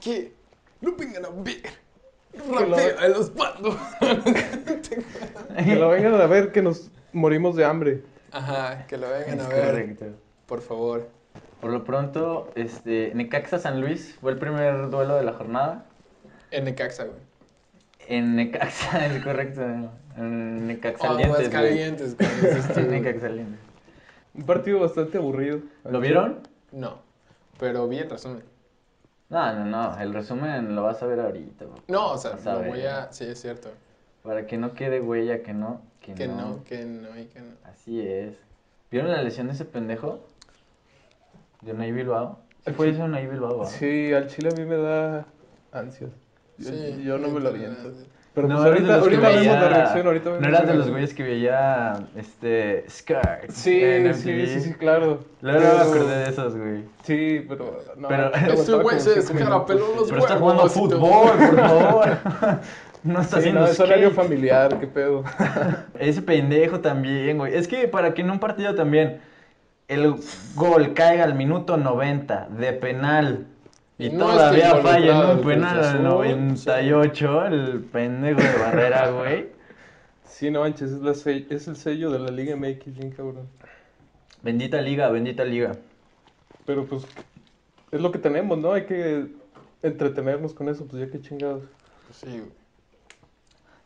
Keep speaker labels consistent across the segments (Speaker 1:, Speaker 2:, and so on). Speaker 1: que lo vengan a ver. Rapea a los bandos.
Speaker 2: Que lo vengan a ver, que nos morimos de hambre.
Speaker 1: Ajá, que lo vengan
Speaker 3: Es
Speaker 1: a ver,
Speaker 3: correcto.
Speaker 1: por favor.
Speaker 3: Por lo pronto, este, Necaxa San Luis fue el primer duelo de la jornada.
Speaker 1: En Necaxa, güey.
Speaker 3: En Necaxa, es correcto.
Speaker 1: Aguas
Speaker 3: En Necaxalientes. güey.
Speaker 1: Ah, pues, calientes, como dices tú,
Speaker 3: En
Speaker 1: güey.
Speaker 3: Necaxalientes.
Speaker 2: Un partido bastante aburrido.
Speaker 3: ¿Lo vieron?
Speaker 1: No, pero bien resumen.
Speaker 3: No, no, no. El resumen lo vas a ver ahorita. güey.
Speaker 1: No, o sea,
Speaker 3: Vas a
Speaker 1: lo
Speaker 3: ver.
Speaker 1: voy a... Sí, es cierto.
Speaker 3: Para que no quede huella, que no. Que,
Speaker 1: Que
Speaker 3: no.
Speaker 1: no, que no y que no.
Speaker 3: Así es. ¿Vieron la lesión de ese pendejo? De Unai Bilbao. ¿Se fue eso de Unai Bilbao? ¿va?
Speaker 2: Sí, al chile a mí me da ansias. Yo,
Speaker 1: Sí,
Speaker 2: yo no me lo
Speaker 1: literal.
Speaker 2: aviento. Pero
Speaker 3: no,
Speaker 2: pues
Speaker 3: eres de
Speaker 2: ahorita,
Speaker 3: los que
Speaker 2: ahorita vemos
Speaker 3: veía-
Speaker 2: la reacción, ahorita vemos
Speaker 3: No eras
Speaker 2: la
Speaker 3: de los
Speaker 2: reacción.
Speaker 3: güeyes que veía este Scar.
Speaker 2: Sí, sí, sí, sí, claro.
Speaker 3: Luego
Speaker 2: Pero-
Speaker 3: me acordé de esos, güey.
Speaker 2: Sí, pero no.
Speaker 3: Pero-
Speaker 2: te
Speaker 1: Ese
Speaker 2: aguantaba
Speaker 1: este güey
Speaker 2: como
Speaker 1: se
Speaker 2: cinco minutos.
Speaker 1: descarapeló los
Speaker 3: Pero está jugando
Speaker 1: huevos. y todo.
Speaker 3: fútbol, por favor. No está
Speaker 2: Sí,
Speaker 3: haciendo
Speaker 2: no, es horario
Speaker 3: skate.
Speaker 2: familiar, qué pedo.
Speaker 3: Ese pendejo también, güey. Es que para que en un partido también el gol caiga al minuto 90 de penal y
Speaker 1: No
Speaker 3: todavía
Speaker 1: está
Speaker 3: falla en
Speaker 1: involucrado
Speaker 3: un
Speaker 1: el
Speaker 3: penal
Speaker 1: Cruz
Speaker 3: al
Speaker 1: Azul,
Speaker 3: 98, el pendejo de barrera, güey.
Speaker 2: Sí, no manches, es, la se- es el sello de la Liga MX, bien cabrón.
Speaker 3: Bendita liga, bendita liga.
Speaker 2: Pero pues es lo que tenemos, ¿no? Hay que entretenernos con eso, pues ya que chingados.
Speaker 1: Sí, güey.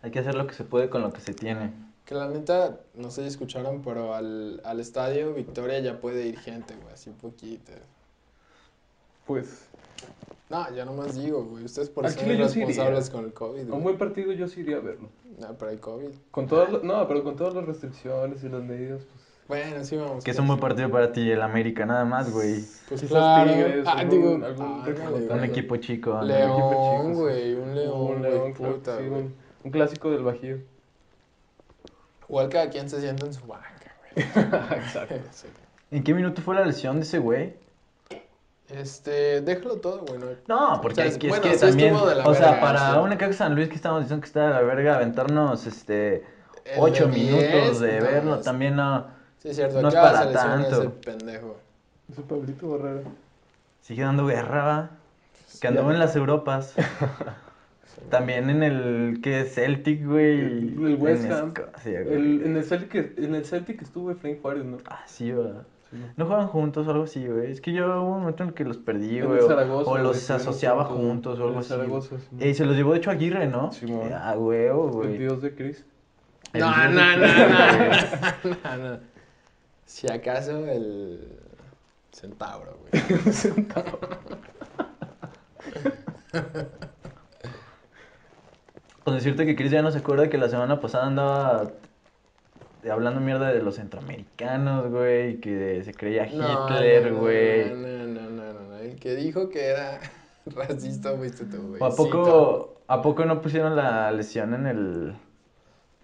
Speaker 3: Hay que hacer lo que se puede con lo que se tiene.
Speaker 1: Que la neta, no sé si escucharon, pero al, al estadio Victoria ya puede ir gente, güey, así poquito.
Speaker 2: Pues
Speaker 1: No, ya nomás digo, güey, ustedes por
Speaker 2: Al
Speaker 1: eso
Speaker 2: Chile
Speaker 1: son
Speaker 2: yo sí iría.
Speaker 1: responsables con el COVID,
Speaker 2: a un
Speaker 1: güey.
Speaker 2: buen partido yo sí iría a verlo.
Speaker 1: No, pero el COVID.
Speaker 2: Con todas, la- no, pero con todas las restricciones y las medidas, pues.
Speaker 1: Bueno, sí vamos.
Speaker 3: Que es un buen partido para ti, el América, nada más, güey.
Speaker 1: Pues
Speaker 2: Quizás
Speaker 1: claro.
Speaker 2: Tigres,
Speaker 1: ah,
Speaker 2: algún-
Speaker 1: digo,
Speaker 2: algún
Speaker 1: ah,
Speaker 2: reclutador.
Speaker 1: ándale,
Speaker 3: Un
Speaker 1: güey.
Speaker 3: equipo chico. ¿no?
Speaker 1: León,
Speaker 2: equipo chico, sí.
Speaker 1: güey, un león,
Speaker 2: un
Speaker 1: güey,
Speaker 2: león, claro que
Speaker 1: puta,
Speaker 2: sí,
Speaker 1: güey.
Speaker 2: un, un clásico del Bajío.
Speaker 1: Igual cada quien se sienta en su banca, güey.
Speaker 2: Exacto.
Speaker 1: Sí.
Speaker 3: ¿En qué minuto fue la lesión de ese güey?
Speaker 1: Este, déjalo todo, güey. no-
Speaker 3: No, porque
Speaker 1: O sea,
Speaker 3: es que, es
Speaker 1: bueno,
Speaker 3: que
Speaker 1: sí estuvo
Speaker 3: también,
Speaker 1: de la
Speaker 3: o sea,
Speaker 1: verga,
Speaker 3: para
Speaker 1: sí.
Speaker 3: una caja San Luis que estamos diciendo que está de la verga, aventarnos este
Speaker 1: El de
Speaker 3: ocho
Speaker 1: 10,
Speaker 3: minutos de
Speaker 1: no,
Speaker 3: verlo
Speaker 1: es-
Speaker 3: también no.
Speaker 1: Sí, es cierto,
Speaker 3: No es
Speaker 1: acaba
Speaker 3: para
Speaker 1: de seleccionar
Speaker 3: tanto.
Speaker 1: ese pendejo.
Speaker 2: Ese Pablito Barrera.
Speaker 3: Sigue dando guerra, va. Que anduvo en las Europas. también en el que es Celtic, güey.
Speaker 2: El- el West
Speaker 3: en
Speaker 2: Ham.
Speaker 3: Escocia, güey.
Speaker 2: El, en, el Celtic, en el Celtic estuvo Frank Juárez, ¿no?
Speaker 3: Ah, sí, va. No juegan juntos o algo así, güey. Es que yo hubo un momento en el que los perdí,
Speaker 2: En
Speaker 3: güey.
Speaker 2: el
Speaker 3: o-
Speaker 2: Zaragoza,
Speaker 3: o
Speaker 2: güey,
Speaker 3: los
Speaker 2: estuvieron
Speaker 3: asociaba
Speaker 2: juntos,
Speaker 3: juntos o algo
Speaker 2: en
Speaker 3: así.
Speaker 2: Zaragoza, sí.
Speaker 3: Y se los llevó, de hecho, Aguirre, ¿no?
Speaker 2: Sí, güey.
Speaker 3: Ah, huevo, güey.
Speaker 2: El dios de Chris.
Speaker 3: El
Speaker 1: No,
Speaker 3: dios de
Speaker 1: no, no,
Speaker 3: Cristo,
Speaker 1: no,
Speaker 3: güey.
Speaker 1: no, no. Si acaso el centauro, güey.
Speaker 3: Con decirte que Chris ya no se acuerda que la semana pasada andaba hablando mierda de los centroamericanos, güey, que se creía
Speaker 1: No,
Speaker 3: Hitler,
Speaker 1: no, no,
Speaker 3: güey.
Speaker 1: No, no, no, no, no. El que dijo que era racista fuiste tú, güey.
Speaker 3: ¿O ¿A poco, ¿A poco no pusieron la lesión en el...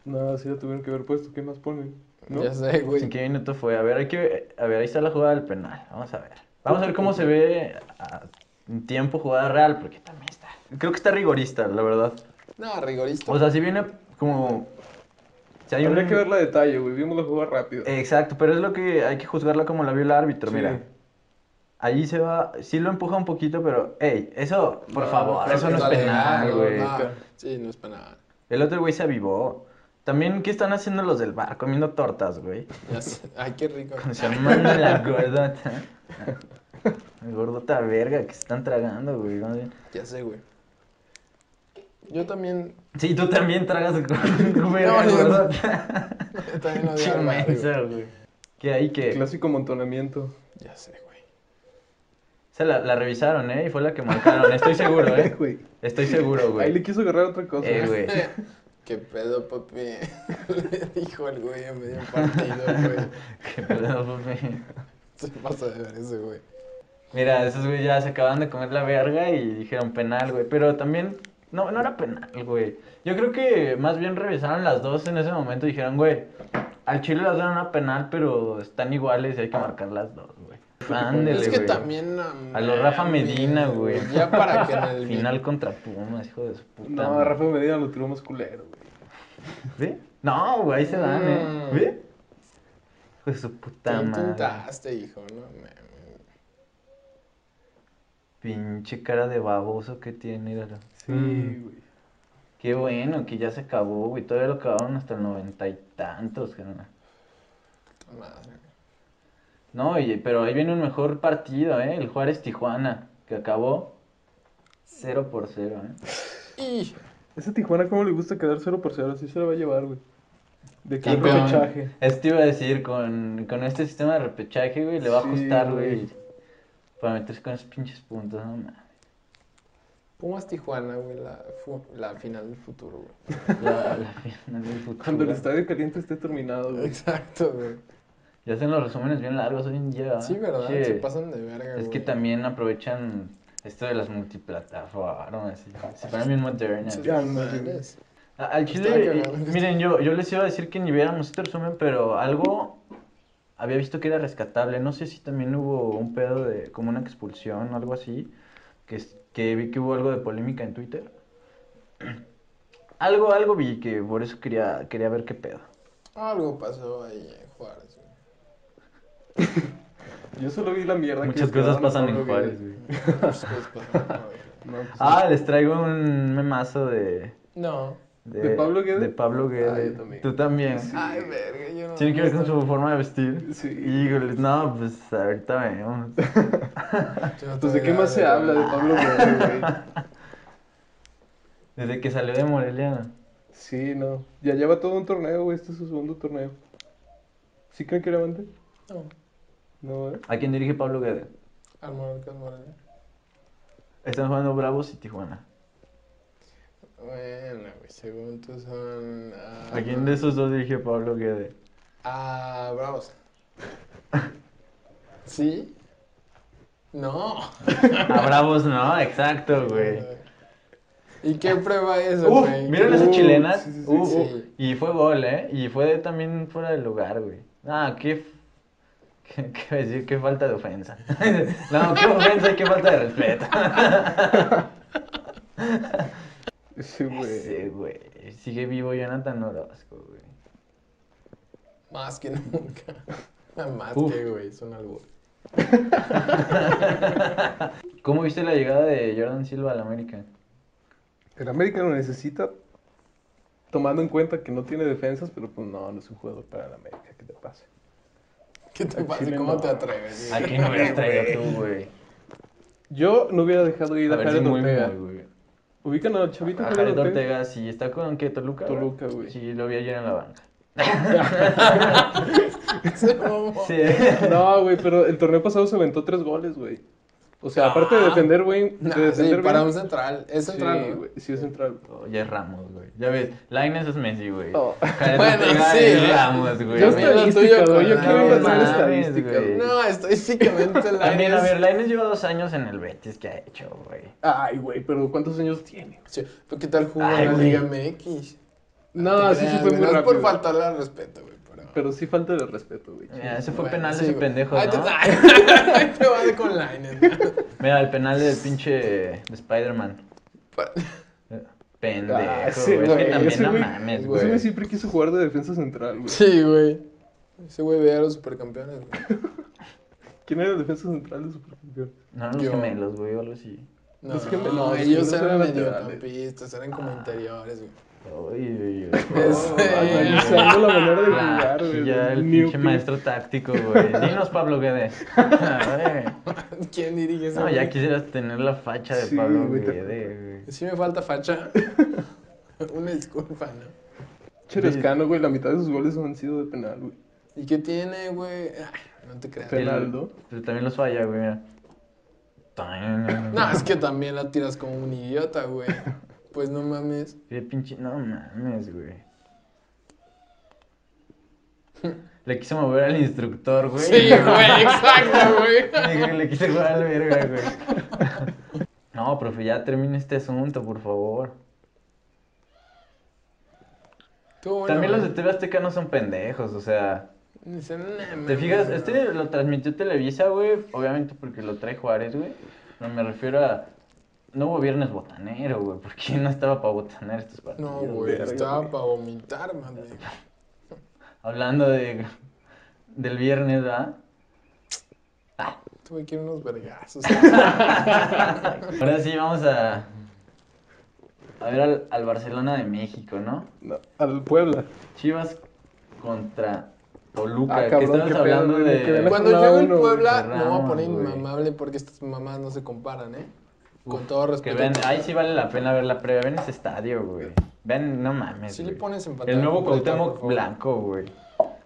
Speaker 2: No, sí lo tuvieron que haber puesto. ¿Qué más ponen? ¿No?
Speaker 1: Ya sé,
Speaker 3: ¿En
Speaker 1: güey.
Speaker 3: qué minuto fue? A ver, hay que... a ver, ahí está la jugada del penal. Vamos a ver. Vamos a ver cómo se ve a- en tiempo jugada real, porque también está... Creo que está rigorista, la verdad.
Speaker 1: No, rigorista.
Speaker 3: O sea, si viene como... Si hay
Speaker 2: Habría
Speaker 3: un-
Speaker 2: que verla a detalle, güey. Vimos la jugada rápido.
Speaker 3: Exacto, pero es lo que hay que juzgarla como la vio el árbitro,
Speaker 2: Sí.
Speaker 3: mira. Ahí se va, sí lo empuja un poquito, pero, ey, eso, por favor,
Speaker 2: claro
Speaker 3: eso
Speaker 2: que
Speaker 3: no es
Speaker 2: está
Speaker 3: penal,
Speaker 1: legal,
Speaker 3: güey.
Speaker 1: no. Sí, no es penal.
Speaker 3: El otro güey se avivó. También, ¿qué están haciendo los del bar? Comiendo tortas, güey.
Speaker 1: Ya sé. Ay, qué rico.
Speaker 3: Se mandan la gordota. La gordota verga que se están tragando, güey.
Speaker 1: Ya sé, güey. Yo también.
Speaker 3: Sí, tú también tragas con verga,
Speaker 1: No, yo-
Speaker 3: gordota.
Speaker 1: yo también odio
Speaker 3: Qué
Speaker 1: al Barça, güey.
Speaker 3: mensa, güey. ¿Qué hay que?
Speaker 2: Clásico montonamiento.
Speaker 1: Ya sé, güey.
Speaker 3: Esa la, la revisaron, ¿eh? Y fue la que marcaron, estoy seguro, ¿eh?
Speaker 2: güey.
Speaker 3: Estoy seguro, güey.
Speaker 2: Ahí le quiso agarrar otra cosa.
Speaker 3: Eh, güey.
Speaker 1: ¿Qué pedo, papi? Le dijo el güey en medio partido, güey.
Speaker 3: Qué pedo, pues, papi.
Speaker 1: Se pasa de ver ese, güey.
Speaker 3: Mira, esos güey ya se acaban de comer la verga y dijeron penal, güey. Pero también, no, no era penal, güey. Yo creo que más bien revisaron las dos en ese momento y dijeron, güey, al Chile las dan a penal, pero están iguales y hay que marcar las dos, güey. Ándele,
Speaker 1: Es que
Speaker 3: güey.
Speaker 1: también. no
Speaker 3: A lo Rafa
Speaker 1: mames,
Speaker 3: Medina, güey.
Speaker 1: Ya para que en el
Speaker 3: Final contra Pumas, hijo de su puta.
Speaker 2: No,
Speaker 3: madre.
Speaker 2: Rafa Medina lo tiró más culero, güey.
Speaker 3: ¿Ve? No, güey, ahí se dan, ¿eh?
Speaker 1: Mm.
Speaker 3: ¿Ve? Hijo de su
Speaker 1: Tú
Speaker 3: puta madre.
Speaker 1: intentaste, hijo, no mames.
Speaker 3: Pinche cara de baboso que tiene, míralo.
Speaker 1: Sí,
Speaker 2: Mm.
Speaker 1: güey.
Speaker 3: Qué bueno que ya se acabó, güey. Todavía lo acabaron hasta el noventa y tantos, carnal.
Speaker 1: Puta madre, güey.
Speaker 3: No, y- pero ahí viene un mejor partido, ¿eh? El Juárez-Tijuana, que acabó 0 por 0, ¿eh?
Speaker 1: Y
Speaker 2: Ese Tijuana, ¿cómo le gusta quedar 0 por 0? Así se lo va a llevar, güey. De que un
Speaker 1: Campeón.
Speaker 2: repechaje.
Speaker 3: Eso te iba a decir, con, con este sistema de repechaje, güey, le va a
Speaker 2: Sí,
Speaker 3: costar,
Speaker 2: güey.
Speaker 3: güey, para meterse con esos pinches puntos, no mames.
Speaker 1: Pumas Tijuana, güey, la, fu- la final del futuro, güey.
Speaker 3: La, la final del
Speaker 2: Cuando el
Speaker 3: futuro.
Speaker 2: estadio caliente esté terminado, güey.
Speaker 1: Exacto, güey.
Speaker 3: Ya hacen los resúmenes bien largos hoy en día, ¿verdad?
Speaker 1: Sí, ¿verdad?
Speaker 3: Ah, Che,
Speaker 1: Se pasan de verga,
Speaker 3: Es que
Speaker 1: güey.
Speaker 3: también aprovechan esto de las multiplataformas, y se ponen bien modernas.
Speaker 1: Muchas
Speaker 2: Ya, no, güey.
Speaker 1: madres.
Speaker 3: A- Al
Speaker 1: Está
Speaker 3: chile,
Speaker 1: cagado.
Speaker 3: eh, miren, yo, yo les iba a decir que ni viéramos este resumen, pero algo había visto que era rescatable. No sé si también hubo un pedo de como una expulsión o algo así, que, es- que vi que hubo algo de polémica en Twitter. Algo, algo vi que por eso quería, quería ver qué pedo.
Speaker 1: Algo pasó ahí en Juárez, güey.
Speaker 2: Yo solo vi la mierda
Speaker 3: Muchas
Speaker 2: que
Speaker 3: cosas
Speaker 2: quedaron,
Speaker 3: pasan
Speaker 2: no
Speaker 3: en
Speaker 2: lo vi.
Speaker 3: Juárez, güey.
Speaker 1: Muchas cosas pasaron, güey.
Speaker 2: No, pues,
Speaker 3: Ah, les traigo un memazo de...
Speaker 1: No.
Speaker 2: ¿De Pablo Guede?
Speaker 3: De Pablo Guede.
Speaker 2: Ah, yo también.
Speaker 3: Tú también.
Speaker 2: Sí.
Speaker 1: Ay, verga, yo no.
Speaker 3: Tiene que ver con
Speaker 1: no-
Speaker 3: su forma de vestir.
Speaker 2: Sí.
Speaker 3: Híjole, no, pues ahorita vemos.
Speaker 1: yo no
Speaker 2: Pues de
Speaker 1: tengo
Speaker 2: qué
Speaker 1: idea
Speaker 2: más se habla de
Speaker 3: Ah.
Speaker 2: Pablo Guede, güey.
Speaker 3: Desde que salió de Morelia.
Speaker 2: Sí, no. Ya lleva todo un torneo, güey. Este es su segundo torneo. ¿Sí creen que levante?
Speaker 1: No.
Speaker 2: No, eh.
Speaker 3: ¿A quién dirige Pablo Guede?
Speaker 1: Al Marcos Morelia.
Speaker 3: Están jugando Bravos y Tijuana.
Speaker 1: Bueno, güey, según tú son. ah,
Speaker 3: ¿A quién de esos dos dirige Pablo Guede?
Speaker 1: Ah, bravos. ¿Sí? No.
Speaker 3: A Bravos no, exacto, güey.
Speaker 1: ¿Y qué prueba es eso,
Speaker 3: Uf,
Speaker 1: güey?
Speaker 3: ¿vieron
Speaker 2: Uh,
Speaker 3: esas chilenas?
Speaker 2: sí, sí, sí,
Speaker 3: Uf,
Speaker 1: sí.
Speaker 3: uf. Y fue gol, ¿eh? Y fue de- también fuera del lugar, güey. Ah, qué... f- ¿Qué, qué iba a decir? Qué falta de ofensa. No, qué ofensa y qué falta de respeto.
Speaker 2: Sí, güey.
Speaker 3: Sí, güey. Sigue vivo Jonathan Orozco, güey.
Speaker 1: Más que nunca. Más
Speaker 3: Uf.
Speaker 1: que, güey, son algo.
Speaker 3: ¿Cómo viste la llegada de Jordan Silva al América?
Speaker 2: El América lo necesita tomando en cuenta que no tiene defensas, pero pues no, no es un jugador para el América, ¿qué te pasa?
Speaker 1: ¿Qué te
Speaker 2: Al
Speaker 1: pasa?
Speaker 2: chile
Speaker 1: ¿Cómo
Speaker 2: no.
Speaker 1: te atreves?
Speaker 3: ¿A quién hubieras traído tú, güey?
Speaker 2: Yo no hubiera dejado ir
Speaker 3: A
Speaker 2: a,
Speaker 3: ver si
Speaker 2: Jared
Speaker 3: muy,
Speaker 2: Ortega.
Speaker 3: muy, güey.
Speaker 2: Ubican al chavito
Speaker 3: A
Speaker 2: Jared
Speaker 3: Jared
Speaker 2: Ortega.
Speaker 3: Ortega, sí, está con qué, Toluca.
Speaker 2: Toluca, güey.
Speaker 3: Sí, lo vi ayer en la banca.
Speaker 1: Se mamó.
Speaker 3: Sí.
Speaker 2: No, güey, pero el torneo pasado se aventó tres goles, güey. O sea, aparte de
Speaker 1: Ah.
Speaker 2: defender, güey,
Speaker 1: Nah,
Speaker 2: de
Speaker 1: sí,
Speaker 2: defender
Speaker 1: para
Speaker 2: bien-
Speaker 1: un central. Es central,
Speaker 2: sí,
Speaker 1: ¿no?
Speaker 2: güey, sí es central.
Speaker 3: Oh, ya es Ramos, güey. Ya ves, Lainez es Messi, güey.
Speaker 2: Oh.
Speaker 3: Jared
Speaker 1: Bueno,
Speaker 3: Ortega
Speaker 1: sí.
Speaker 3: es Ramos, güey.
Speaker 2: Yo
Speaker 1: a mí lo
Speaker 2: estadística,
Speaker 1: tuyo con
Speaker 2: güey, yo
Speaker 1: la-
Speaker 2: quiero
Speaker 1: No
Speaker 2: inventar
Speaker 1: mames,
Speaker 2: estadística,
Speaker 3: güey.
Speaker 2: güey.
Speaker 1: No, estadísticamente la
Speaker 3: También, a
Speaker 1: es-
Speaker 3: ver, Lainez lleva dos años en el Betis, ¿qué ha hecho, güey?
Speaker 2: Ay, güey, pero ¿cuántos años tiene?
Speaker 1: Sí, ¿pero ¿Qué tal jugó en
Speaker 3: Ay,
Speaker 1: la
Speaker 3: güey.
Speaker 1: Liga MX?
Speaker 2: No,
Speaker 1: Te
Speaker 2: sí, sí
Speaker 1: creas,
Speaker 2: fue
Speaker 1: güey,
Speaker 2: muy
Speaker 1: no es
Speaker 2: rápido.
Speaker 1: por faltarle al respeto, güey, pero...
Speaker 2: Pero sí falta de respeto, güey.
Speaker 3: Mira, ese fue
Speaker 1: Bueno,
Speaker 3: penal de
Speaker 1: sí,
Speaker 3: ese
Speaker 1: güey.
Speaker 3: pendejo,
Speaker 1: Ahí te,
Speaker 3: ¿no?
Speaker 1: ahí te va de con Lainez.
Speaker 3: Mira, el penal del pinche de Spider-Man. Pendejo,
Speaker 2: Ah,
Speaker 3: güey.
Speaker 2: sí,
Speaker 3: es
Speaker 2: güey,
Speaker 3: que también
Speaker 2: ese
Speaker 3: no
Speaker 2: güey-
Speaker 3: mames,
Speaker 2: Ese güey
Speaker 3: güey.
Speaker 2: siempre quiso jugar de defensa central, güey.
Speaker 1: Sí, güey. Ese güey ve a los supercampeones, güey.
Speaker 2: ¿Quién era el defensa central de Supercampeón?
Speaker 3: No, los
Speaker 1: Yo.
Speaker 3: gemelos, güey, o algo así.
Speaker 1: No,
Speaker 2: Es que me-
Speaker 1: no,
Speaker 2: no,
Speaker 1: ellos
Speaker 2: es que no
Speaker 1: eran
Speaker 2: eran laterales.
Speaker 1: mediocampistas, eran como interiores, güey.
Speaker 3: Uy, uy, uy.
Speaker 1: Ese-
Speaker 2: Analizando la manera de jugar,
Speaker 3: Ah,
Speaker 2: güey.
Speaker 3: Ya el
Speaker 2: New
Speaker 3: pinche
Speaker 2: Kid.
Speaker 3: maestro táctico, güey. Dinos, Pablo Guede. Ah, güey.
Speaker 1: ¿Quién dirige ese
Speaker 3: no,
Speaker 1: güey?
Speaker 3: ya quisieras tener la facha de
Speaker 2: Sí,
Speaker 3: Pablo
Speaker 2: güey, te-
Speaker 3: Guede, güey.
Speaker 1: Sí me falta facha. Una disculpa, ¿no?
Speaker 2: Cherescano, güey, la mitad de sus goles han sido de penal, güey.
Speaker 1: ¿Y qué tiene, güey? Ay, no te creas.
Speaker 2: Pero- Penaldo.
Speaker 3: Pero también los falla, güey. mira. Tan.
Speaker 1: No, es que también la tiras como un idiota, güey. Pues no mames.
Speaker 3: Qué pinche. No mames, güey. Le quiso mover al instructor, güey.
Speaker 1: Sí, güey, exacto, güey.
Speaker 3: Dije, Le quise jugar al verga, güey. No, profe, ya termina este asunto, por favor.
Speaker 1: Tú, bueno,
Speaker 3: También los de
Speaker 1: güey.
Speaker 3: TV Azteca no son pendejos, o sea.
Speaker 1: Dicen, "Nah,
Speaker 3: ¿Te
Speaker 1: mames,
Speaker 3: fijas?
Speaker 1: no".
Speaker 3: Este lo transmitió Televisa, güey. Obviamente porque lo trae Juárez, güey. Pero me refiero a. No hubo viernes botanero, güey. Porque no estaba para botanear estos partidos.
Speaker 1: No, güey,
Speaker 2: Verga,
Speaker 1: estaba
Speaker 2: güey.
Speaker 1: para vomitar, mami.
Speaker 3: Hablando de del viernes, ¿verdad? Ah,
Speaker 1: Tuve que ir unos vergazos.
Speaker 3: Ahora sí, vamos a. A ver al, al Barcelona de México, ¿no?
Speaker 2: No, al Puebla.
Speaker 3: Chivas contra Toluca.
Speaker 2: Ah,
Speaker 3: que
Speaker 2: cabrón,
Speaker 3: estamos
Speaker 2: qué pedo,
Speaker 3: hablando
Speaker 2: güey, me quedé en
Speaker 3: de.
Speaker 2: la-
Speaker 1: Cuando
Speaker 2: Una
Speaker 1: llegue el
Speaker 2: uno,
Speaker 1: Puebla,
Speaker 3: güey.
Speaker 1: me voy a poner
Speaker 3: Ramos, güey.
Speaker 1: inmamable porque estas mamás no se comparan, ¿eh? Con
Speaker 3: Uf,
Speaker 1: todo
Speaker 3: Que
Speaker 1: respeto.
Speaker 3: ven, ahí sí vale la pena ver la previa. Ven ese estadio, güey. Ven, no mames.
Speaker 1: Sí le
Speaker 3: güey.
Speaker 1: pones en pantalla
Speaker 3: El nuevo
Speaker 1: completa, por
Speaker 3: Cuauhtémoc
Speaker 1: favor.
Speaker 3: blanco, güey.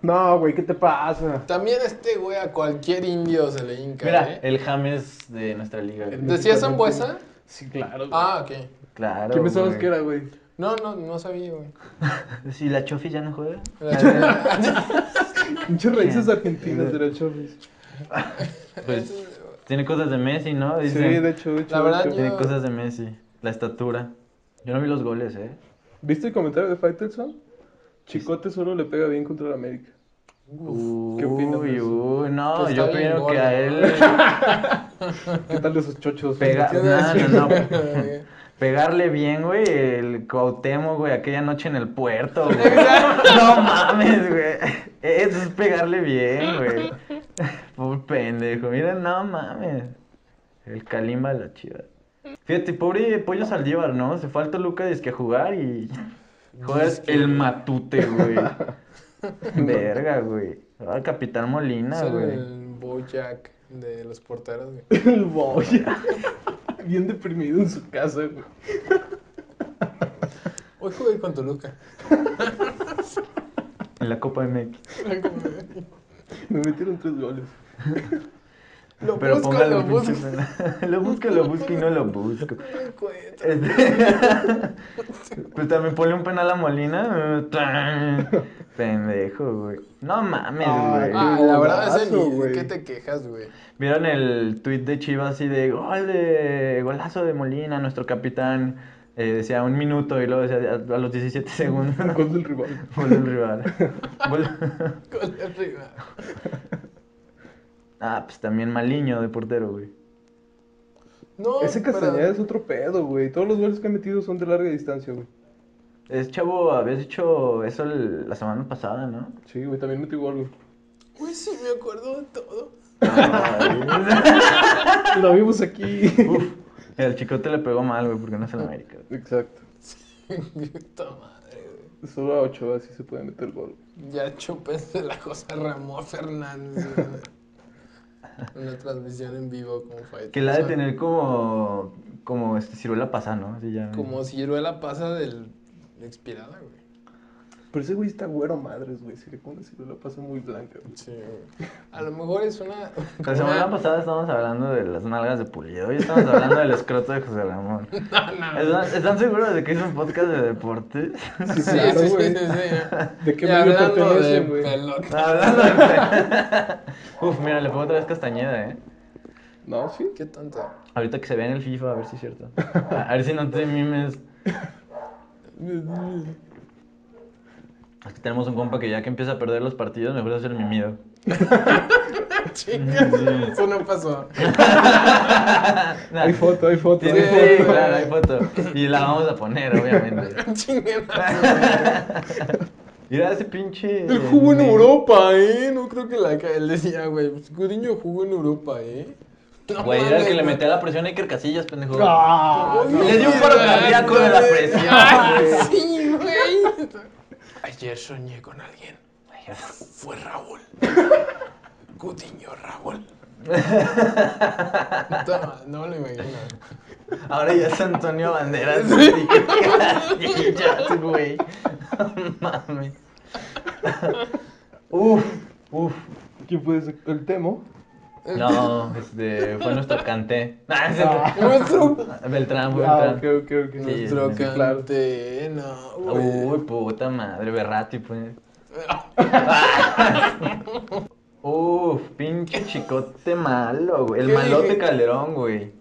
Speaker 2: No, güey, ¿qué te pasa?
Speaker 1: También este güey a cualquier indio se le hinca,
Speaker 3: Mira, eh,
Speaker 1: ¿eh?
Speaker 3: el James de nuestra liga. güey.
Speaker 2: El-
Speaker 1: ¿Decías Zambuesa?
Speaker 2: Sí, claro.
Speaker 1: Ah, ok.
Speaker 3: Claro.
Speaker 2: ¿Quién pensabas
Speaker 3: güey.
Speaker 2: que era, güey?
Speaker 1: No, no, no sabía, güey.
Speaker 3: Si la Chofi ya no juega.
Speaker 1: La chingada.
Speaker 2: Pinches raíces
Speaker 3: ¿Quién?
Speaker 2: argentinas de la Chofis.
Speaker 3: Pues tiene cosas de Messi, ¿no?
Speaker 2: Sí,
Speaker 3: Dicen,
Speaker 2: de hecho, de hecho.
Speaker 1: La verdad,
Speaker 2: de hecho.
Speaker 3: Tiene
Speaker 1: yo-
Speaker 3: cosas de Messi. La estatura. Yo no vi los goles, ¿eh?
Speaker 2: ¿Viste el comentario de Faitelson? Chicote solo le pega bien contra el América. ¿Qué opinas de
Speaker 3: Uy,
Speaker 2: eso?
Speaker 3: uy, no,
Speaker 1: Pues
Speaker 3: yo
Speaker 1: está bien
Speaker 3: opino que
Speaker 1: gordo.
Speaker 3: a él
Speaker 2: ¿Qué tal de esos chochos?
Speaker 3: pega,
Speaker 1: ¿Qué iba a
Speaker 3: no, no, no.
Speaker 1: decir?
Speaker 3: pegarle bien, güey, el Cuauhtémoc, güey, aquella noche en el puerto, güey. No mames, güey. Eso es pegarle bien, güey. Pobre pendejo, mira, no mames. El Kalimba de la chiva. Fíjate, pobre Pollo Saldívar, ¿no? Se fue al Toluca es que a jugar y. Joder,
Speaker 1: Dizque.
Speaker 3: el matute, güey. Verga, güey. Ah, Capitán Molina,
Speaker 1: Sale
Speaker 3: güey.
Speaker 1: el Bojack de los porteros, güey.
Speaker 2: El boya. Bien deprimido en su casa, güey.
Speaker 1: Hoy jugué con Toluca.
Speaker 3: En la Copa MX.
Speaker 2: Me metieron tres goles.
Speaker 1: Lo
Speaker 3: Pero
Speaker 1: busco,
Speaker 3: póngale
Speaker 1: lo
Speaker 3: un pinche
Speaker 1: busco.
Speaker 3: penal. Lo busco, lo busco y no lo busco.
Speaker 1: No lo encuentro.
Speaker 3: Este- pues también ponle un penal a Molina. ¡Tran! Pendejo, güey. No mames,
Speaker 2: Ay,
Speaker 3: güey.
Speaker 1: Ah, la verdad es
Speaker 2: Golazo,
Speaker 1: el
Speaker 2: güey.
Speaker 1: ¿Qué te quejas, güey?
Speaker 3: ¿Vieron el tuit de Chivas así de gol de golazo de Molina, nuestro capitán? eh, decía un minuto y luego decía a, a los 17 segundos.
Speaker 2: Gol del rival.
Speaker 3: Gol del rival. Gol-
Speaker 1: Con arriba.
Speaker 3: Ah, pues también Maliño de portero, güey.
Speaker 1: No,
Speaker 2: Ese
Speaker 1: pero-
Speaker 2: Castañeda es otro pedo, güey. Todos los goles que ha metido son de larga distancia, güey.
Speaker 3: Es chavo, habías dicho eso el- la semana pasada, ¿no?
Speaker 2: Sí, güey, también metió gol, güey.
Speaker 1: Uy, sí, me acuerdo de todo.
Speaker 2: Lo vimos aquí.
Speaker 3: Ah, Uf, el chicote le pegó mal, güey, porque no es el América. güey.
Speaker 2: Exacto.
Speaker 1: Puta madre, güey.
Speaker 2: Solo a Ochoa así se puede meter gol.
Speaker 1: Ya chúpense la cosa Ramón Fernández. güey. Una transmisión en vivo con Fight.
Speaker 3: Que la ha de tener como, como este, ciruela pasada, ¿no? Así ya.
Speaker 1: Como ciruela pasa del expirada, güey.
Speaker 2: Pero ese güey está güero madres, güey. Si le pones y la pasa muy blanca, güey.
Speaker 1: Sí, güey. A lo mejor es una.
Speaker 3: La semana pasada estábamos hablando de las nalgas de Pulido, hoy estamos hablando del escroto de José Ramón. ¿Están, están seguros de que es un podcast de deporte?
Speaker 1: Sí, sí,
Speaker 2: Claro,
Speaker 1: sí,
Speaker 2: güey.
Speaker 1: sí, sí.
Speaker 2: ¿De qué
Speaker 1: Y
Speaker 2: medio
Speaker 1: hablando de
Speaker 2: pertenecen, güey?
Speaker 1: pelota.
Speaker 3: hablando de... Uf, mira, le pongo otra vez Castañeda, ¿eh?
Speaker 2: No, sí.
Speaker 1: Qué tonto.
Speaker 3: Ahorita que se vea en el FIFA, a ver si es cierto. A a ver si no te mimes. Es que tenemos un compa que ya que empieza a perder los partidos, mejor hacer mimido.
Speaker 1: Chicas, eso no pasó.
Speaker 3: Nah.
Speaker 2: Hay foto, hay foto.
Speaker 3: Tiene
Speaker 1: Sí.
Speaker 2: hay
Speaker 3: foto,
Speaker 2: foto.
Speaker 3: claro, hay foto. Y la vamos a poner, obviamente.
Speaker 1: Chingada.
Speaker 3: Mira ese pinche.
Speaker 1: Él jugó en Europa, ¿eh? No creo que la ca- Él decía, güey, pues Gudiño jugó en Europa, ¿eh? No
Speaker 3: Güey, era el
Speaker 1: mames,
Speaker 3: que le
Speaker 1: güey.
Speaker 3: metía la presión a Iker Casillas, pendejo.
Speaker 2: Ah,
Speaker 1: Ay,
Speaker 2: no.
Speaker 3: Le dio un paro cardíaco de la presión,
Speaker 1: Ay,
Speaker 3: güey.
Speaker 1: sí, güey. Ayer soñé con alguien. Fue Raúl. Gudiño Raúl. Puta, No me lo imagino.
Speaker 3: Ahora ya es Antonio Banderas. y Iker Casillas, güey. Mame. Uf, uf.
Speaker 2: ¿Quién puede ser? El Temo.
Speaker 3: No, este, fue nuestro canté. Ah, es cierto.
Speaker 2: Ah.
Speaker 1: Nuestro,
Speaker 3: Beltrán, fue
Speaker 2: Ah,
Speaker 3: Beltrán.
Speaker 2: ok, ok, ok.
Speaker 3: Sí.
Speaker 1: nuestro
Speaker 3: sí,
Speaker 2: claro.
Speaker 1: cante, ¿eh? no, güey.
Speaker 3: Uy, puta madre, Berrati, pues.
Speaker 1: Ah,
Speaker 3: Uf, pinche chicote malo, güey. El
Speaker 1: ¿Qué
Speaker 3: malote
Speaker 1: dije?
Speaker 3: Calderón, güey.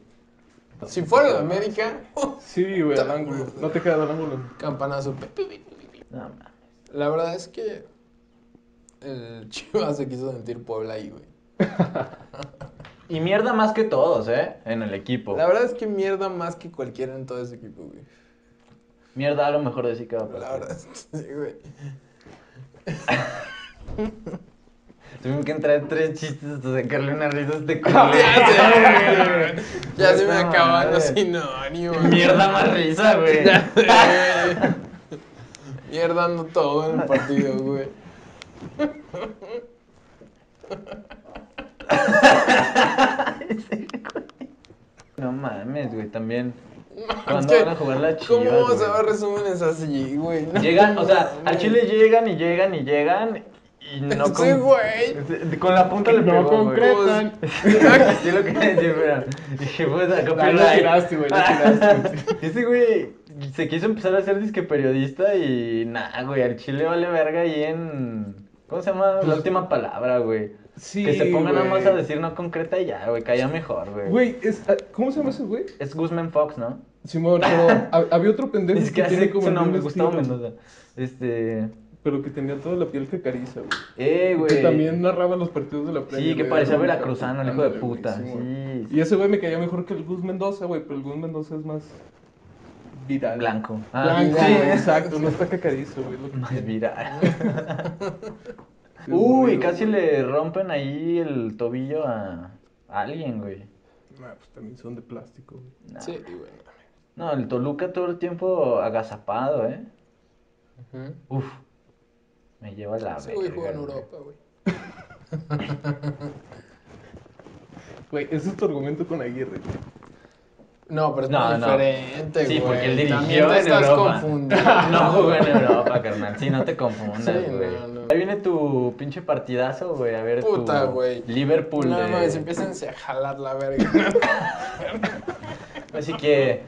Speaker 1: Si fuera de América,
Speaker 2: Sí, güey, al ángulo. No te queda al ángulo.
Speaker 1: campanazo.
Speaker 3: No mames.
Speaker 1: La verdad es que el Chivas se quiso sentir Puebla ahí, güey.
Speaker 3: Y mierda más que todos, ¿eh? En el equipo.
Speaker 1: La verdad es que mierda más que cualquiera en todo ese equipo, güey.
Speaker 3: Mierda a lo mejor de sí que va a
Speaker 1: La
Speaker 3: pasar.
Speaker 1: verdad es que sí, güey.
Speaker 3: Tuvimos que entrar tres chistes hasta sacarle una risa a este culero. güey.
Speaker 1: Ya se me
Speaker 3: Esta
Speaker 1: acaban los
Speaker 3: madre.
Speaker 1: sinónimos.
Speaker 3: Mierda más risa, güey.
Speaker 1: Ya sé, güey. Mierdando todo en el partido, güey.
Speaker 3: No mames, güey, también.
Speaker 1: Es
Speaker 3: ¿Cuándo
Speaker 1: que,
Speaker 3: van a jugar las chivas?
Speaker 1: ¿Cómo vamos a
Speaker 3: güey?
Speaker 1: ver resúmenes así, güey? No
Speaker 3: Llegan, o sea, al
Speaker 1: mames.
Speaker 3: chile llegan y llegan y llegan y no
Speaker 1: Sí,
Speaker 3: con-
Speaker 1: güey.
Speaker 3: Sí, Con la punta le
Speaker 2: No
Speaker 3: pegó, güey.
Speaker 2: concretan.
Speaker 3: Sí, lo que decía, mira. Dije, pues, acá
Speaker 2: Ah,
Speaker 3: pero
Speaker 2: la
Speaker 3: ahí.
Speaker 2: tiraste, güey, la tiraste.
Speaker 3: Ese güey se quiso empezar a hacer disque periodista y nada, güey, al chile vale verga y en... ¿Cómo se llama? La última palabra, güey.
Speaker 2: Pues, Sí,
Speaker 3: que se ponga nada más a
Speaker 2: güey.
Speaker 3: decir no concreta y ya, güey, caía mejor, güey.
Speaker 2: Güey, es- ah, ¿cómo se llama ese güey?
Speaker 3: Es Guzmán Fox, ¿no?
Speaker 2: Simón, pero ha- había otro pendejo
Speaker 3: Es que
Speaker 2: tiene
Speaker 3: hace
Speaker 2: como
Speaker 3: su
Speaker 2: el
Speaker 3: nombre,
Speaker 2: mismo
Speaker 3: Gustavo
Speaker 2: estilo,
Speaker 3: Mendoza. Este...
Speaker 2: Pero que tenía toda la piel que cariza, güey.
Speaker 3: Eh,
Speaker 2: Y
Speaker 3: güey.
Speaker 2: Que también narraba los partidos de la Premier.
Speaker 3: Sí, que
Speaker 2: güey,
Speaker 3: parecía
Speaker 2: era un
Speaker 3: veracruzano, el hijo de
Speaker 2: ándale, güey,
Speaker 3: puta.
Speaker 2: Simón.
Speaker 3: Sí,
Speaker 2: Y ese güey me caía mejor que el Gus Mendoza, güey, pero el Gus Mendoza es más viral.
Speaker 3: Blanco. Ah,
Speaker 2: Blanco,
Speaker 3: sí.
Speaker 2: güey, exacto, no está cacarizo, güey. lo que
Speaker 3: Más
Speaker 2: tiene.
Speaker 3: viral.
Speaker 2: Sí,
Speaker 3: Uy,
Speaker 2: güey,
Speaker 3: casi
Speaker 2: güey.
Speaker 3: le rompen ahí el tobillo a a alguien, güey.
Speaker 2: Nah, pues también son de plástico, güey.
Speaker 3: Nah.
Speaker 1: Sí, güey. no
Speaker 3: No, el Toluca todo el tiempo agazapado, ¿eh?
Speaker 1: mames.
Speaker 3: Uf. Me lleva la
Speaker 1: Ese güey juega en
Speaker 3: verga, güey.
Speaker 1: Europa, güey.
Speaker 2: Güey, ese es tu argumento con Aguirre, güey.
Speaker 1: No, pero es
Speaker 3: No,
Speaker 1: muy
Speaker 3: no.
Speaker 1: diferente, Este güey.
Speaker 3: Sí, porque él dirigió
Speaker 1: También te
Speaker 3: en
Speaker 1: estás
Speaker 3: Europa.
Speaker 1: confundiendo.
Speaker 3: No jugó en Europa, carnal. Sí, no te
Speaker 1: Sí,
Speaker 3: confundas, güey.
Speaker 1: no, no.
Speaker 3: Ahí viene tu pinche partidazo, güey. A ver, tu
Speaker 1: Puta, güey.
Speaker 3: Liverpool.
Speaker 1: No,
Speaker 3: de-
Speaker 1: mames, empiezan a jalar la verga.
Speaker 3: Así que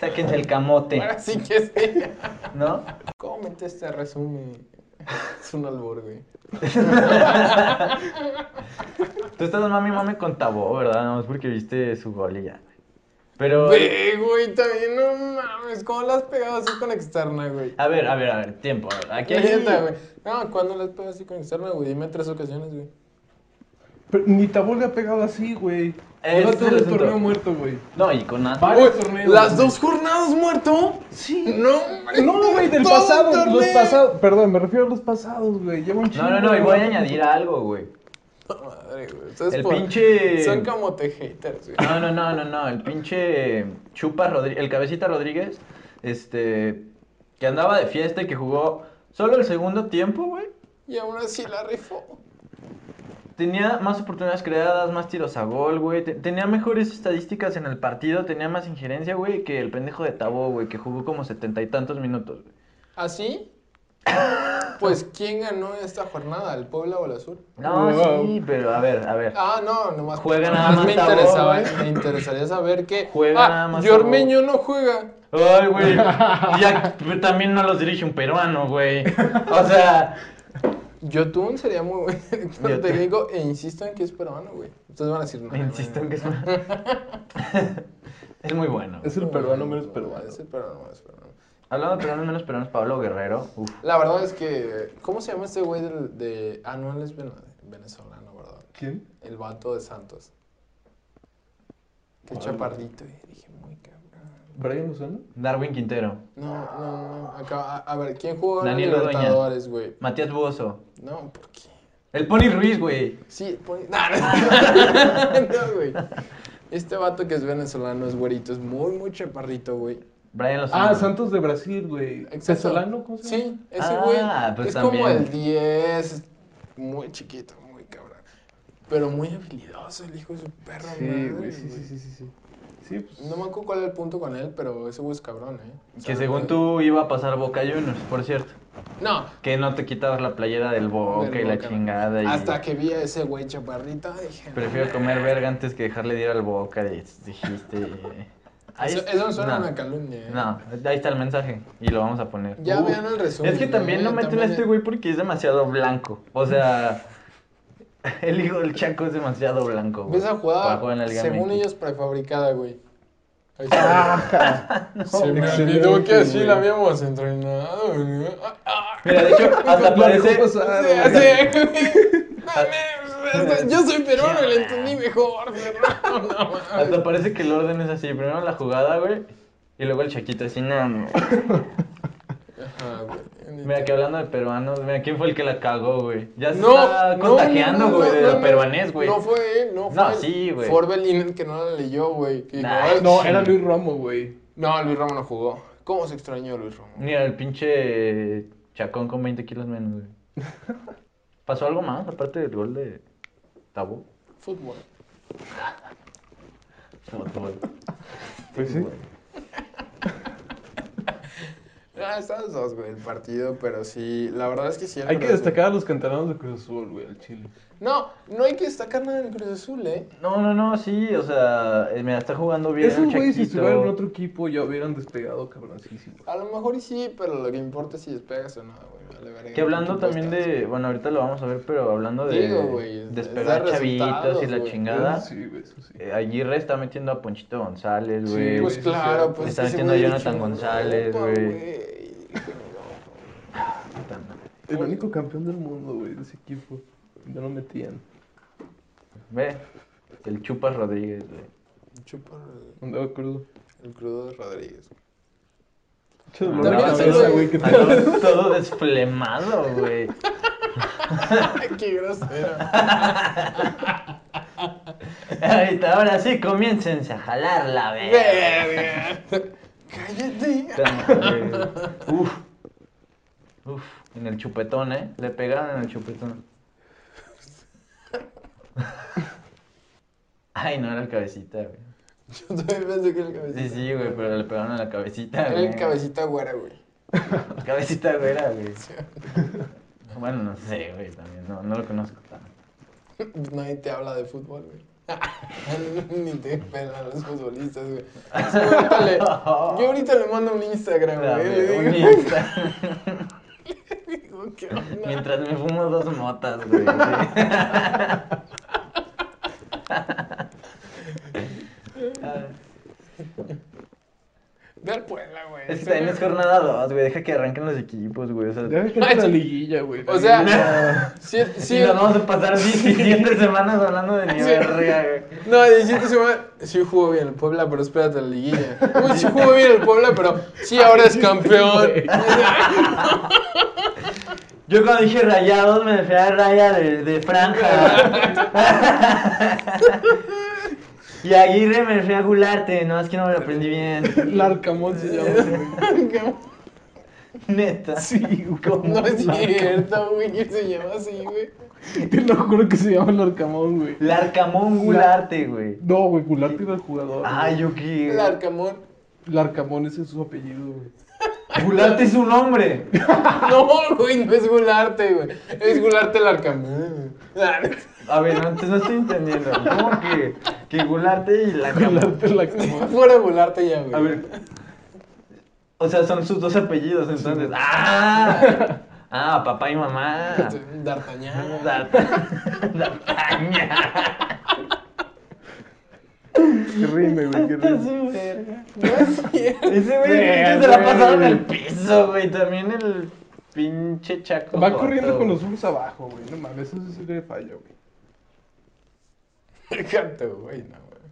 Speaker 3: sáquense el camote,
Speaker 1: Ahora sí que sí.
Speaker 3: ¿no?
Speaker 1: Cómete este resumen. Es un albur, güey.
Speaker 3: Tú estás mami mami con Tabó, ¿verdad? No, es porque viste su gol y ya. Pero,
Speaker 1: Ve, güey, también no mames. ¿Cómo la has pegado así con externa, güey?
Speaker 3: a ver, a ver, a ver, tiempo. a ver, Aquí hay...
Speaker 1: Neta, güey. No, ¿cuándo la has pegado así con externa, güey? Dime tres ocasiones, güey.
Speaker 2: Pero ni Tabol le ha pegado así, güey.
Speaker 3: Ese
Speaker 2: Lleva
Speaker 3: es
Speaker 2: todo
Speaker 3: el
Speaker 2: el
Speaker 3: asunto.
Speaker 2: torneo muerto, güey.
Speaker 3: No, y con nada.
Speaker 2: Varios torneos,
Speaker 1: ¿Las
Speaker 2: güey.
Speaker 1: dos jornadas muerto?
Speaker 2: Sí.
Speaker 1: No, hombre,
Speaker 2: No, güey, del
Speaker 1: todo el
Speaker 2: pasado, los
Speaker 1: torneo.
Speaker 2: pasados. Perdón, me refiero a los pasados, güey. Lleva un chingo.
Speaker 3: No, no, no, y voy a
Speaker 2: güey.
Speaker 3: añadir algo, güey.
Speaker 1: No, Madre, güey. Ustedes
Speaker 3: El
Speaker 1: por-
Speaker 3: pinche-
Speaker 1: Son como te haters, güey.
Speaker 3: No, no, no, no, no, el pinche Chupa Rodríguez, el Cabecita Rodríguez, este, que andaba de fiesta y que jugó solo el segundo tiempo, güey.
Speaker 1: Y aún así la rifó.
Speaker 3: Tenía más oportunidades creadas, más tiros a gol, güey. te- tenía mejores estadísticas en el partido, tenía más injerencia, güey, que el pendejo de Tabó, güey, que jugó como setenta y tantos minutos, güey.
Speaker 1: ¿Así? ¿Ah, Pues, ¿quién ganó esta jornada? ¿El Puebla o el Azul?
Speaker 3: No,
Speaker 2: Wow.
Speaker 3: sí, pero a ver, a ver.
Speaker 1: Ah, no, nomás.
Speaker 3: Juega nada
Speaker 1: nomás
Speaker 3: más
Speaker 1: me
Speaker 3: Tabó,
Speaker 1: interesaba,
Speaker 3: güey.
Speaker 1: me interesaría saber que.
Speaker 3: Juega
Speaker 1: ah,
Speaker 3: nada más
Speaker 1: Jormeño no juega.
Speaker 3: Ay, güey. Ya pero también no los dirige un peruano, güey. O sea,
Speaker 1: Yotun sería muy buen director
Speaker 3: Yotun.
Speaker 1: técnico e insisto en que es peruano, güey. Ustedes van a decir no.
Speaker 3: insisto en
Speaker 1: no,
Speaker 3: que es Es muy bueno. güey.
Speaker 2: Es el
Speaker 1: no,
Speaker 2: peruano
Speaker 1: no,
Speaker 2: menos
Speaker 1: no,
Speaker 2: peruano.
Speaker 1: Es el peruano menos peruano.
Speaker 3: Hablando de peruanos menos peruanos, Pablo Guerrero. Uf.
Speaker 1: La verdad es que. ¿Cómo se llama este güey del, de. Ah, no, él es vene- venezolano, ¿verdad?
Speaker 2: ¿Quién?
Speaker 1: El vato de Santos. Qué
Speaker 2: ¿Cuál?
Speaker 1: chaparrito, y dije, muy cabrón.
Speaker 2: ¿Brian Lozano?
Speaker 3: Darwin Quintero.
Speaker 1: No, no, no. Acá, a, a ver, ¿quién jugó en
Speaker 3: Daniel Ordoña.
Speaker 1: Libertadores, güey?
Speaker 3: Matías Buoso.
Speaker 1: No, ¿por qué?
Speaker 3: El Pony Ruiz, güey.
Speaker 1: Sí, pone... Nah, no, no, güey. Este vato que es venezolano es güerito, es muy, muy chaparrito, güey.
Speaker 3: Brian Lozano.
Speaker 2: Ah, Santos de Brasil, güey.
Speaker 1: Exacto.
Speaker 2: ¿Pesolano? ¿Cómo se llama?
Speaker 1: Sí, ese
Speaker 3: Ah,
Speaker 1: güey
Speaker 3: pues
Speaker 1: es como
Speaker 3: también.
Speaker 1: el 10, es muy chiquito, muy cabrón. Pero muy habilidoso, el hijo de su perra madre,
Speaker 2: Sí, güey, sí, sí, sí, sí, sí. Sí, pues.
Speaker 1: No me acuerdo cuál era el punto con él, pero ese güey es cabrón, ¿eh? O sea,
Speaker 3: Que según
Speaker 1: no-
Speaker 3: tú iba a pasar Boca Juniors, por cierto.
Speaker 1: No,
Speaker 3: Que no te quitabas la playera del Boca
Speaker 1: Del
Speaker 3: y la
Speaker 1: Boca.
Speaker 3: chingada. Y...
Speaker 1: hasta que vi a ese güey chaparrito, dije...
Speaker 3: Prefiero comer verga antes que dejarle de ir al Boca. y Dijiste. Ahí
Speaker 1: Eso,
Speaker 3: es-
Speaker 1: eso suena
Speaker 3: no.
Speaker 1: una calumnia, ¿eh?
Speaker 3: No, ahí está el mensaje y lo vamos a poner.
Speaker 1: Ya
Speaker 3: Uh,
Speaker 1: vean el resumen.
Speaker 3: Es que también
Speaker 1: ¿eh?
Speaker 3: no meten a
Speaker 1: También-
Speaker 3: este güey porque es demasiado blanco. O sea, el hijo del Chaco es demasiado blanco. güey.
Speaker 1: ¿Ves esa
Speaker 3: Para
Speaker 1: jugada?
Speaker 3: jugar en la Liga
Speaker 1: según
Speaker 3: MX.
Speaker 1: ellos, prefabricada, güey. Ahí está. Se me olvidó que
Speaker 2: Ah, Excelente,
Speaker 1: así
Speaker 2: güey.
Speaker 1: la habíamos entrenado, güey. Ah, ah.
Speaker 3: Mira, de hecho, hasta
Speaker 2: Lo dejó
Speaker 3: parece.
Speaker 2: pasar,
Speaker 1: Sí,
Speaker 2: güey.
Speaker 1: sí, güey. No, no, no, Yo soy peruano y la entendí mejor, pero no, no,
Speaker 3: Hasta parece que el orden es así. Primero la jugada, güey. Y luego el Chaquito así, no. no.
Speaker 1: Ah, güey. ni
Speaker 3: Mira,
Speaker 1: te-
Speaker 3: que hablando de peruanos, mira, ¿quién fue el que la cagó, güey? Ya se
Speaker 1: No,
Speaker 3: está
Speaker 1: no,
Speaker 3: contagiando,
Speaker 1: no,
Speaker 3: güey,
Speaker 1: no,
Speaker 3: de
Speaker 1: no,
Speaker 3: la
Speaker 1: no,
Speaker 3: peruanés, güey.
Speaker 1: No fue él, no fue
Speaker 3: No,
Speaker 1: él.
Speaker 3: sí, güey.
Speaker 1: Forbel Inen que no la leyó, güey. que dijo,
Speaker 3: Nah,
Speaker 1: "Ay,
Speaker 2: No,
Speaker 1: sí".
Speaker 2: era Luis Romo, güey.
Speaker 1: No, Luis Romo no jugó. ¿Cómo se extrañó Luis Romo?
Speaker 3: Mira, el pinche Chacón con 20 kilos menos, güey. ¿Pasó algo más aparte del gol de Tabú?
Speaker 1: Fútbol.
Speaker 2: Pues sí.
Speaker 1: Ah, estaban dos, güey, el partido, pero sí, la verdad es que sí. el
Speaker 2: Hay que
Speaker 1: Cruz Azul-
Speaker 2: destacar a los canteranos de Cruz Azul, güey, al Chile.
Speaker 1: No, no hay que destacar nada del Cruz Azul, ¿eh?
Speaker 3: No, no, no, sí, o sea, eh, mira, está jugando bien.
Speaker 2: Esos güeyes, si
Speaker 3: Chaquito.
Speaker 2: estuvieran en otro equipo, ya hubieran despegado cabroncísimo.
Speaker 1: A lo mejor y sí, pero lo que importa es si despegas o no, güey. Vale, verga.
Speaker 3: Que hablando
Speaker 1: Tú
Speaker 3: también
Speaker 1: estás.
Speaker 3: de, bueno, ahorita lo vamos a ver, pero hablando de
Speaker 1: Digo, güey, es-
Speaker 3: despegar
Speaker 1: es dar
Speaker 3: chavitos y
Speaker 1: resultados,
Speaker 3: la
Speaker 1: güey.
Speaker 3: chingada,
Speaker 2: Sí, güey, eso sí.
Speaker 3: eh, Aguirre está metiendo a Ponchito González,
Speaker 2: Sí,
Speaker 3: güey.
Speaker 1: Pues
Speaker 2: sí,
Speaker 1: claro,
Speaker 2: sí.
Speaker 1: pues.
Speaker 3: Está
Speaker 1: ese
Speaker 3: metiendo a
Speaker 1: güey
Speaker 3: Jonathan
Speaker 1: chingó
Speaker 3: González,
Speaker 1: Europa,
Speaker 3: güey.
Speaker 1: Puta madre.
Speaker 2: El único campeón del mundo, güey, de ese equipo. Ya lo metían.
Speaker 3: Ve, el Chupas Rodríguez, güey.
Speaker 1: Chupa el-
Speaker 2: Andaba crudo.
Speaker 1: el crudo de Rodríguez.
Speaker 2: Mucho dolor de
Speaker 1: También
Speaker 3: Andaba
Speaker 1: ese
Speaker 2: cabeza,
Speaker 1: güey-
Speaker 2: güey, que te-
Speaker 3: Andaba todo desplemado, güey.
Speaker 1: Ay, qué grosero.
Speaker 3: Ahorita, ahora sí, comiéncense a jalar la verga.
Speaker 1: Verga. Cállate.
Speaker 3: Uf. Uf, en el chupetón, ¿eh? Le pegaron en el chupetón. Ay, no era el cabecita, güey.
Speaker 1: Yo también pensé que era el cabecita.
Speaker 3: Sí, sí, güey, pero le pegaron en la cabecita,
Speaker 1: Era
Speaker 3: güey.
Speaker 1: el cabecita güera, güey.
Speaker 3: Cabecita güera, güey.
Speaker 1: Sí.
Speaker 3: Bueno, no sé, güey, también. No, no lo conozco tanto.
Speaker 1: Nadie te habla de fútbol, güey. Ni te pelan los futbolistas, güey. Sí, ahorita le- yo ahorita le mando un Instagram,
Speaker 3: La
Speaker 1: güey.
Speaker 3: verga,
Speaker 1: Le
Speaker 3: un
Speaker 1: digo,
Speaker 3: Insta.
Speaker 1: digo, ¿qué onda?
Speaker 3: Mientras me fumo dos motas, güey.
Speaker 1: Del Puebla, güey.
Speaker 3: Es que también es jornada 2, güey. Deja que arranquen los equipos, güey. O sea,
Speaker 2: Ya dejaste la liguilla, güey. la
Speaker 1: O sea,
Speaker 2: liguilla.
Speaker 1: Sí, sí.
Speaker 3: y nos vamos a pasar 17 semanas hablando de ni
Speaker 1: Sí.
Speaker 3: verga, güey.
Speaker 1: No, 17 semanas. Sí jugó bien el Puebla, pero espérate la liguilla. Uy, sí jugó bien el Puebla, pero sí ahora es campeón.
Speaker 2: Güey.
Speaker 3: Yo cuando dije rayados me refería a raya de, de franja. y Aguirre me refería a gularte, no, es que no me lo aprendí bien.
Speaker 2: Larcamón se llama, güey.
Speaker 3: Neta. Eh, Sí,
Speaker 1: No es cierto, güey, que se llama así, güey.
Speaker 2: Te lo juro que se llama Larcamón, güey.
Speaker 3: Larcamón gularte, güey.
Speaker 2: No, güey, Gularte era el jugador.
Speaker 3: Ay,
Speaker 2: güey.
Speaker 3: yo qué.
Speaker 1: El Arcamón.
Speaker 2: Larcamón, ese es su apellido, güey.
Speaker 3: Gularte es un hombre.
Speaker 1: No, güey, no es gularte, güey. Es gularte el Arcamón.
Speaker 3: A ver, no, entonces no estoy entendiendo. ¿Cómo que, que gularte y larcamón?
Speaker 2: Gularte Larcamón.
Speaker 1: Fuera gularte ya, güey.
Speaker 3: A ver. O sea, son sus dos apellidos, entonces. ¡Ah! Ah, papá y mamá.
Speaker 1: D'Artagnan.
Speaker 3: D'Art- D'Artagnan.
Speaker 2: Qué rime, güey, qué rime.
Speaker 3: Su verga.
Speaker 1: No es cierto.
Speaker 3: Ese güey
Speaker 2: Verga,
Speaker 3: se la pasaron
Speaker 2: güey.
Speaker 3: al piso, güey. También el pinche chaco.
Speaker 2: Va
Speaker 3: joto,
Speaker 2: corriendo con
Speaker 3: güey.
Speaker 2: los ojos abajo, güey. No mames, eso sí le falla, güey.
Speaker 1: Canto, güey, no, güey.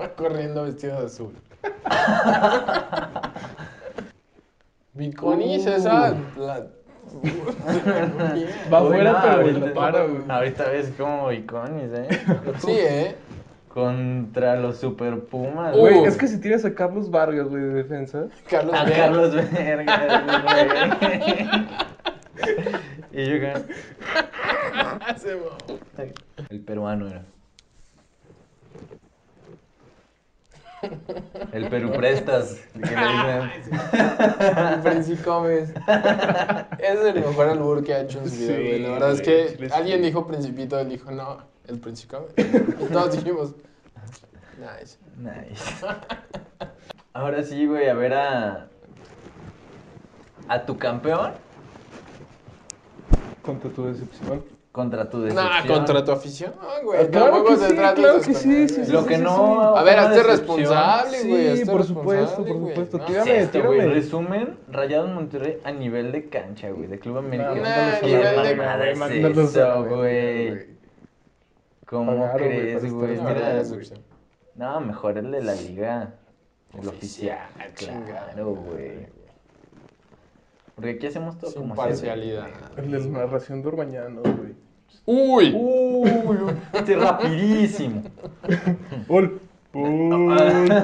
Speaker 1: Va corriendo vestido de azul. Biconi es esa. La...
Speaker 2: Va
Speaker 3: Uy,
Speaker 2: afuera, pero
Speaker 3: no, ahorita-
Speaker 2: la para, güey.
Speaker 3: Ahorita ves como Iconis, ¿eh?
Speaker 1: Sí, eh.
Speaker 3: Contra los Super Pumas,
Speaker 1: Uy,
Speaker 2: Güey,
Speaker 1: Uh.
Speaker 2: es que si tienes a Carlos Vargas, güey, de defensa.
Speaker 1: Carlos
Speaker 3: A
Speaker 1: Vela.
Speaker 3: Ah, Carlos Verga, güey. Y yo gan-
Speaker 1: Se mamó.
Speaker 3: El peruano era. El Perú Prestas. que le dicen.
Speaker 1: Francis Gómez. es el mejor albur que ha hecho en su vida,
Speaker 2: Sí,
Speaker 1: güey. La verdad es
Speaker 2: güey,
Speaker 1: que
Speaker 2: chile, sí.
Speaker 1: alguien dijo Principito, él dijo, no, el Príncipe Gómez. Y todos dijimos, nice.
Speaker 3: Nice. Ahora sí, güey, a ver a. A tu campeón
Speaker 2: Contra tu decepción.
Speaker 3: contra tu
Speaker 1: Nah,
Speaker 3: decepción.
Speaker 1: contra tu afición, güey.
Speaker 2: Ah, claro
Speaker 1: tampoco
Speaker 2: que
Speaker 1: se
Speaker 2: sí,
Speaker 1: trata Pues, de
Speaker 2: claro que
Speaker 1: esconder,
Speaker 2: sí,
Speaker 1: güey.
Speaker 2: sí,
Speaker 3: Lo
Speaker 2: sí.
Speaker 3: que no.
Speaker 1: A ver,
Speaker 3: una
Speaker 1: hazte
Speaker 3: decepción
Speaker 1: responsable, güey.
Speaker 2: Sí,
Speaker 1: hazte
Speaker 2: por supuesto,
Speaker 1: responsable,
Speaker 2: por
Speaker 1: güey,
Speaker 2: supuesto,
Speaker 1: ¿no?
Speaker 3: ¿Qué es
Speaker 2: Tírame,
Speaker 3: esto, güey?
Speaker 2: tírame.
Speaker 3: Resumen, Rayados Monterrey a nivel de cancha, güey, de Club América.
Speaker 1: Nah,
Speaker 3: ¿Qué
Speaker 1: a nivel
Speaker 3: mamada
Speaker 1: de-
Speaker 3: es
Speaker 2: Mándalos a la
Speaker 3: eso,
Speaker 2: verga,
Speaker 3: güey? ¿Cómo
Speaker 2: Pagaron, güey,
Speaker 3: crees,
Speaker 2: para
Speaker 3: güey?
Speaker 2: estar
Speaker 1: La verdad,
Speaker 3: Mira,
Speaker 1: es
Speaker 3: güey.
Speaker 1: decepción.
Speaker 3: No, mejor el de la liga. El oficial,
Speaker 1: Oficial, chingada,
Speaker 3: claro, güey. Porque aquí hacemos todo
Speaker 1: Sin
Speaker 3: como
Speaker 1: parcialidad.
Speaker 2: El de la narración de Urbañano, güey.
Speaker 1: ¡Uy!
Speaker 3: siempre. Uy, este es rapidísimo.
Speaker 2: ¡Ol! ¡Ol!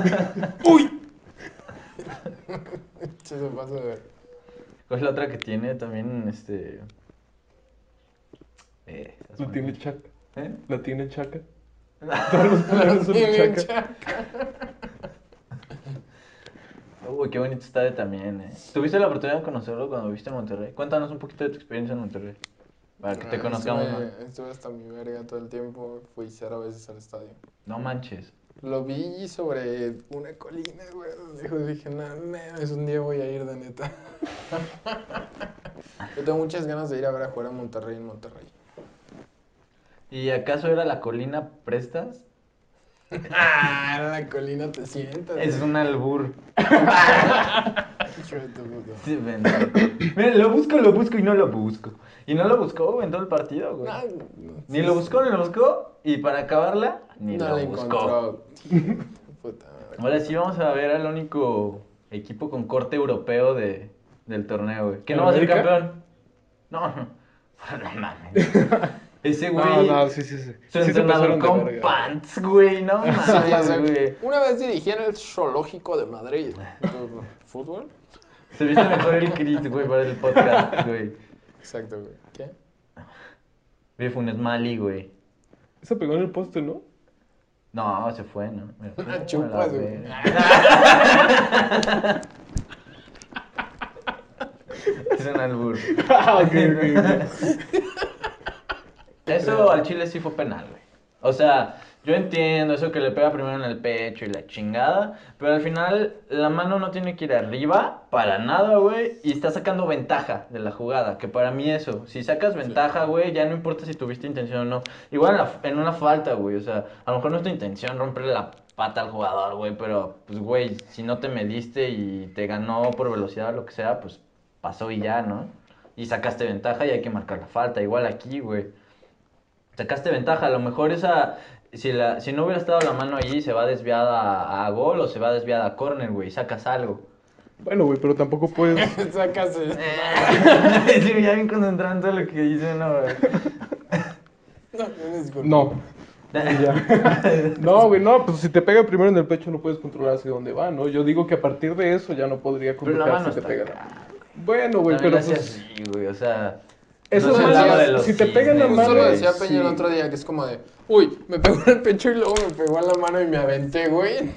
Speaker 1: ¡Uy! Se se pasa de ver.
Speaker 3: ¿Cuál es Pues la otra que tiene también este? Eh, esas
Speaker 2: La tiene
Speaker 3: buenas.
Speaker 2: chaca.
Speaker 3: ¿Eh?
Speaker 2: La tiene chaca. Todos los palabras son
Speaker 1: Tiene
Speaker 2: chaca.
Speaker 1: chaca.
Speaker 3: Uy, qué bonito está de también, eh. ¿Tuviste la oportunidad de conocerlo cuando viviste en Monterrey? Cuéntanos un poquito de tu experiencia en Monterrey. Para que te
Speaker 1: Ah,
Speaker 3: conozcamos
Speaker 1: estuve-
Speaker 3: más.
Speaker 1: Estuve hasta mi verga todo el tiempo. Fui cero veces al estadio.
Speaker 3: No manches.
Speaker 1: Lo vi sobre una colina, güey. Lejos dije, no, es un día voy a ir de neta. Yo tengo muchas ganas de ir a ver a jugar a Monterrey en Monterrey.
Speaker 3: ¿Y acaso era la colina Prestas?
Speaker 1: Ah, en la colina te sientas.
Speaker 3: Es un albur.
Speaker 1: Hijo de tu puta.
Speaker 3: Sí, ven. Miren, lo busco, lo busco y no lo busco. Y no lo buscó güey, en todo el partido, güey.
Speaker 1: Ah, no,
Speaker 3: Ni lo buscó, ni lo buscó. Y para acabarla, ni
Speaker 1: No
Speaker 3: lo
Speaker 1: la
Speaker 3: buscó.
Speaker 1: encontró. Puta madre.
Speaker 3: Ahora sí vamos a ver al único equipo con corte europeo de, del torneo, güey. Que no va a ser
Speaker 2: ¿América?
Speaker 3: campeón. No, no mames. Ese güey.
Speaker 2: No, no, sí, sí, sí. Sí se
Speaker 3: Su entrenador
Speaker 2: pasaron de
Speaker 3: con
Speaker 2: verga.
Speaker 3: pants, güey. No
Speaker 1: Sí, ya
Speaker 3: mames,
Speaker 1: sé.
Speaker 3: güey.
Speaker 1: Una vez dirigí en el zoológico de Madrid. ¿Fútbol?
Speaker 3: Se viste mejor el Crit, güey, para el podcast, güey.
Speaker 1: Exacto, güey. ¿Qué?
Speaker 3: Ve Funes Mali, güey.
Speaker 2: Esa pegó en el poste, ¿no?
Speaker 3: No, se fue, ¿no? Mira,
Speaker 1: Ah,
Speaker 3: a la
Speaker 1: chupas, güey.
Speaker 3: verga. es un albur.
Speaker 2: Ah, ok, ok, ok.
Speaker 3: Eso al Chile sí fue penal, güey. O sea, yo entiendo eso que le pega primero en el pecho y la chingada, pero al final la mano no tiene que ir arriba para nada, güey, y está sacando ventaja de la jugada, que para mí eso, si sacas ventaja, güey, ya no importa si tuviste intención o no. Igual en, la- en una falta, güey, o sea, a lo mejor no es tu intención romperle la pata al jugador, güey, pero pues, güey, si no te mediste y te ganó por velocidad o lo que sea, pues pasó y ya, ¿no? Y sacaste ventaja y hay que marcar la falta, igual aquí, güey sacaste ventaja. A lo mejor esa, si, la, si no hubiera estado la mano allí, se va desviada a, a gol o se va desviada a córner, güey. Sacas algo.
Speaker 2: Bueno, güey, pero tampoco puedes.
Speaker 1: Sacas el-
Speaker 3: Eh.
Speaker 2: Eh.
Speaker 3: sí, ya bien concentrado en todo lo que dice, no, güey.
Speaker 1: No, no, disculpa.
Speaker 2: No. No, güey, no, pues si te pega primero en el pecho no puedes controlar hacia dónde va, ¿no? Yo digo que a partir de eso ya no podría
Speaker 3: Pero la
Speaker 2: controlar si
Speaker 3: mano
Speaker 2: te
Speaker 3: está
Speaker 2: pega.
Speaker 3: acá.
Speaker 2: Bueno, güey,
Speaker 3: También
Speaker 2: pero
Speaker 3: lo hace
Speaker 2: pues,
Speaker 3: así, güey, o sea...
Speaker 2: Eso
Speaker 3: se
Speaker 1: es
Speaker 3: lava
Speaker 1: más,
Speaker 3: de los
Speaker 2: si te
Speaker 3: cisnes,
Speaker 2: pegan la
Speaker 1: Justo lo
Speaker 2: mano,
Speaker 3: güey.
Speaker 1: decía
Speaker 2: sí.
Speaker 1: Peña el otro día, que es como de, uy, me pegó en el pecho y luego me pegó en la mano y me aventé, güey.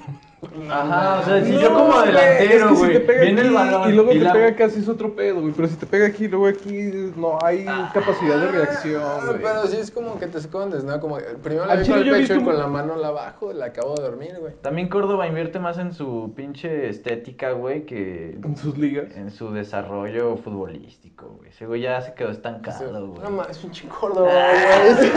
Speaker 3: Ajá, o sea, si
Speaker 2: No,
Speaker 3: yo como
Speaker 2: güey, es
Speaker 3: delantero,
Speaker 2: que
Speaker 3: güey,
Speaker 2: si te pega
Speaker 3: viene el
Speaker 2: aquí
Speaker 3: balón
Speaker 2: y luego te
Speaker 3: la-
Speaker 2: pega acá, sí es otro pedo, güey. Pero si te pega aquí y luego aquí, no hay
Speaker 3: Ah.
Speaker 2: capacidad de reacción,
Speaker 1: Ah,
Speaker 2: güey.
Speaker 1: Pero sí es como que te escondes, ¿no? Como eh, primero la
Speaker 2: Al
Speaker 1: vi
Speaker 2: chile
Speaker 1: con el
Speaker 2: yo he
Speaker 1: pecho y
Speaker 2: visto
Speaker 1: con
Speaker 2: un-
Speaker 1: la mano la bajo, la acabo de dormir, güey.
Speaker 3: También Córdoba invierte más en su pinche estética, güey, que
Speaker 2: En sus ligas.
Speaker 3: en su desarrollo futbolístico, güey. Ese güey ya se quedó estancado, güey. Ah.
Speaker 1: No mames, pinche Córdoba, güey.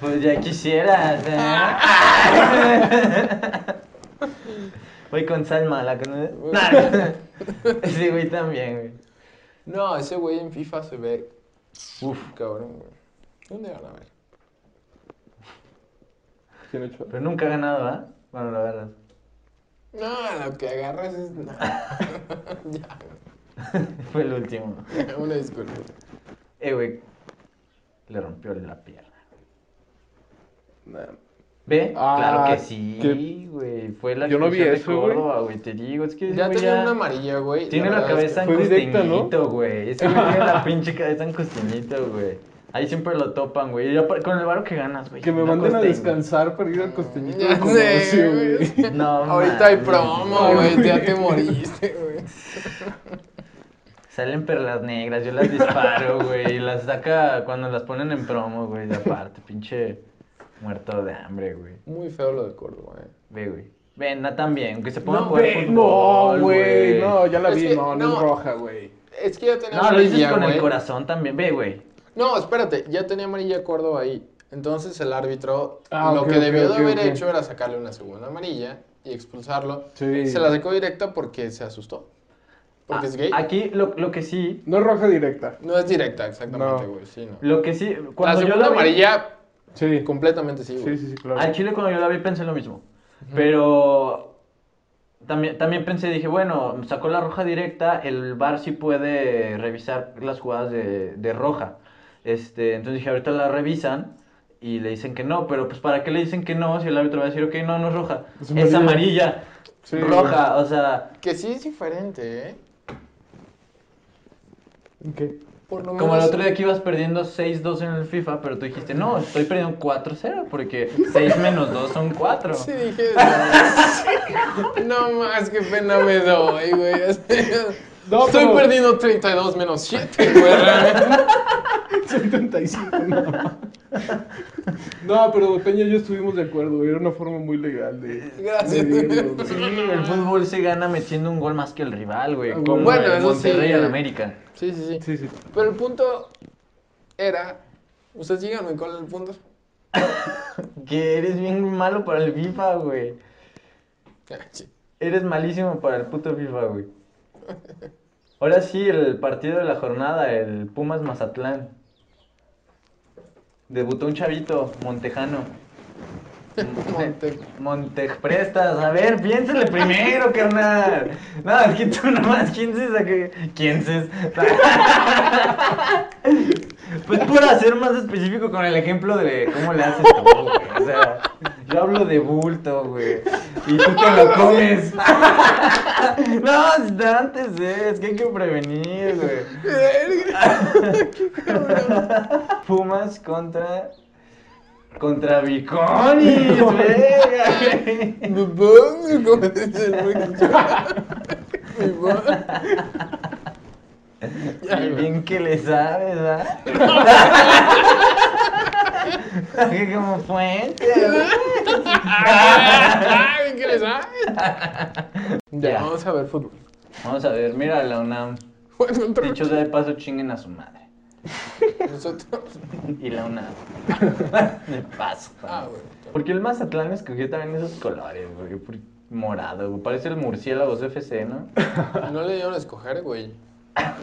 Speaker 3: Pues ya quisieras, ¿eh? Voy con Salma, la conoces. Sí, güey, también, güey.
Speaker 1: No, ese güey en FIFA se ve
Speaker 3: Uf,
Speaker 1: cabrón, güey. ¿Dónde van a ver?
Speaker 2: ¿Quién ha hecho?
Speaker 3: pero nunca ha ganado, ¿ah? Bueno, la verdad.
Speaker 1: No, lo que agarras es. No. ya,
Speaker 3: Fue el último.
Speaker 1: güey. una disculpa.
Speaker 3: Eh, güey. Le rompió la pierna.
Speaker 2: Nah.
Speaker 3: ¿Ve?
Speaker 2: Ah,
Speaker 3: claro que sí,
Speaker 2: qué-
Speaker 3: güey. Fue la
Speaker 2: Yo no vi
Speaker 3: expulsión de
Speaker 2: eso, güey.
Speaker 3: Córdoba, güey. Te digo, es que. ese
Speaker 1: Ya
Speaker 3: güey
Speaker 1: tenía una amarilla, güey.
Speaker 3: Tiene la
Speaker 1: verdad es
Speaker 3: cabeza en
Speaker 2: Ah, fue directa, ¿no?
Speaker 3: costeñito, güey. Ese güey tiene la pinche cabeza en costeñito, güey. Ahí siempre lo topan, güey. Y ya pa- Con el varo que ganas, güey.
Speaker 2: Que me
Speaker 3: no
Speaker 2: manden a
Speaker 3: costeño.
Speaker 2: descansar para ir al costeñito
Speaker 1: Ya
Speaker 2: de
Speaker 1: sé,
Speaker 2: comercio, güey.
Speaker 1: güey.
Speaker 3: No,
Speaker 1: Ahorita hay
Speaker 3: mames,
Speaker 1: promo,
Speaker 2: no,
Speaker 1: güey.
Speaker 2: güey.
Speaker 1: Ya te moriste, güey.
Speaker 3: Salen perlas negras, yo las disparo, güey. Y las saca cuando las ponen en promo, güey. De aparte, pinche muerto de hambre, güey.
Speaker 1: Muy feo lo de Córdoba, eh.
Speaker 3: Ve, güey. Ven, no tan bien, que se pongan a
Speaker 1: No,
Speaker 3: jugar
Speaker 2: Güey,
Speaker 3: fútbol,
Speaker 2: No, güey, no, ya la
Speaker 1: Es
Speaker 2: vi,
Speaker 1: que-
Speaker 2: no, no,
Speaker 1: no.
Speaker 2: es roja, güey.
Speaker 1: Es que ya tenía
Speaker 3: No, lo dices
Speaker 1: amarilla,
Speaker 3: con el
Speaker 1: güey.
Speaker 3: corazón también. Ve, güey.
Speaker 1: No, espérate, ya tenía amarilla Córdoba ahí. Entonces el árbitro
Speaker 2: Ah,
Speaker 1: lo
Speaker 2: ok,
Speaker 1: que
Speaker 2: ok,
Speaker 1: debió de
Speaker 2: ok,
Speaker 1: haber
Speaker 2: ok.
Speaker 1: hecho era sacarle una segunda amarilla y expulsarlo.
Speaker 2: Sí.
Speaker 1: Se la sacó directa porque se asustó. Porque
Speaker 3: A-
Speaker 1: es gay.
Speaker 3: Ah, Aquí lo, lo que sí,
Speaker 2: No es roja directa.
Speaker 1: No es directa, exactamente,
Speaker 2: No.
Speaker 1: güey. Sí, no.
Speaker 3: lo que sí,
Speaker 1: La
Speaker 3: cuando yo
Speaker 1: segunda
Speaker 3: la vi-
Speaker 1: amarilla,
Speaker 2: Sí.
Speaker 1: completamente sí, güey.
Speaker 2: Sí, sí, sí, claro.
Speaker 3: Al Chile cuando yo la vi pensé lo mismo. Pero También, también pensé, dije, bueno, sacó la roja directa, el VAR sí puede revisar las jugadas de, de roja. Este, entonces dije, ahorita la revisan y le dicen que no, pero pues ¿para qué le dicen que no si el árbitro va a decir, ok, no, no es roja,
Speaker 2: Es
Speaker 3: es,
Speaker 2: amarilla".
Speaker 3: amarilla,
Speaker 2: Sí,
Speaker 3: roja, o sea,
Speaker 1: Que sí es diferente, ¿eh?
Speaker 2: ¿En qué?
Speaker 1: Por lo
Speaker 3: como el
Speaker 1: menos-
Speaker 3: otro día que ibas perdiendo 6-2 en el FIFA, pero tú dijiste, no, estoy perdiendo 4-0 porque 6 menos 2 son 4.
Speaker 1: Sí, dije eso. No más, qué pena me doy, güey.
Speaker 2: No,
Speaker 1: Estoy
Speaker 2: pero-
Speaker 1: perdiendo 32 menos 7, güey. realmente.
Speaker 2: 75, no. No, pero Peña y yo estuvimos de acuerdo, güey, Era una forma muy legal de.
Speaker 1: Gracias.
Speaker 2: de verlo, güey.
Speaker 3: Sí, el fútbol se gana metiendo un gol más que el rival, güey.
Speaker 2: Ah,
Speaker 3: Como
Speaker 1: bueno,
Speaker 3: el
Speaker 1: eso sí.
Speaker 3: Monterrey al América.
Speaker 1: Sí, sí, sí.
Speaker 2: Sí, sí.
Speaker 1: Pero el punto era. Ustedes díganme cuál es el punto.
Speaker 3: Que eres bien malo para el FIFA, güey.
Speaker 1: Ah, sí.
Speaker 3: Eres malísimo para el puto FIFA, güey. Ahora sí, el partido de la jornada, el Pumas Mazatlán. Debutó un chavito, Montejano.
Speaker 1: Monte-
Speaker 3: Monteprestas, a ver, piénsale primero, carnal. No, es que tú nomás, ¿quién se saque? ¿Quién se? Pues por ser más específico con el ejemplo de cómo le haces tú, güey. O sea, yo hablo de bulto, güey. Y tú te lo comes. No, antes eh, es que hay que prevenir, güey. Pumas contra. Contra Viconis, güey.
Speaker 1: Mi bong, como dice el güey. Mi bong. Ya,
Speaker 3: Y
Speaker 1: güey.
Speaker 3: bien que le sabes, ¿ah? que como fuente.
Speaker 1: Ay, ¿Qué les da? Ya,
Speaker 3: Ya.
Speaker 1: vamos a ver fútbol.
Speaker 3: Vamos a ver, mira la UNAM.
Speaker 1: Bueno, otro-
Speaker 3: Dicho sea de paso, chinguen a su madre.
Speaker 1: Nosotros.
Speaker 3: Y la UNAM. De paso.
Speaker 1: Ah, güey.
Speaker 3: Porque el Mazatlán escogió también esos colores, güey. por- Morado, güey. Parece el murciélago de FC, ¿no?
Speaker 1: No le dieron a escoger, güey.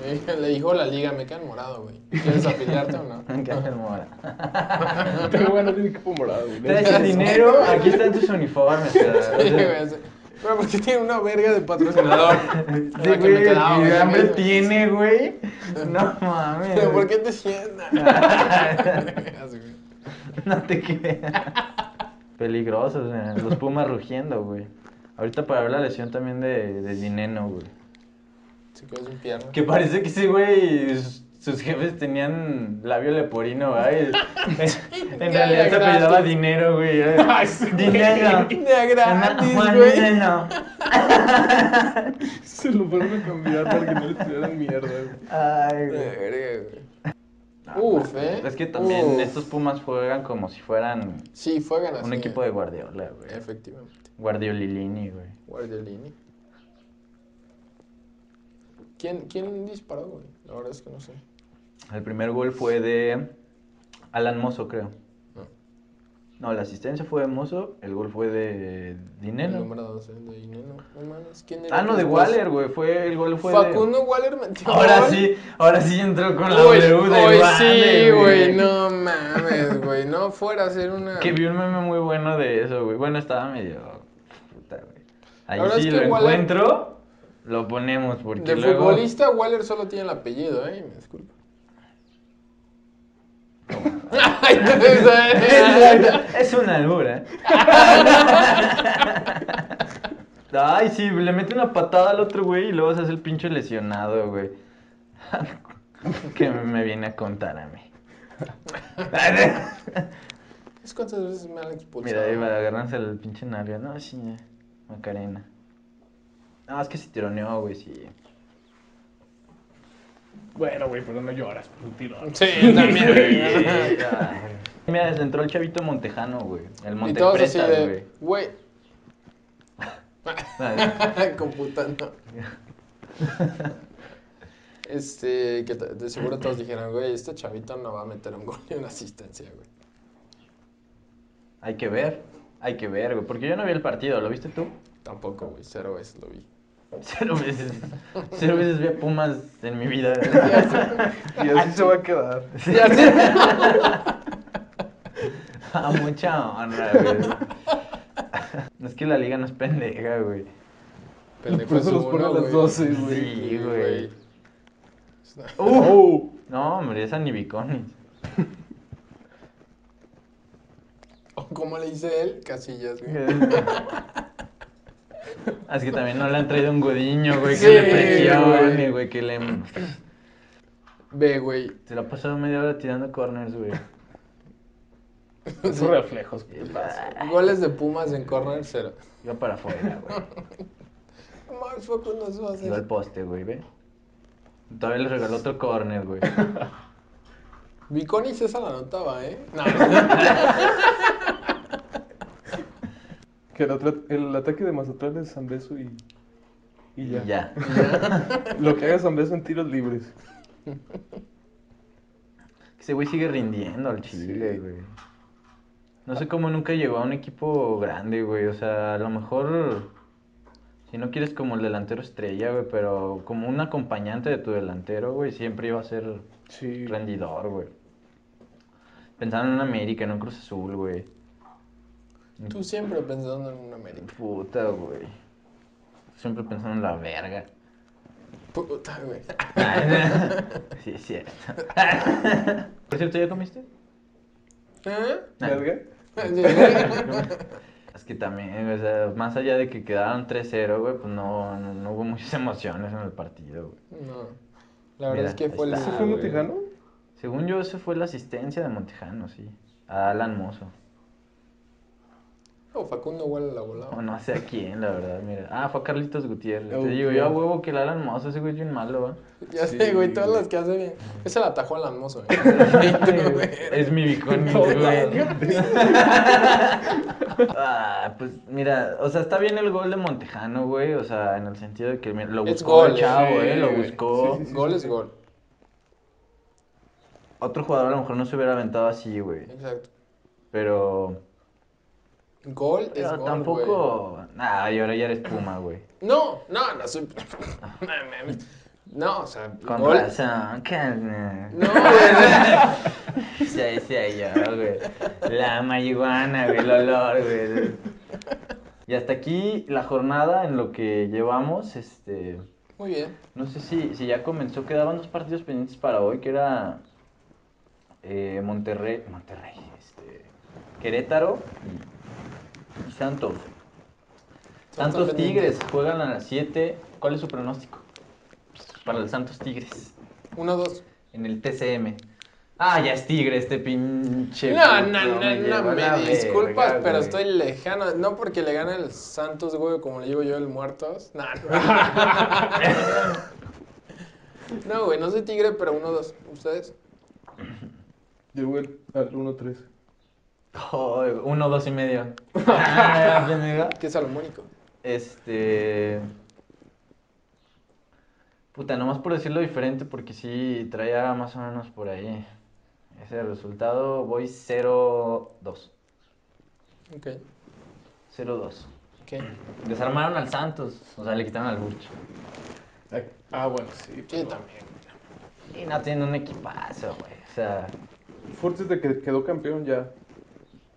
Speaker 1: Eh, Le dijo la liga, me quedan morado, güey. ¿Quieres afiliarte o no?
Speaker 3: Que hace el mora.
Speaker 2: Tengo ganas de un equipo morado, güey.
Speaker 3: Traes el dinero, aquí están tus uniformes, cara. O
Speaker 1: Sí,
Speaker 3: sea,
Speaker 1: güey, sí. Pero porque tiene una verga de patrocinador. La
Speaker 3: Sí,
Speaker 1: que
Speaker 3: güey,
Speaker 1: me quedaba,
Speaker 3: ¿qué
Speaker 1: güey.
Speaker 3: hambre tiene, güey? No mames.
Speaker 1: Pero
Speaker 3: güey.
Speaker 1: ¿por qué te sientas? Así, güey.
Speaker 3: No te creas. Peligrosos, güey, los pumas rugiendo, güey. Ahorita para ver la lesión también de, de Dineno, güey.
Speaker 1: Se quedó sin pierna.
Speaker 3: Que parece que sí, güey, sus, sus jefes tenían labio leporino, güey. En, en realidad se apellidaba dinero, güey.
Speaker 2: Ay, sí, güey.
Speaker 3: Dinero.
Speaker 1: De gratis,
Speaker 3: Juan
Speaker 1: güey.
Speaker 3: Dineno.
Speaker 2: Se lo fueron a cambiar para que no le tiraran mierda, güey.
Speaker 3: Ay,
Speaker 1: De
Speaker 3: güey.
Speaker 1: verga, güey.
Speaker 3: No,
Speaker 1: Uf,
Speaker 3: mames,
Speaker 1: ¿eh?
Speaker 3: Es que también
Speaker 1: Uf.
Speaker 3: estos Pumas juegan como si fueran
Speaker 1: Sí, fue ganación.
Speaker 3: un equipo de Guardiola, güey.
Speaker 1: Efectivamente.
Speaker 3: Guardiolilini, güey.
Speaker 1: Guardiolini. ¿Quién, ¿Quién disparó, güey? La verdad es que no sé.
Speaker 3: El primer gol fue de Alan Mozo, creo.
Speaker 1: No.
Speaker 3: No, la asistencia fue de Mozo, el gol fue de
Speaker 1: El
Speaker 3: Dinero.
Speaker 1: número 12 de Ineno. No mames, ¿quién era
Speaker 3: Ah, no, de
Speaker 1: después?
Speaker 3: Waller, güey. Fue, el gol fue de-
Speaker 1: Pues Facundo Waller metió
Speaker 3: Ahora
Speaker 1: gol.
Speaker 3: sí, ahora sí entró con la
Speaker 1: Uy,
Speaker 3: W de
Speaker 1: uy, sí,
Speaker 3: Waller,
Speaker 1: güey, no mames, güey, no fuera a ser una...
Speaker 3: Que vi un meme muy bueno de eso, güey. Bueno, estaba medio... Puta, güey. Ahí
Speaker 1: verdad
Speaker 3: sí
Speaker 1: es
Speaker 3: lo
Speaker 1: que Waller-
Speaker 3: encuentro, lo ponemos porque
Speaker 1: De
Speaker 3: luego...
Speaker 1: futbolista, Waller solo tiene el apellido, eh, me disculpa. Ay, no sé.
Speaker 3: es una albura. Ay, sí, le mete una patada al otro güey y luego se hace el pinche lesionado, güey. que me viene a contar a mí.
Speaker 1: ¿Sabes cuántas veces me han expulsado?
Speaker 3: Mira, ahí va a agarrarse el pinche nalga. No, sí, Macarena. No, es que se tironeó, güey, sí.
Speaker 2: Bueno, güey, pero no lloras por un tirón.
Speaker 1: Sí, también, güey.
Speaker 3: Mira, se entró el chavito montejano, güey. El
Speaker 1: Y todos así
Speaker 3: montepresas,
Speaker 1: de,
Speaker 3: güey.
Speaker 1: güey,
Speaker 3: Ay,
Speaker 1: computando. Este, que t- de seguro todos dijeron, güey, este chavito no va a meter un gol y una asistencia, güey.
Speaker 3: Hay que ver, hay que ver, güey. Porque yo no vi el partido, ¿lo viste tú?
Speaker 1: Tampoco, güey, cero veces lo vi.
Speaker 3: Cero veces. Cero veces vi a Pumas en mi vida.
Speaker 2: Y así se va a quedar.
Speaker 3: A mucha honra, güey. Es que la liga no es pendeja, güey.
Speaker 1: Pendejo
Speaker 2: Por
Speaker 1: es
Speaker 2: eso los
Speaker 1: uno,
Speaker 2: pone a las
Speaker 1: güey.
Speaker 2: 12, güey.
Speaker 3: Sí, güey.
Speaker 1: Está-
Speaker 3: Uh,
Speaker 2: Oh.
Speaker 3: no, hombre, esa ni bicones.
Speaker 1: O como le dice él, casillas, güey.
Speaker 3: Así que también no le han traído un godiño, güey, que
Speaker 1: Sí,
Speaker 3: le presione,
Speaker 1: güey.
Speaker 3: güey, que le...
Speaker 1: Ve, güey.
Speaker 3: Se la ha pasado media hora tirando corners, güey.
Speaker 2: Esos reflejos,
Speaker 3: Epa,
Speaker 1: Goles de Pumas en corner, cero.
Speaker 3: Iba para afuera, güey.
Speaker 1: Max Focus nos va a
Speaker 3: Iba al
Speaker 1: hacer.
Speaker 3: poste, güey, ve. Todavía le regaló otro corner, güey.
Speaker 1: Viconis esa la notaba, ¿eh? No,
Speaker 2: Que el, atla- el ataque de Mazatlán es Zambeso y. Y
Speaker 3: Y
Speaker 2: ya.
Speaker 3: ya.
Speaker 2: Lo que haga Zambeso en tiros libres.
Speaker 3: Ese güey sigue rindiendo al chile, güey. No sé cómo nunca llegó a un equipo grande, güey. O sea, a lo mejor. Si no quieres como el delantero estrella, güey, pero como un acompañante de tu delantero, güey, siempre iba a ser
Speaker 2: Sí.
Speaker 3: rendidor, güey. Pensaron en un América, en un Cruz Azul, güey.
Speaker 1: tú siempre pensando en un América.
Speaker 3: Puta, güey. Siempre pensando en la verga.
Speaker 1: Puta, güey.
Speaker 3: sí, es cierto. Por cierto, ¿ya comiste?
Speaker 1: ¿Eh?
Speaker 2: ¿Verga?
Speaker 3: Es que también, o sea, más allá de que quedaron 3-0, güey, pues no, no, no hubo muchas emociones en el partido, güey.
Speaker 1: No. La verdad
Speaker 3: Mira,
Speaker 1: es que fue
Speaker 3: ahí
Speaker 1: la.
Speaker 3: está.
Speaker 2: ¿Ese fue
Speaker 1: güey.
Speaker 2: Montejano?
Speaker 3: Según yo, eso fue la asistencia de Montejano, sí. A Alan Mozo.
Speaker 1: O Oh, Facundo huele la
Speaker 3: O
Speaker 1: volada.
Speaker 3: no sé a quién, la verdad, mira. Ah, fue a Carlitos Gutiérrez. Te
Speaker 2: Oh,
Speaker 3: digo, yo
Speaker 2: yeah.
Speaker 3: a huevo que el Alan Mozo, ese güey es bien malo, ¿eh?
Speaker 1: Ya
Speaker 2: Sí,
Speaker 1: sé, güey, todas
Speaker 2: güey.
Speaker 1: las que hace bien. Ese la atajó ¿eh? al hermoso, güey.
Speaker 3: es mi bicón,
Speaker 1: No,
Speaker 3: güey.
Speaker 1: no.
Speaker 3: ah, pues mira, o sea, está bien el gol de Montejano, güey. O sea, en el sentido de que mira, lo
Speaker 1: Es
Speaker 3: buscó el
Speaker 1: gol,
Speaker 3: chavo,
Speaker 2: sí,
Speaker 3: eh, lo
Speaker 2: güey.
Speaker 3: buscó.
Speaker 2: Sí, sí, sí.
Speaker 1: Gol es gol.
Speaker 3: Otro jugador a lo mejor no se hubiera aventado así, güey.
Speaker 1: Exacto.
Speaker 3: Pero.
Speaker 1: Gol es
Speaker 3: Pero
Speaker 1: gol. güey.
Speaker 3: tampoco. Nah, y ahora ya eres Puma, güey.
Speaker 1: No, no, no soy. No, mames. No, o sea,
Speaker 3: Con
Speaker 1: gol.
Speaker 3: razón, carnal.
Speaker 1: No, güey.
Speaker 3: Ya decía yo, güey. La marihuana, güey, el olor, güey. Y hasta aquí la jornada en lo que llevamos, este.
Speaker 1: Muy bien.
Speaker 3: No sé si, si ya comenzó, quedaban dos partidos pendientes para hoy, que era eh, Monterrey, Monterrey, este, Querétaro y, y Santos. Santos
Speaker 1: pendientes.
Speaker 3: Tigres juegan a las 7. ¿Cuál es su pronóstico? Pues, Para el Santos Tigres.
Speaker 1: Uno, dos.
Speaker 3: En el TCM. Ah, ya es Tigre este pinche.
Speaker 1: No,
Speaker 3: puto,
Speaker 1: no, no,
Speaker 3: me lleva
Speaker 1: no,
Speaker 3: la
Speaker 1: me disculpas,
Speaker 3: verga,
Speaker 1: pero
Speaker 3: güey.
Speaker 1: estoy lejano. No porque le gane el Santos, güey, como le digo yo, el Muertos. No, no. No, güey, no soy tigre, pero uno, dos. ¿Ustedes?
Speaker 2: Llegó el, al 1-3.
Speaker 3: Ay, uno, dos y medio. Ah, pendejo.
Speaker 1: ¿Qué es salomónico?
Speaker 3: Este. Puta, nomás por decirlo diferente, porque sí traía más o menos por ahí. Ese resultado voy 0-2.
Speaker 1: Ok,
Speaker 3: 0-2.
Speaker 1: ok.
Speaker 3: Desarmaron al Santos, o sea, le quitaron al Burcho.
Speaker 2: Ay, Ah, bueno, sí.
Speaker 1: Sí,
Speaker 2: pero-
Speaker 1: también.
Speaker 3: Y no tienen un equipazo, güey. O sea,
Speaker 2: Furt desde que quedó campeón ya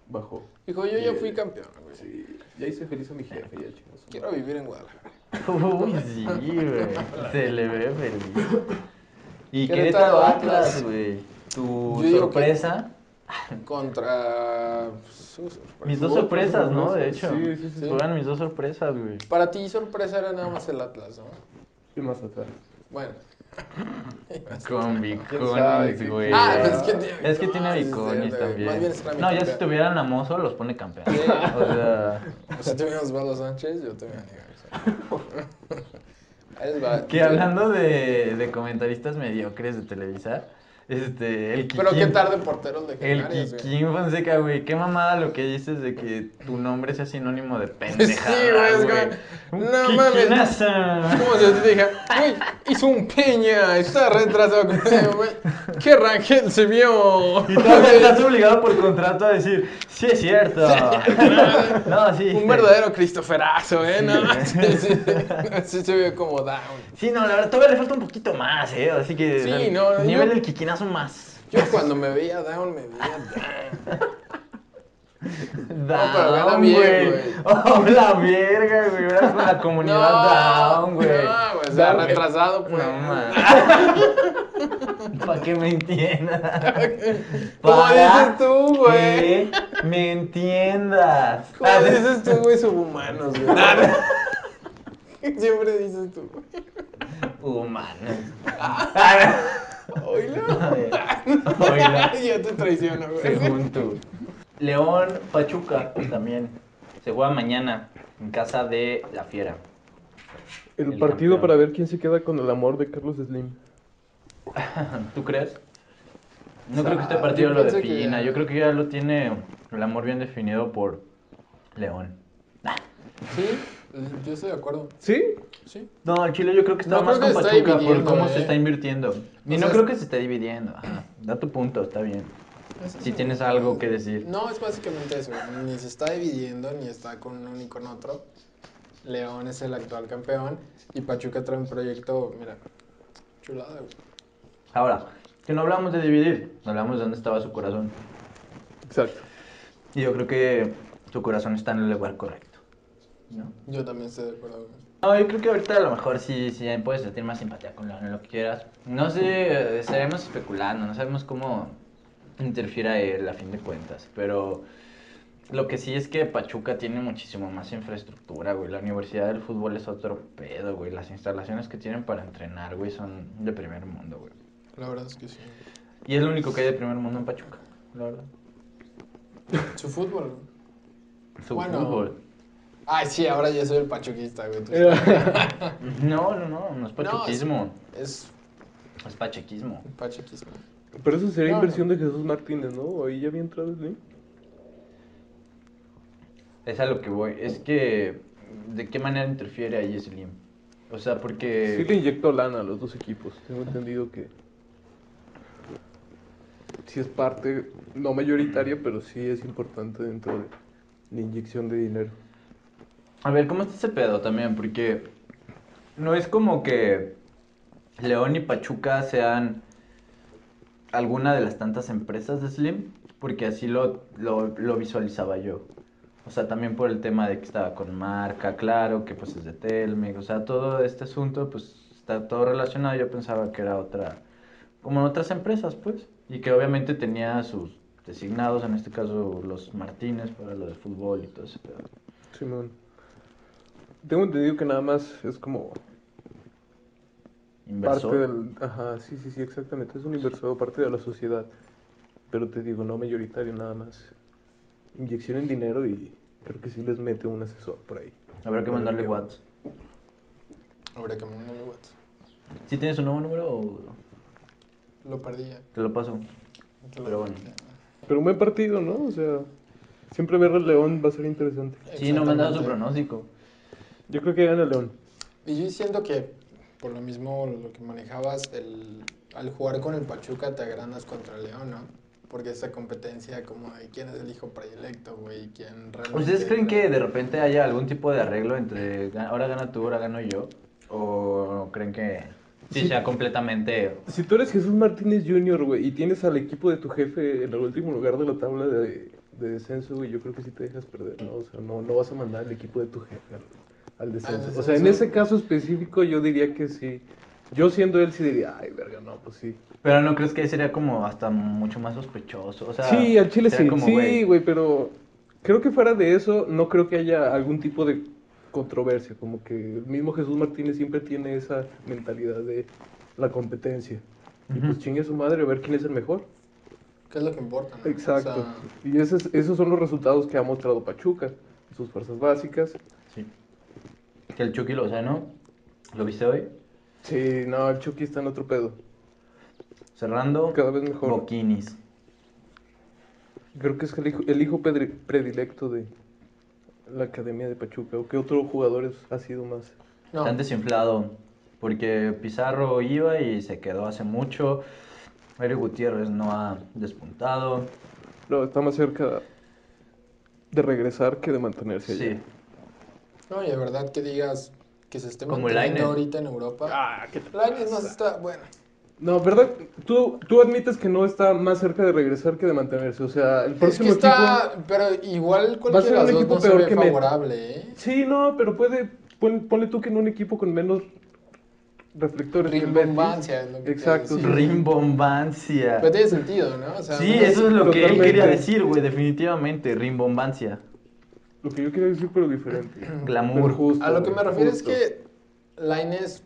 Speaker 2: bajó.
Speaker 1: Dijo, yo ya fui campeón, güey.
Speaker 2: Pues Sí, ya hice feliz a mi jefe, ya chicos.
Speaker 1: Quiero vivir en Guadalajara.
Speaker 3: uy, sí, güey. Se le ve feliz. Y
Speaker 1: Querétaro,
Speaker 3: Querétaro Atlas,
Speaker 1: Atlas.
Speaker 3: güey. Tu
Speaker 1: Yo digo que-
Speaker 3: sorpresa.
Speaker 1: Contra. pues, su sorpresa.
Speaker 3: Mis dos
Speaker 2: Dos
Speaker 3: sorpresas, ¿no? De hecho.
Speaker 2: sorpresas, sí, sí, sí.
Speaker 3: Fueron mis dos sorpresas, güey.
Speaker 1: Para ti, sorpresa era nada más el Atlas, ¿no?
Speaker 2: ¿Qué más atrás?
Speaker 1: Bueno.
Speaker 3: Con
Speaker 2: sabe
Speaker 3: bicones,
Speaker 2: qué-
Speaker 3: güey.
Speaker 1: Ah, pues es que tiene
Speaker 3: Eh, Es que tiene
Speaker 1: bicones,
Speaker 3: bicones
Speaker 1: sí,
Speaker 3: también.
Speaker 1: más bien es la
Speaker 3: no, ya
Speaker 1: bicona.
Speaker 3: si tuvieran a Mozo, los pone campeón.
Speaker 1: Sí.
Speaker 3: O sea,
Speaker 1: O sea, tuvieron Osvaldo Sánchez, yo tuviera Miguel. Ahí les va.
Speaker 3: que hablando de, de comentaristas mediocres de Televisa, este, el Kikín.
Speaker 1: Pero qué tarde porteros
Speaker 3: El
Speaker 1: legendarios, güey.
Speaker 3: Kikín Fonseca, güey. Qué mamada lo que dices de que tu nombre sea sinónimo de
Speaker 1: Sí,
Speaker 3: pendejada,
Speaker 1: güey, es
Speaker 3: güey.
Speaker 1: como.
Speaker 3: Un
Speaker 1: No mames.
Speaker 3: Kikinaza.
Speaker 1: ¿Cómo se te dije? Güey, hizo un peña, está retrasado con ese, güey. ¡Qué Rangel se vio!
Speaker 3: Y todavía estás obligado por contrato a decir, sí es cierto. no, sí.
Speaker 1: Ah, Un verdadero Cristoferazo, ¿eh?
Speaker 3: Sí,
Speaker 1: No,
Speaker 3: güey.
Speaker 1: sí, sí, sí se vio como down.
Speaker 3: Sí, no, la verdad, todavía le falta un poquito más, ¿eh? Así que.
Speaker 1: Sí,
Speaker 3: al
Speaker 1: no,
Speaker 3: Nivel
Speaker 1: yo-
Speaker 3: del quiquinazo más.
Speaker 1: Yo cuando me veía down, me veía down.
Speaker 3: Down,
Speaker 1: gana bien, güey.
Speaker 3: Oh, la verga, güey. Era con la comunidad down, güey.
Speaker 1: No, güey, o sea,
Speaker 2: Down, güey.
Speaker 1: retrasado, pues.
Speaker 3: No mames. Para que me entiendas.
Speaker 1: ¿Cómo
Speaker 3: Para
Speaker 1: dices tú, güey?
Speaker 3: que me entiendas. Ah,
Speaker 1: ¿Cómo Ah, dices tú, güey,
Speaker 2: Ah,
Speaker 1: subhumanos, güey? Siempre dices tú, güey.
Speaker 3: Humano.
Speaker 1: Oíla.
Speaker 3: Oíla.
Speaker 1: Yo te traiciono, güey.
Speaker 3: Según tú. León Pachuca también. Se juega mañana en casa de la fiera.
Speaker 2: El,
Speaker 3: El
Speaker 2: partido
Speaker 3: campeón.
Speaker 2: para ver quién se queda con el amor de Carlos Slim.
Speaker 3: ¿Tú crees? No
Speaker 1: O sea,
Speaker 3: creo que este
Speaker 1: Ah, yo
Speaker 3: partido lo
Speaker 1: pienso que
Speaker 3: defina.
Speaker 1: ya-
Speaker 3: Yo creo que ya lo tiene el amor bien definido por León.
Speaker 1: Sí, yo estoy de acuerdo.
Speaker 2: ¿Sí?
Speaker 1: Sí.
Speaker 3: No, al Chile yo creo que está
Speaker 1: No
Speaker 3: más
Speaker 1: creo
Speaker 3: con
Speaker 1: que se esté
Speaker 3: Pachuca por
Speaker 1: dividiendo,
Speaker 3: cómo
Speaker 1: eh.
Speaker 3: se está invirtiendo. Y
Speaker 1: O
Speaker 3: no
Speaker 1: sea,
Speaker 3: creo que se esté dividiendo. Ajá. Da tu punto, está bien.
Speaker 1: Eso
Speaker 3: Si
Speaker 1: sí.
Speaker 3: tienes algo que decir.
Speaker 1: No, es básicamente eso. Ni se está dividiendo, ni está con uno ni con otro. León es el actual campeón. Y Pachuca trae un proyecto, mira, chulada, güey.
Speaker 3: Ahora, que no hablamos de dividir, hablamos de dónde estaba su corazón.
Speaker 2: Exacto.
Speaker 3: Y yo creo que su corazón está en el lugar correcto. ¿No?
Speaker 1: Yo también estoy de acuerdo, güey.
Speaker 3: No, yo creo que ahorita a lo mejor sí, sí puedes sentir más simpatía con León, lo que quieras. No sé, eh, estaremos especulando, no sabemos cómo interfiera él a fin de cuentas, pero lo que sí es que Pachuca tiene muchísimo más infraestructura, güey. La Universidad del Fútbol es otro pedo, güey. Las instalaciones que tienen para entrenar, güey, son de primer mundo, güey.
Speaker 1: La verdad es que sí.
Speaker 3: Y es lo único que hay de primer mundo en Pachuca, la verdad.
Speaker 1: Su fútbol, güey.
Speaker 3: Su
Speaker 1: Bueno.
Speaker 3: fútbol.
Speaker 1: Ay, sí, ahora ya soy el pachuquista, güey. tú sabes.
Speaker 2: Era-
Speaker 3: No, no, no, no es pachuquismo,
Speaker 1: Es
Speaker 3: es pachequismo.
Speaker 1: pachuquismo.
Speaker 2: Pero eso sería
Speaker 1: No,
Speaker 2: inversión de Jesús Martínez, ¿no? Ahí ya había entrado Slim.
Speaker 3: Es a lo que voy. Es que, ¿de qué manera interfiere ahí Slim? O sea,
Speaker 2: Sí le
Speaker 3: porque...
Speaker 2: inyectó lana a los dos equipos. Tengo entendido que sí es parte, no mayoritaria, pero sí es importante dentro de la inyección de dinero.
Speaker 3: A ver, ¿cómo está ese pedo también? Porque no es como que León y Pachuca sean alguna de las tantas empresas de Slim, porque así lo, lo, lo visualizaba yo. O sea, también por el tema de que estaba con marca, claro, que pues es de Telmex, o sea, todo este asunto pues está todo relacionado. Yo pensaba que era otra, como en otras empresas, pues, y que obviamente tenía sus designados, en este caso los Martínez para lo de fútbol y todo ese pedo.
Speaker 2: Simón. Tengo entendido que nada más es como
Speaker 3: Inversor.
Speaker 2: parte del... Ajá, sí, sí, sí, exactamente. Es un inversor, parte de la sociedad. Pero te digo, no mayoritario, nada más. Inyección en dinero y creo que sí les mete un asesor por ahí.
Speaker 3: Habrá que
Speaker 2: Por el
Speaker 3: mandarle
Speaker 2: que-
Speaker 3: WhatsApp.
Speaker 1: Habría que mandarle WhatsApp.
Speaker 3: ¿Sí tienes su nuevo número o
Speaker 1: Lo perdí ya.
Speaker 3: te lo paso?
Speaker 1: Te lo
Speaker 3: Pero bueno.
Speaker 1: bloqueé.
Speaker 2: Pero un buen partido, ¿no? O sea, siempre ver al León va a ser interesante.
Speaker 3: Sí, no me han dado su
Speaker 1: Exactamente.
Speaker 3: pronóstico.
Speaker 2: Yo creo que gana el León.
Speaker 1: Y yo siento que, por lo mismo lo que manejabas, el, al jugar con el Pachuca te agrandas contra el León, ¿no? Porque esa competencia como de quién es el hijo predilecto, güey, quién realmente...
Speaker 3: Pues, ¿Ustedes creen que de repente haya algún tipo de arreglo entre "Ga- ahora gana tú, ahora gano yo? ¿O creen que sí,
Speaker 2: Sí.
Speaker 3: sea completamente...
Speaker 2: Si tú eres Jesús Martínez Jr., güey, y tienes al equipo de tu jefe en el último lugar de la tabla de, de descenso, güey, yo creo que sí te dejas perder, ¿no? O sea, no, no vas a mandar al equipo de tu jefe al, al descenso. O sea, en
Speaker 1: descenso.
Speaker 2: ese caso específico yo diría que sí. Yo siendo él sí diría, ay, verga, no, pues sí.
Speaker 3: Pero no crees que sería como hasta mucho más sospechoso? O sea,
Speaker 2: Sí, al Chile
Speaker 3: sería
Speaker 2: sí,
Speaker 3: como,
Speaker 2: sí,
Speaker 3: "Güey,
Speaker 2: güey, pero creo que fuera de eso no creo que haya algún tipo de controversia, como que el mismo Jesús Martínez siempre tiene esa mentalidad de la competencia. Y pues
Speaker 3: Ujú.
Speaker 2: chingue a su madre a ver quién es el mejor.
Speaker 1: ¿Qué es lo que importa, no?
Speaker 2: Exacto.
Speaker 1: O sea,
Speaker 2: Y esos, esos son los resultados que ha mostrado Pachuca, sus fuerzas básicas.
Speaker 3: Sí. Que el Chucky Lozano, ¿lo viste hoy?
Speaker 2: Sí, no, el Chucky está en otro pedo.
Speaker 3: Cerrando,
Speaker 2: Cada vez mejor.
Speaker 3: Boquinis.
Speaker 2: Creo que es el hijo, el hijo pedri- predilecto de la academia de Pachuca. ¿O qué otro jugador es- ha sido más?
Speaker 1: no,
Speaker 3: Tan desinflado. Porque Pizarro iba y se quedó hace mucho. Eric Gutiérrez no ha despuntado.
Speaker 2: No, está más cerca de regresar que de mantenerse allá.
Speaker 3: Sí.
Speaker 1: no, y de verdad que digas que se esté
Speaker 3: Como
Speaker 1: manteniendo
Speaker 3: Lainez.
Speaker 1: ahorita en Europa.
Speaker 2: Ah, qué
Speaker 1: Lainez no se está... Bueno,
Speaker 2: No, ¿verdad? Tú, tú admites que no está más cerca de regresar que de mantenerse. O sea,
Speaker 1: Es
Speaker 2: el
Speaker 1: que
Speaker 2: próximo
Speaker 1: está,
Speaker 2: equipo.
Speaker 1: pero igual
Speaker 2: Va a ser
Speaker 1: cualquiera de las
Speaker 2: un
Speaker 1: dos
Speaker 2: equipo
Speaker 1: no se
Speaker 2: peor
Speaker 1: ve
Speaker 2: que me-
Speaker 1: favorable, ¿eh?
Speaker 2: Sí, no, pero puede. pon- ponle tú que en un equipo con menos reflectores. que el Betis.
Speaker 1: Rimbombancia es lo que te
Speaker 2: Exacto,
Speaker 1: decía.
Speaker 2: sí.
Speaker 3: Rimbombancia.
Speaker 1: Pero tiene sentido, ¿no? O sea,
Speaker 3: Sí,
Speaker 1: no-
Speaker 3: eso es lo que él
Speaker 2: Totalmente.
Speaker 3: quería decir, güey, definitivamente. Rimbombancia.
Speaker 2: Lo que yo quería decir, pero diferente. Pero
Speaker 3: Glamour.
Speaker 2: justo,
Speaker 1: A lo que me
Speaker 2: güey,
Speaker 1: refiero es
Speaker 2: justo.
Speaker 1: que Laines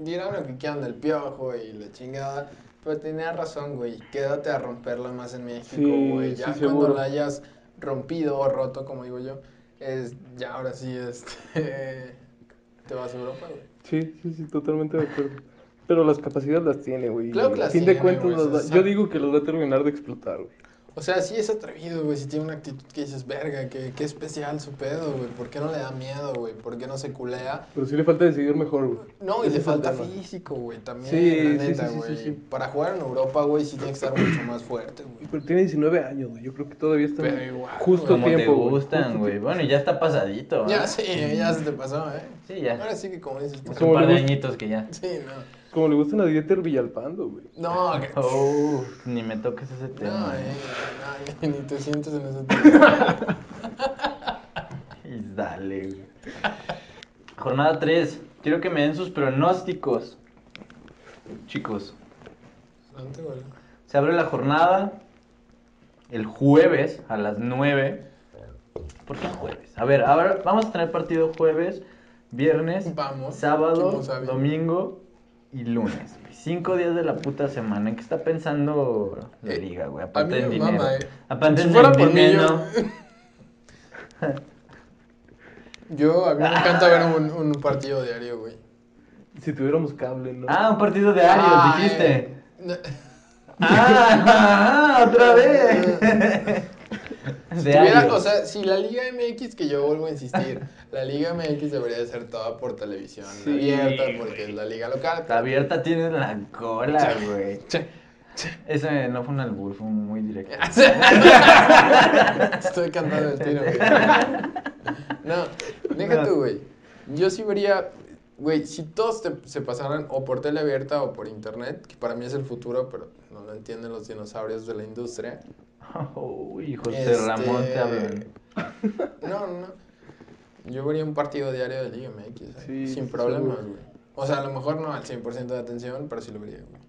Speaker 1: dirán lo que quieran del piojo y la chingada, pero tenía razón, güey. Quédate a romperla más en México,
Speaker 2: Sí,
Speaker 1: güey.
Speaker 2: sí,
Speaker 1: Ya cuando
Speaker 2: seguro.
Speaker 1: la hayas rompido o roto, como digo yo, es ya ahora sí este, te vas a Europa, güey.
Speaker 2: Sí, sí, sí, totalmente de acuerdo. Pero las capacidades las tiene, güey.
Speaker 1: Claro que
Speaker 2: y
Speaker 1: las
Speaker 2: a fin de
Speaker 1: tiene,
Speaker 2: cuentas,
Speaker 1: güey,
Speaker 2: las va-
Speaker 1: sí, sí.
Speaker 2: yo digo que los va a terminar de explotar, güey.
Speaker 1: O sea, sí es atrevido, güey. Si tiene una actitud que dices, verga, qué, qué especial su pedo, güey. ¿Por qué no le da miedo, güey? ¿Por qué no se culea?
Speaker 2: Pero sí le falta decidir mejor, güey.
Speaker 1: No, y le
Speaker 2: Ese es el
Speaker 1: falta
Speaker 2: tema.
Speaker 1: físico, güey, también,
Speaker 2: Sí,
Speaker 1: la
Speaker 2: sí,
Speaker 1: neta,
Speaker 2: sí, sí,
Speaker 1: güey.
Speaker 2: sí, sí.
Speaker 1: Para jugar en Europa, güey, sí tiene que estar mucho más fuerte, güey.
Speaker 2: Pero tiene 19 años, güey. Yo creo que todavía está
Speaker 1: Pero igual,
Speaker 2: justo
Speaker 1: güey.
Speaker 3: Como te
Speaker 2: tiempo. güey.
Speaker 3: gustan,
Speaker 2: Justo
Speaker 3: güey.
Speaker 2: tiempo.
Speaker 3: Bueno, y ya está pasadito. ¿eh?
Speaker 1: Ya, sí, ya se te pasó, ¿eh?
Speaker 3: Sí, ya.
Speaker 1: Ahora sí que como dices tú.
Speaker 3: Es un
Speaker 2: Como
Speaker 3: par
Speaker 2: le
Speaker 3: de
Speaker 2: gusta-
Speaker 3: añitos que ya.
Speaker 1: Sí, no.
Speaker 2: Como le gustan a Dieter Villalpando, güey.
Speaker 1: No, que...
Speaker 3: Oh, ni me toques ese
Speaker 1: No,
Speaker 3: tema.
Speaker 1: eh, no, ni te sientes en ese tema.
Speaker 3: Y dale, güey. Jornada 3. Quiero que me den sus pronósticos. Chicos,
Speaker 1: Adelante, güey.
Speaker 3: se abre la jornada el jueves a las 9. ¿Por qué jueves? A ver, ahora vamos a tener partido jueves, viernes,
Speaker 1: Vamos,
Speaker 3: sábado,
Speaker 1: ¿quién lo sabe?
Speaker 3: domingo y lunes. güey. Cinco días de la puta semana. ¿En qué está pensando la
Speaker 1: Eh,
Speaker 3: liga, güey?
Speaker 1: A mí
Speaker 3: Aparte del
Speaker 1: me
Speaker 3: dinero.
Speaker 1: mama, eh. Si
Speaker 3: Aparte del
Speaker 1: fuera por mí,
Speaker 3: dinero.
Speaker 1: yo... Yo, a mí me encanta ver un, un partido diario, güey.
Speaker 2: Si tuviéramos cable, ¿no?
Speaker 3: Ah, un partido de Arios,
Speaker 1: Ah,
Speaker 3: dijiste.
Speaker 1: eh, no-
Speaker 3: ¡Ah! ¡Otra vez!
Speaker 1: Si tuviera- o sea, si la Liga MX, que yo vuelvo a insistir, la Liga MX debería de ser toda por televisión
Speaker 2: Sí,
Speaker 1: abierta, porque
Speaker 3: güey.
Speaker 1: es la liga local.
Speaker 3: abierta tiene la cola, güey.
Speaker 1: Che,
Speaker 3: Ese no fue un albur, fue muy directo.
Speaker 1: Estoy cantando el tiro, güey. No, deja
Speaker 3: No.
Speaker 1: tú, güey. Yo sí vería, güey, si todos te- se pasaran o por tele abierta o por internet, que para mí es el futuro, pero no lo entienden los dinosaurios de la industria.
Speaker 3: Uy, José
Speaker 1: Este-
Speaker 3: Ramón te hablan.
Speaker 1: No, no, no. Yo vería un partido diario de Liga MX, ahí,
Speaker 2: Sí,
Speaker 1: sin
Speaker 2: sí,
Speaker 1: problemas,
Speaker 2: seguro.
Speaker 1: güey. O sea, a lo mejor no al 100% de atención, pero sí lo vería, güey.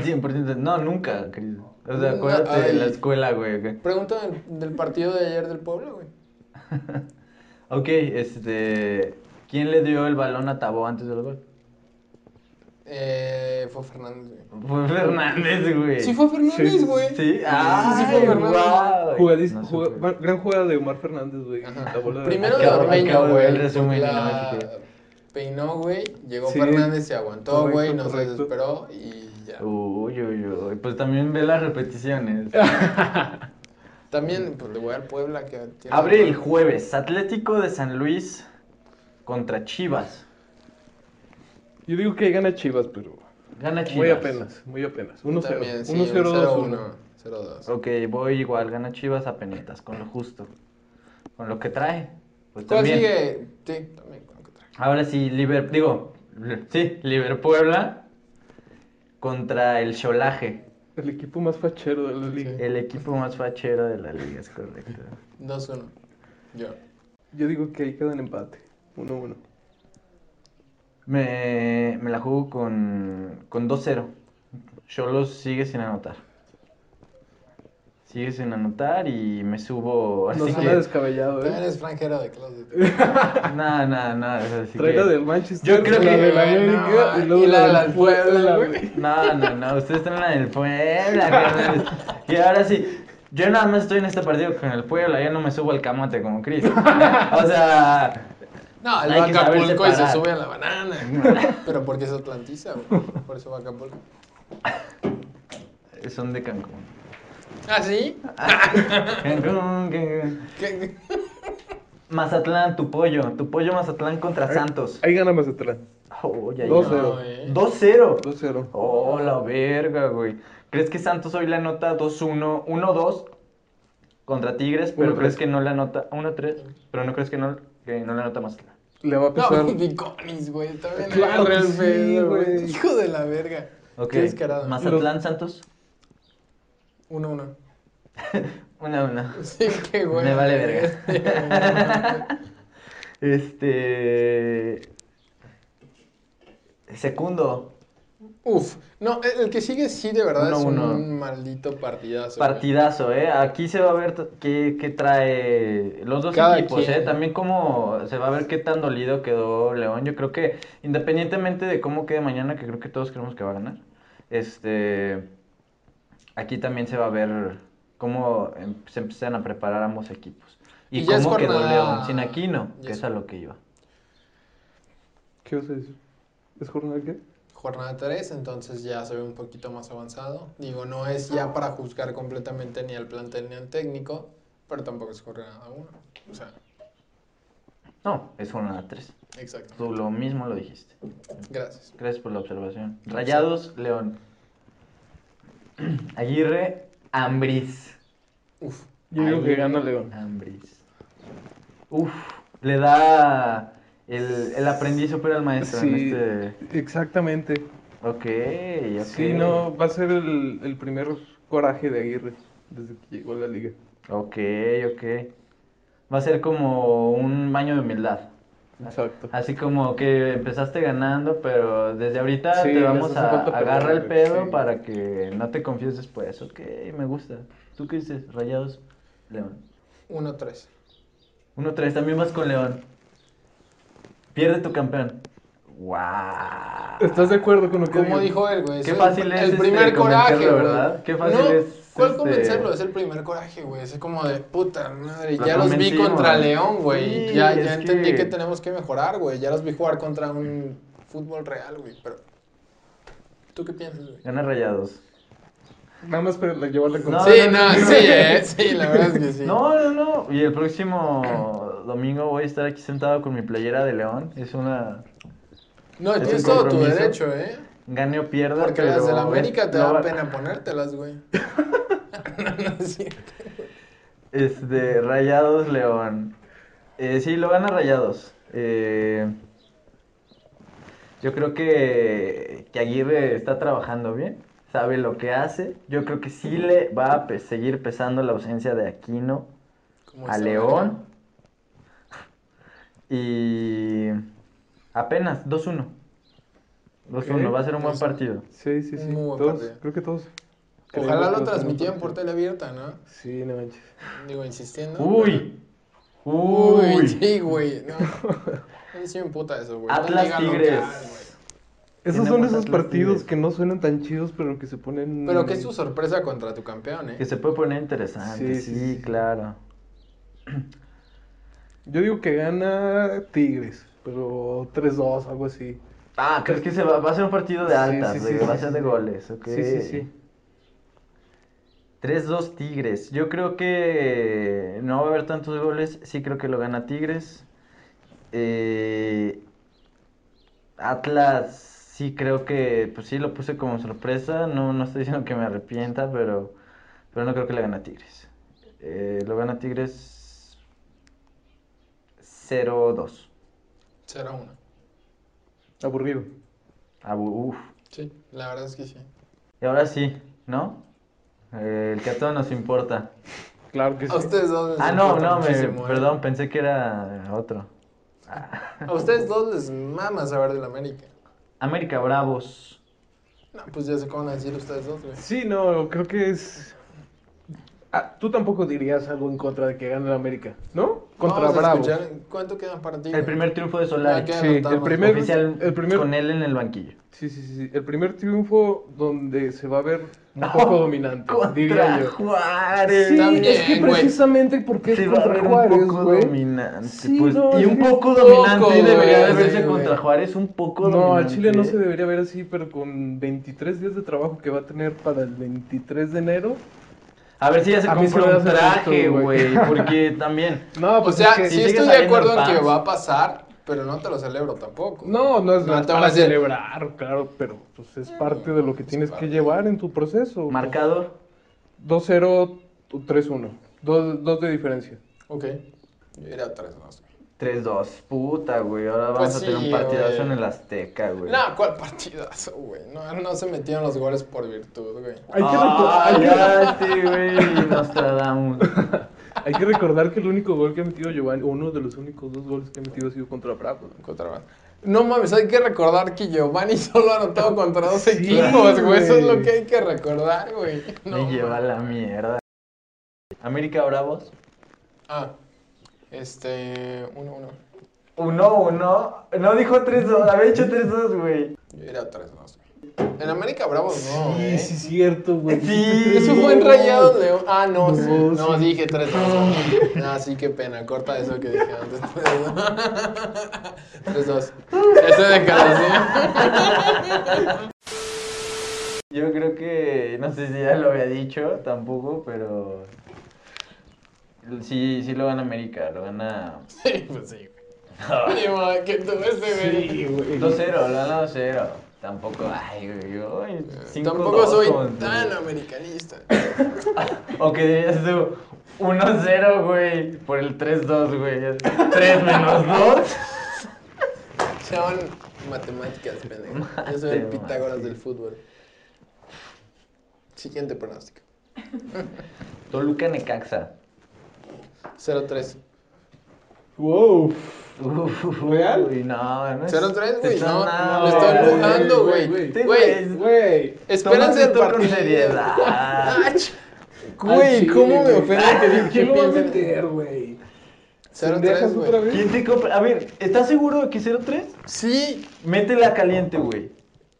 Speaker 3: 100%. No, nunca, Cris. O sea,
Speaker 1: No,
Speaker 3: acuérdate de
Speaker 1: ay.
Speaker 3: la escuela, güey. que-
Speaker 1: Pregunta del, del partido de ayer del pueblo, güey.
Speaker 3: Ok, este. ¿Quién le dio el balón a Tabó antes del gol?
Speaker 1: Eh, fue Fernández, güey.
Speaker 3: Fue Fernández, güey.
Speaker 1: Sí fue
Speaker 2: Sí,
Speaker 1: Fernández,
Speaker 2: sí,
Speaker 1: güey.
Speaker 3: Sí, ah,
Speaker 1: sí fue Fernández.
Speaker 2: Jugadis-
Speaker 3: No sé,
Speaker 2: juga-
Speaker 3: güey.
Speaker 2: va- gran jugada de Omar Fernández, güey. La bola de-
Speaker 1: Primero de
Speaker 3: Acabo- acabo
Speaker 1: Ormeño,
Speaker 3: de
Speaker 1: güey.
Speaker 3: ver el resumen y no
Speaker 1: la-
Speaker 3: me fijé.
Speaker 1: Peinó, güey. Llegó
Speaker 2: Sí.
Speaker 1: Fernández, se aguantó,
Speaker 2: Correcto,
Speaker 1: güey. No se
Speaker 2: correcto.
Speaker 1: desesperó y ya.
Speaker 3: Uy, uy, uy. Pues también ve las repeticiones.
Speaker 1: También, pues le voy al Puebla que tiene.
Speaker 3: Abre el jueves. Atlético de San Luis contra Chivas.
Speaker 2: Yo digo que gana Chivas, pero
Speaker 3: Gana Chivas.
Speaker 2: muy apenas, muy apenas. 1-0.
Speaker 1: También, sí,
Speaker 2: 1-0, 2-1.
Speaker 1: 1-0-1. 0-2.
Speaker 3: Ok, voy igual. Gana Chivas a penitas, con lo justo. Con lo que trae. Pues
Speaker 1: ¿Cuál
Speaker 3: también.
Speaker 1: sigue? Sí, también con lo que traje.
Speaker 3: Ahora sí, Liber... Digo, sí, Liber Puebla contra el Cholaje.
Speaker 2: El equipo más fachero de la liga.
Speaker 3: El equipo más fachero de la liga, es correcto.
Speaker 1: 2-1. Yo.
Speaker 2: Yo digo que ahí queda en empate. 1-1.
Speaker 3: Me, me la juego con, con 2-0. Cholos sigue sin anotar. Sigue sin anotar y me subo.
Speaker 1: Pues
Speaker 2: No
Speaker 3: Así
Speaker 2: suena
Speaker 3: que.
Speaker 2: descabellado,
Speaker 1: También
Speaker 2: ¿eh?
Speaker 1: eres franjero de closet.
Speaker 3: Nada, nada, nada. o sea, así
Speaker 2: Trae la
Speaker 3: que-
Speaker 2: del Manchester,
Speaker 3: Yo
Speaker 2: la
Speaker 3: creo que-
Speaker 2: de la
Speaker 1: bueno,
Speaker 2: América y luego
Speaker 1: y la del Puebla,
Speaker 2: Puebla,
Speaker 1: güey.
Speaker 2: güey.
Speaker 3: No, no, no. Ustedes están en la del Puebla. carnales. Y ahora sí. Yo nada más estoy en este partido con el Puebla. Yo no me subo al camote como Chris. ¿eh? O sea.
Speaker 1: No, él
Speaker 3: Hay
Speaker 1: va a
Speaker 3: que saber
Speaker 1: Acapulco y se
Speaker 3: separar.
Speaker 1: sube a la banana. Pero porque es atlantiza, güey. Por eso va a Acapulco.
Speaker 3: Son de Cancún.
Speaker 1: ¿Ah, sí?
Speaker 3: Cancún, Cancún.
Speaker 1: ¿Qué- qué?
Speaker 3: Mazatlán, tu pollo. Tu pollo Mazatlán contra Santos.
Speaker 2: Ahí gana Mazatlán.
Speaker 3: Oh, ya, ya.
Speaker 2: 2-0.
Speaker 1: No, eh.
Speaker 3: 2-0.
Speaker 2: 2-0.
Speaker 3: Oh, la verga, güey. ¿Crees que Santos hoy le anota 2-1, 1-2 contra Tigres, pero
Speaker 2: 1-3.
Speaker 3: crees que no le anota 1-3, pero no crees que no, que no le anota Mazatlán?
Speaker 2: Le va a
Speaker 1: No,
Speaker 2: pesar.
Speaker 1: Viconis, güey. También
Speaker 2: Claro
Speaker 1: era
Speaker 2: que
Speaker 1: real
Speaker 2: sí,
Speaker 1: pedo,
Speaker 2: güey.
Speaker 1: güey. Hijo de la verga.
Speaker 3: Ok.
Speaker 1: Qué descarado.
Speaker 3: Mazatlán Santos.
Speaker 1: 1-1.
Speaker 3: Una, una.
Speaker 1: Sí, qué güey.
Speaker 3: Me vale verga. este. Segundo.
Speaker 1: Uf. No, el el que sigue sí, de verdad, es
Speaker 3: Uno, uno.
Speaker 1: un maldito partidazo. güey.
Speaker 3: Partidazo, ¿eh? Aquí se va a ver t- qué, qué trae los dos
Speaker 1: Cada
Speaker 3: equipos,
Speaker 1: quien.
Speaker 3: ¿eh? También cómo se va a ver qué tan dolido quedó León. Yo creo que, independientemente de cómo quede mañana, que creo que todos creemos que va a ganar, este, aquí también se va a ver cómo em- se empiezan a preparar ambos equipos. Y,
Speaker 1: Y ya es
Speaker 3: cómo quedó
Speaker 1: jornada-
Speaker 3: León, sin Aquino,
Speaker 1: ya
Speaker 3: que
Speaker 1: es-
Speaker 3: es a lo que iba.
Speaker 2: ¿Qué vas a decir? ¿Es jornada qué?
Speaker 1: Jornada 3, entonces ya se ve un poquito más avanzado. Digo, no es ya para juzgar completamente ni al plantel ni al técnico, pero tampoco es jornada 1. O sea,
Speaker 3: No, es jornada 3.
Speaker 1: exacto.
Speaker 3: Tú lo mismo lo dijiste.
Speaker 1: Gracias.
Speaker 3: Gracias por la observación. Rayados, León. Aguirre, Ambriz.
Speaker 1: Uf.
Speaker 2: Yo digo que
Speaker 3: Aguirre,
Speaker 2: gana León.
Speaker 3: Ambriz. Uf, le da el, el aprendiz supera al maestro en
Speaker 2: Sí,
Speaker 3: este.
Speaker 2: exactamente.
Speaker 3: Ok, ok.
Speaker 2: Sí, no, va a ser el, el primer coraje de Aguirre desde que llegó a la liga.
Speaker 3: Ok, ok. Va a ser como un baño de humildad.
Speaker 2: Exacto.
Speaker 3: Así como que empezaste ganando, pero desde ahorita
Speaker 2: Sí,
Speaker 3: te
Speaker 2: les
Speaker 3: vamos
Speaker 2: hace
Speaker 3: a
Speaker 2: falta
Speaker 3: agarrar el
Speaker 2: perder,
Speaker 3: pedo
Speaker 2: sí.
Speaker 3: para que no te confíes después. Ok, me gusta. ¿Tú qué dices? Rayados, León.
Speaker 1: 1-3.
Speaker 3: 1-3, también vas con León. Pierde tu campeón. ¡Wow!
Speaker 2: ¿Estás de acuerdo con lo que
Speaker 1: Como
Speaker 2: digo?
Speaker 1: dijo él, güey.
Speaker 3: Qué
Speaker 1: es
Speaker 3: fácil
Speaker 1: el,
Speaker 3: es,
Speaker 1: El
Speaker 3: este,
Speaker 1: primer coraje,
Speaker 3: convencerlo,
Speaker 1: güey.
Speaker 3: ¿verdad? Qué fácil
Speaker 1: no,
Speaker 3: es,
Speaker 1: ¿Cuál
Speaker 3: este,
Speaker 1: convencerlo? Es el primer coraje, güey. Es como de puta madre.
Speaker 3: Lo
Speaker 1: ya los vi
Speaker 3: convencimos.
Speaker 1: contra León, güey.
Speaker 3: Sí,
Speaker 1: ya ya
Speaker 3: es
Speaker 1: entendí que...
Speaker 3: que
Speaker 1: tenemos que mejorar, güey. Ya los vi jugar contra un fútbol real, güey. Pero. ¿Tú qué piensas, güey?
Speaker 3: Gana Rayados.
Speaker 2: Nada más para la- llevarla con...
Speaker 3: No,
Speaker 1: sí, no, sí, eh. Sí, la verdad es que sí.
Speaker 3: No, no, no. Y el próximo domingo voy a estar aquí sentado con mi playera de León. Es una.
Speaker 1: No,
Speaker 3: Es
Speaker 1: tienes
Speaker 3: un
Speaker 1: todo tu
Speaker 3: compromiso.
Speaker 1: derecho, eh.
Speaker 3: Gane o pierda.
Speaker 1: Porque las de la
Speaker 3: pero
Speaker 1: América
Speaker 3: es-
Speaker 1: te
Speaker 3: no
Speaker 1: da
Speaker 3: va-
Speaker 1: pena ponértelas, güey. no, no es cierto.
Speaker 3: Este, Rayados León. Eh, sí, lo gana Rayados. Eh, yo creo que, que Aguirre está trabajando bien, sabe lo que hace. Yo creo que sí le va a pe- seguir pesando la ausencia de Aquino
Speaker 1: Como
Speaker 3: a
Speaker 1: esta
Speaker 3: León. Y apenas 2-1. 2-1,
Speaker 2: Ok,
Speaker 3: va a ser un buen
Speaker 1: 2-1.
Speaker 3: partido.
Speaker 2: Sí, sí, sí.
Speaker 1: Muy buen
Speaker 2: Todos,
Speaker 1: partido.
Speaker 2: creo que todos.
Speaker 1: verga. Ojalá lo transmitieran por tele abierta, ¿no?
Speaker 2: Sí, no manches.
Speaker 1: Digo, insistiendo.
Speaker 3: Uy.
Speaker 1: Uy,
Speaker 3: Uy.
Speaker 1: sí, güey. No. A mí sí me emputa eso, güey.
Speaker 3: Atlas
Speaker 1: Liga
Speaker 3: Tigres.
Speaker 1: güey.
Speaker 2: Esos son
Speaker 3: Tenemos
Speaker 2: esos
Speaker 3: Atlas
Speaker 2: partidos
Speaker 3: Tigres.
Speaker 2: que no suenan tan chidos, pero que se ponen...
Speaker 1: Pero que es tu sorpresa contra tu campeón,
Speaker 3: Mm. Que
Speaker 1: ¿eh?
Speaker 3: se puede poner interesante,
Speaker 2: Sí, sí,
Speaker 3: sí,
Speaker 2: sí.
Speaker 3: claro.
Speaker 2: Yo digo que gana Tigres, pero 3-2, algo así.
Speaker 3: Ah, ¿crees que se va, va a ser un partido de
Speaker 2: Sí,
Speaker 3: altas?
Speaker 2: sí,
Speaker 3: de-
Speaker 2: sí,
Speaker 3: va a
Speaker 2: sí,
Speaker 3: ser de
Speaker 2: sí.
Speaker 3: goles, ok.
Speaker 2: Sí, sí, sí.
Speaker 3: 3-2 Tigres. Yo creo que no va a haber tantos goles. Sí creo que lo gana Tigres. Eh, Atlas, sí creo que, pues sí, lo puse como sorpresa. No, no estoy diciendo que me arrepienta, pero, pero no creo que le gana Tigres. Eh, lo gana Tigres 0-2.
Speaker 1: 0-1.
Speaker 2: Aburrido.
Speaker 3: Abu- Ah, Uf.
Speaker 1: Sí, la verdad es que sí.
Speaker 3: Y ahora sí, ¿no? Eh, el que a todos nos importa.
Speaker 2: Claro que sí.
Speaker 1: A ustedes dos les
Speaker 3: Ah, no,
Speaker 1: importa
Speaker 3: no, me,
Speaker 1: muchísimo, ¿eh?
Speaker 3: perdón, pensé que era otro.
Speaker 1: A ustedes dos les mama saber del América.
Speaker 3: América Bravos.
Speaker 1: No, pues ya sé cómo van a decir ustedes dos, güey.
Speaker 2: Sí, no, creo que es... Ah, tú tampoco dirías algo en contra de que gane el América, ¿no? Contra
Speaker 1: Vamos a
Speaker 2: Bravo.
Speaker 1: escuchar ¿Cuánto quedan para ti?
Speaker 3: El
Speaker 1: güey?
Speaker 3: primer triunfo de Solari.
Speaker 1: Ya
Speaker 2: Sí, el
Speaker 1: anotamos.
Speaker 2: primer,
Speaker 3: Oficial
Speaker 2: el primer
Speaker 3: con él en el banquillo.
Speaker 2: Sí, sí, sí, sí. El primer triunfo donde se va a ver un poco dominante, diría yo.
Speaker 3: Juárez.
Speaker 2: Sí,
Speaker 1: También,
Speaker 2: es que
Speaker 1: güey.
Speaker 2: precisamente porque es
Speaker 3: Se va a
Speaker 2: contra
Speaker 3: ver
Speaker 2: Juárez,
Speaker 3: un poco
Speaker 2: güey.
Speaker 3: dominante.
Speaker 2: Sí,
Speaker 3: pues,
Speaker 2: no,
Speaker 3: y
Speaker 2: es
Speaker 3: un
Speaker 2: que-
Speaker 3: poco
Speaker 1: Poco,
Speaker 3: dominante debería de
Speaker 1: güey,
Speaker 3: verse
Speaker 1: sí,
Speaker 3: contra
Speaker 1: güey.
Speaker 3: Juárez. Un poco
Speaker 2: No,
Speaker 3: dominante.
Speaker 2: al Chile no se debería ver así, pero con 23 días de trabajo que va a tener para el 23 de enero.
Speaker 3: A ver si ya se
Speaker 2: A mí se
Speaker 3: compró
Speaker 2: me
Speaker 3: un
Speaker 2: hace
Speaker 3: traje,
Speaker 2: justo, güey.
Speaker 3: güey. Porque también.
Speaker 2: No,
Speaker 1: O
Speaker 2: pues
Speaker 1: sea,
Speaker 2: es que-
Speaker 1: sí
Speaker 3: si sigue
Speaker 1: estoy de
Speaker 3: saliendo
Speaker 1: acuerdo en
Speaker 3: paz.
Speaker 1: que va a pasar, pero no te lo celebro tampoco.
Speaker 2: No, no es
Speaker 1: No
Speaker 2: nada
Speaker 1: te van a
Speaker 2: para
Speaker 1: decir-
Speaker 2: celebrar, claro, pero pues es parte de lo que
Speaker 1: Es
Speaker 2: tienes que
Speaker 1: parte.
Speaker 2: llevar en tu proceso.
Speaker 3: Marcador.
Speaker 2: 2-0, 3-1. Dos, dos de diferencia.
Speaker 1: Ok. Yo iré a 3-2, güey.
Speaker 3: 3-2. Puta, güey. Ahora
Speaker 1: Pues
Speaker 3: vamos a tener
Speaker 1: sí,
Speaker 3: un partidazo
Speaker 1: güey.
Speaker 3: en el Azteca, güey.
Speaker 1: No, ¿cuál partidazo, güey? No, no se metieron los goles por virtud, güey.
Speaker 2: Hay que, recordar,
Speaker 3: Ah,
Speaker 2: hay, que,
Speaker 3: ya, sí, güey. Nostradamus.
Speaker 2: hay que recordar que el único gol que ha metido Giovanni, o uno de los únicos dos goles que ha metido ha sido contra Bravo.
Speaker 1: Contra Bra- No mames, hay que recordar que Giovanni solo ha anotado contra dos equipos, güey.
Speaker 2: güey.
Speaker 1: Eso es lo que hay que recordar, güey. No
Speaker 3: Me lleva a
Speaker 1: mames.
Speaker 3: la mierda. América Bravos.
Speaker 1: Ah, este. 1-1.
Speaker 3: Uno, uno. No dijo 3-2. Había hecho 3-2, güey.
Speaker 1: Yo diría 3-2. güey. En América Bravos no,
Speaker 2: Sí,
Speaker 1: ¿eh?
Speaker 2: sí, cierto, güey.
Speaker 3: Sí,
Speaker 2: Dijiste
Speaker 1: Eso
Speaker 2: tres
Speaker 1: fue en
Speaker 2: goles.
Speaker 1: Rayados León. Ah, no, sí.
Speaker 2: No,
Speaker 1: No,
Speaker 2: sí.
Speaker 1: dije 3-2. Ah, sí, qué pena. Corta eso que dije antes. 3-2. Eso de cada
Speaker 3: Yo creo que. No sé si ya lo había dicho tampoco, pero. Sí, sí lo gana América. Lo gana.
Speaker 1: Sí, pues sí, güey. Ni modo Que tú ese, güey.
Speaker 2: Sí, güey.
Speaker 3: 2-0. Lo gana 2-0. Tampoco. Ay, güey. yo, ay, 5-2
Speaker 1: Tampoco soy
Speaker 3: con-
Speaker 1: tan americanista.
Speaker 3: O que dirías tú. 1-0, güey. Por el 3-2, güey. 3 menos 2.
Speaker 1: Son matemáticas, pendejo. Yo soy el
Speaker 3: Matemáticas.
Speaker 1: Pitágoras del fútbol. Siguiente pronóstico.
Speaker 3: Toluca Necaxa.
Speaker 1: 0-3.
Speaker 2: Wow.
Speaker 3: Uf,
Speaker 2: ¿Real?
Speaker 3: Uy, no, no es...
Speaker 1: 0-3,
Speaker 3: Pues, te
Speaker 1: güey.
Speaker 3: están
Speaker 1: No,
Speaker 3: dando,
Speaker 1: le estoy
Speaker 3: güey.
Speaker 1: empujando, güey.
Speaker 3: Te-
Speaker 1: Güey,
Speaker 2: Güey.
Speaker 1: espérense el
Speaker 3: Tómate tú con
Speaker 1: partido.
Speaker 3: seriedad.
Speaker 1: Ah, ch- Güey,
Speaker 2: Al
Speaker 1: ¿cómo me
Speaker 2: chile,
Speaker 1: ofende que dije
Speaker 2: ¿Quién lo va a
Speaker 1: piensen-
Speaker 2: meter, güey?
Speaker 1: 0-3,
Speaker 2: ¿Dejas otra
Speaker 1: güey.
Speaker 2: vez?
Speaker 3: ¿Quién te compra? A ver, ¿estás seguro de que 0-3?
Speaker 1: Sí.
Speaker 3: Métela caliente, güey.